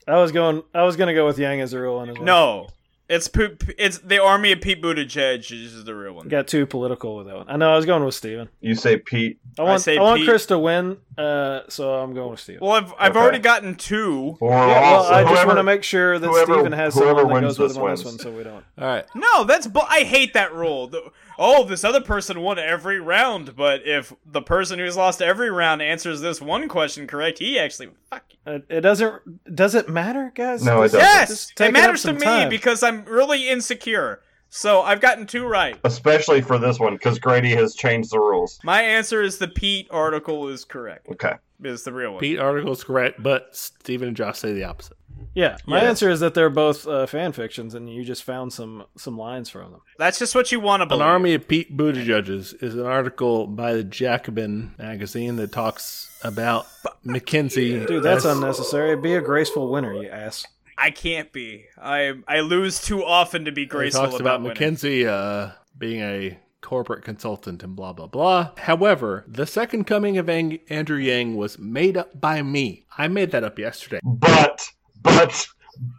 I was going. I was going to go with Yang as a real one as well.
No, it's Poop. It's the army of Pete Buttigieg. Is the real one.
got too political with that one. I know. I was going with Steven.
You say Pete.
I
I
want.
say
I, want
Pete.
Chris to win. Uh, so I'm going with Steven.
Well, I've I've
Okay.
already gotten two.
Or
Yeah, well,
also,
I just
whoever-
want to make sure that
whoever-
Steven has
whoever
someone that
wins
goes with
this
him on this
wins.
one, so we don't.
All right.
No, that's bu- I hate that rule. The- Oh, this other person won every round, but if the person who's lost every round answers this one question correct, he actually fuck you.
It, it doesn't. Does it matter, guys?
No, it
This-
doesn't.
this
Yes,
is
it
taking up
matters to
some
me
time.
because I'm really insecure. So I've gotten two right.
especially for this one, because Grady has changed the rules.
My answer is the Pete article is correct.
Okay.
Is the real one.
Pete article is correct, but Stephen and Josh say the opposite.
Yeah, my
Yeah.
answer is that they're both uh, fan fictions, and you just found some some lines from them.
That's just what you want to
An
believe.
Army of Pete Buttigieg's is an article by the Jacobin magazine that talks about McKinsey.
Dude, that's
as-
unnecessary. Be a graceful winner, you ass.
I can't be. I I lose too often to be
It
graceful
talks about,
about winning.
McKinsey uh, being a corporate consultant and blah blah blah. However, the second coming of Ang- Andrew Yang was made up by me. I made that up yesterday.
But but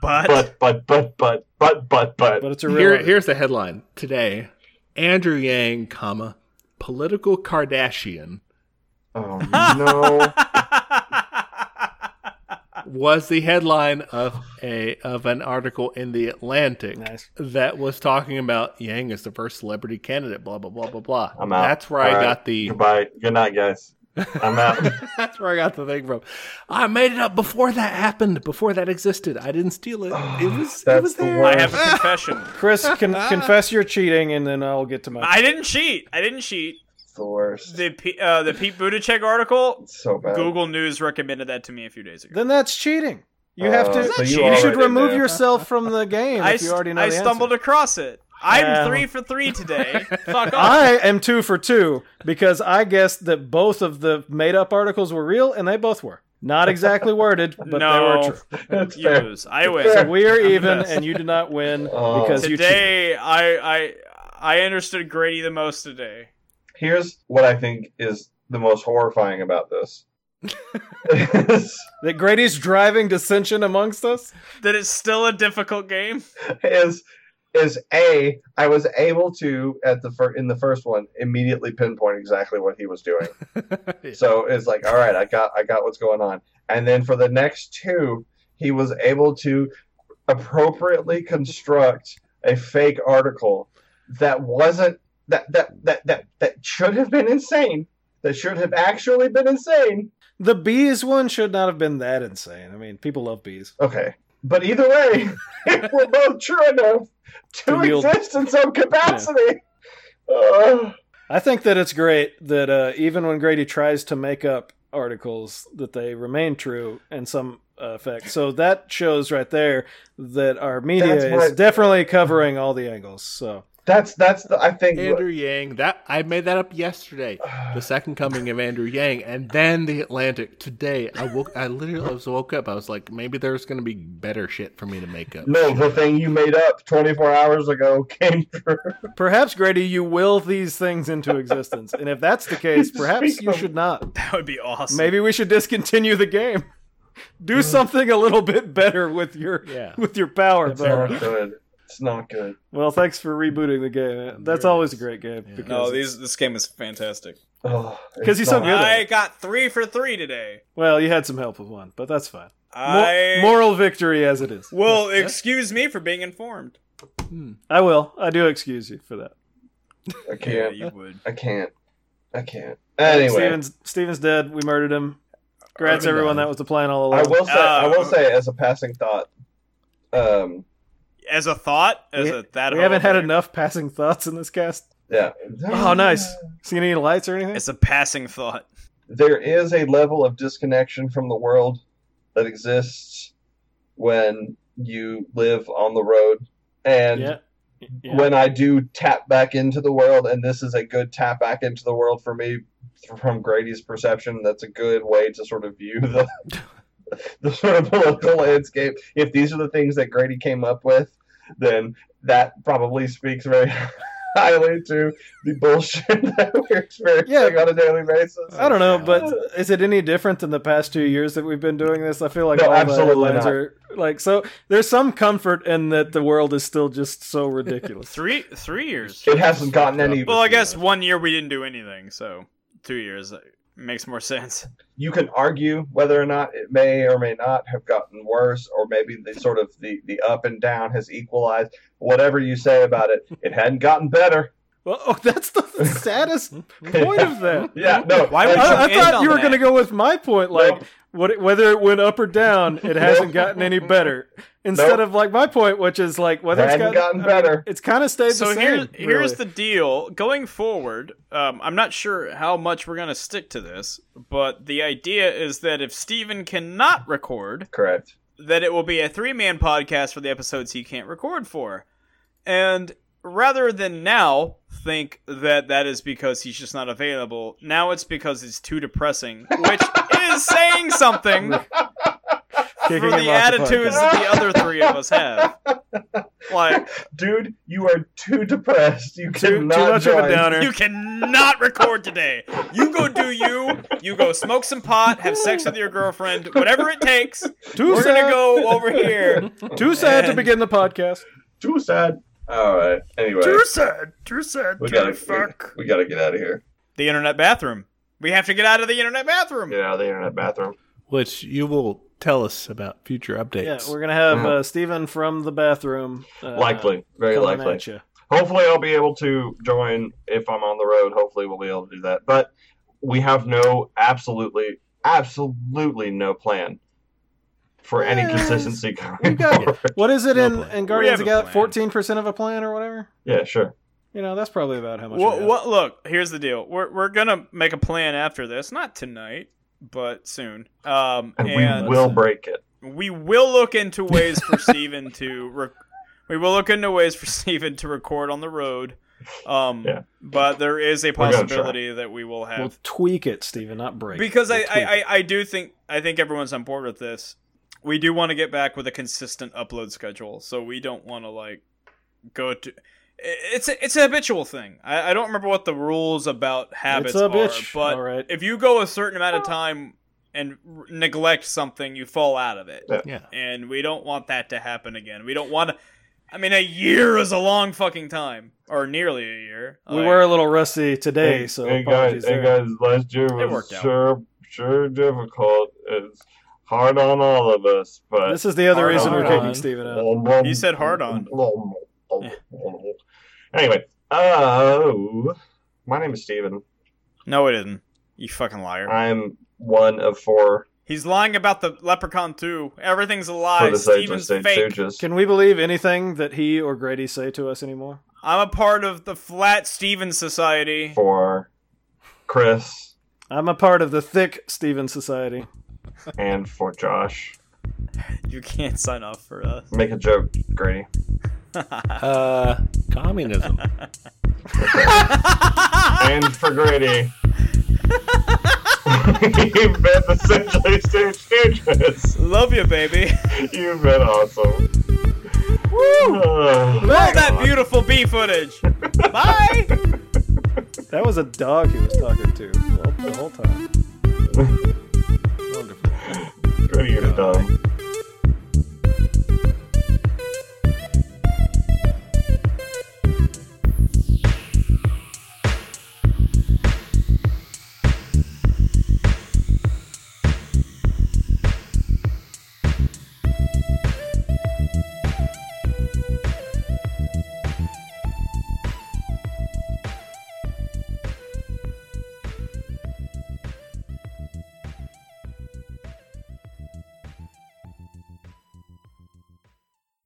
But,
but but but but but but but
But it's a real.
Here, here's the headline today: Andrew Yang, comma political Kardashian
Oh no.
was the headline of a of an article in the Atlantic
Nice.
that was talking about Yang as the first celebrity candidate. Blah blah blah blah blah.
I'm out.
That's where I
All right.
got the.
Goodbye. Good night, guys. I'm out.
That's where I got the thing from. I made it up before that happened. Before that existed, I didn't steal it. It was it
That's
was
the
there.
uh,
worst.
I have a confession.
Chris, con- confess your cheating, and then I'll get to my.
I didn't cheat. I didn't cheat.
It's the worst.
The P- uh, the Pete Buttigieg article.
So bad.
Google News recommended that to me a few days ago.
Then that's cheating. You have
Uh,
to.
so
you
you
should
already
remove
knew.
yourself from the game
I,
if you
st-
already know
I
the
stumbled
answer.
across it. I'm
Well.
three for three today. Fuck off.
I am two for two because I guessed that both of the made-up articles were real, and they both were not exactly worded, but
No.
they were true.
That's
You
fair.
lose. I win.
So we are
I'm the
even,
best.
and you did not win
Oh.
because you cheated.
today I I I understood Grady the most today.
Here's what I think is the most horrifying about this. is,
The greatest driving dissension amongst us.
That it's still a difficult game.
is is a I was able to at the fir- in the first one immediately pinpoint exactly what he was doing. So it's like, all right, I got I got what's going on. And then for the next two, he was able to appropriately construct a fake article that wasn't that that that that, that should have been insane. That should have actually been insane.
The bees one should not have been that insane. I mean, people love bees.
Okay. But either way, if we're both true enough to,
To wield-
exist in some capacity. Uh,
I think that it's great that uh, even when Grady tries to make up articles, that they remain true in some uh, effect. So that shows right there that our media
That's
is
what-
definitely covering all the angles. So
that's that's the I think
Andrew Yang. That I made that up yesterday. The second coming of Andrew Yang, and then the Atlantic today. I woke. I literally I was woke up. I was like, maybe there's going to be better shit for me to make up.
no, the thing you made up 24 hours ago came true.
perhaps Grady, you will these things into existence, and if that's the case,
Just
perhaps
speak
you
them.
should not.
That would be awesome.
Maybe we should discontinue the game.
Mm.
Do something a little bit better with your
Yeah.
with your power, bro.
not good. It's not good.
Well, thanks for rebooting the game. That's
There it
always a
is.
great game.
Yeah.
because
No,
it's-
these this game is fantastic.
'Cause he's so good.
I got three for three today.
Well, you had some help with one, but that's fine. Mo-
I
Moral victory as it is. Hmm.
well, excuse me for being informed.
I will. I do excuse you for that.
I can't.
you would.
I can't. I can't. Anyway,
Steven's, Steven's dead. We murdered him. Congrats,
Irvin
everyone.
died.
That was the plan all
I
along.
will say. I
Uh,
"Ah."
will say as a passing thought. Um.
As a thought, as
We-
a that.
We haven't had enough passing thoughts in this cast.
Yeah.
Oh, nice. See any lights or anything?
It's a passing thought.
There is a level of disconnection from the world that exists when you live on the road, and
yeah. Yeah.
when I do tap back into the world, and this is a good tap back into the world for me from Grady's perception, that's a good way to sort of view the the sort of political landscape. If these are the things that Grady came up with, then that probably speaks very highly to the bullshit that we're experiencing on a daily basis.
I don't know,
Oh,
but is it any different than the past two years that we've been doing this? I feel like
No,
all the
absolutely
headlines
not.
are like so. There's some comfort in that the world is still just so ridiculous.
Three three years.
It hasn't gotten any.
Well, I guess one year we didn't do anything, so two years uh, makes more sense.
you can argue whether or not it may or may not have gotten worse or maybe the sort of the, the up and down has equalized whatever you say about it it hadn't gotten better
well, oh, that's the saddest point of that.
yeah no
Why would
that's-
you-
I,
end
I thought
on
you were
that.
going to go with my point,
Nope.
like what, whether it went up or down, it hasn't
Nope.
gotten any better. Instead
Nope.
of like my point, which is like whether it's
Hadn't gotten
I mean,
better.
it's kind of stayed
so
the same.
here, here's the
really.
deal going forward um, i'm not sure how much we're going to stick to this but the idea is that if steven cannot record
correct
that it will be a three-man podcast for the episodes he can't record for and rather than now think that that is because he's just not available now it's because it's too depressing which is saying something for
Kicking
the
him off the
attitudes
podcast.
that the other three of us have like
dude you are too depressed you
too, too
cannot
much of a
join.
downer.
You cannot record today. You go do you. You go smoke some pot, have sex with your girlfriend, whatever it takes.
too
We're
sad.
gonna go over here.
Too sad to
And-
begin the podcast.
too sad all right anyway
sad. Too sad.
we gotta we, we gotta get out of here
The internet bathroom. We have to get out of the internet bathroom.
get out of the internet bathroom
Which you will tell us about future
Yeah,
updates.
we're gonna have
Mhm.
uh, Steven from the bathroom. Uh,
likely very
coming
likely
at you.
Hopefully, I'll be able to join if I'm on the road. Hopefully, we'll be able to do that. But we have no, absolutely, absolutely no plan for any
Yeah,
consistency going
we got you.
forward.
What is it
No
in,
plan.
in Guardians
have
of
a
Galaxy?
plan.
Fourteen percent of a plan or whatever.
Yeah, sure.
You know, that's probably about how much. we
What,
have.
what? Look, here's the deal. We're we're gonna make a plan after this. Not tonight, but soon. Um,
And, we will break it.
we will look into ways for Steven to rec we will look into ways for Steven to record on the road. Um
Yeah.
but there is a
gonna try.
possibility that we will
We'll
have
tweak it, Steven, not break. it.
because I,
We'll tweak
I, I, I do think I think everyone's on board with this. We do want to get back with a consistent upload schedule, so we don't want to like go to it's a, it's a habitual thing. I, I don't remember what the rules about habits
a
are,
bitch.
but
All right.
if you go a certain amount of time and r- neglect something, you fall out of it.
Yeah.
Yeah.
And we don't want that to happen again. We don't want to. I mean, a year is a long fucking time, or nearly a year.
We
Like,
were a little rusty today, so
hey
apologies
guys, hey
there.
guys, last year
It
was
worked out.
sure sure difficult. It's hard on all of us, but
This is uh, the other
Hard
reason
on,
we're
hard
taking
on.
Steven out.
You
You said hard on.
Anyway, oh, my name is Steven.
No, it isn't. You fucking liar.
I'm one of four
He's lying about the Leprechaun 2. Everything's a lie.
for the Sage and
Steven's
Sage
fake.
Stooges.
Can we believe anything that he or Grady say to us anymore?
I'm a part of the Flat Steven Society.
for Chris
I'm a part of the thick Steven Society.
and for Josh.
You can't sign off for us.
Make a joke, Grady.
Uh, communism.
And for Grady. You've been the Sage and Sage Stooges.
Love you, baby.
You've been awesome. Uh. Woo!
Love that beautiful bee footage. Bye.
That was a dog he was talking to well, the whole time. Wonderful.
what are you gonna dumb?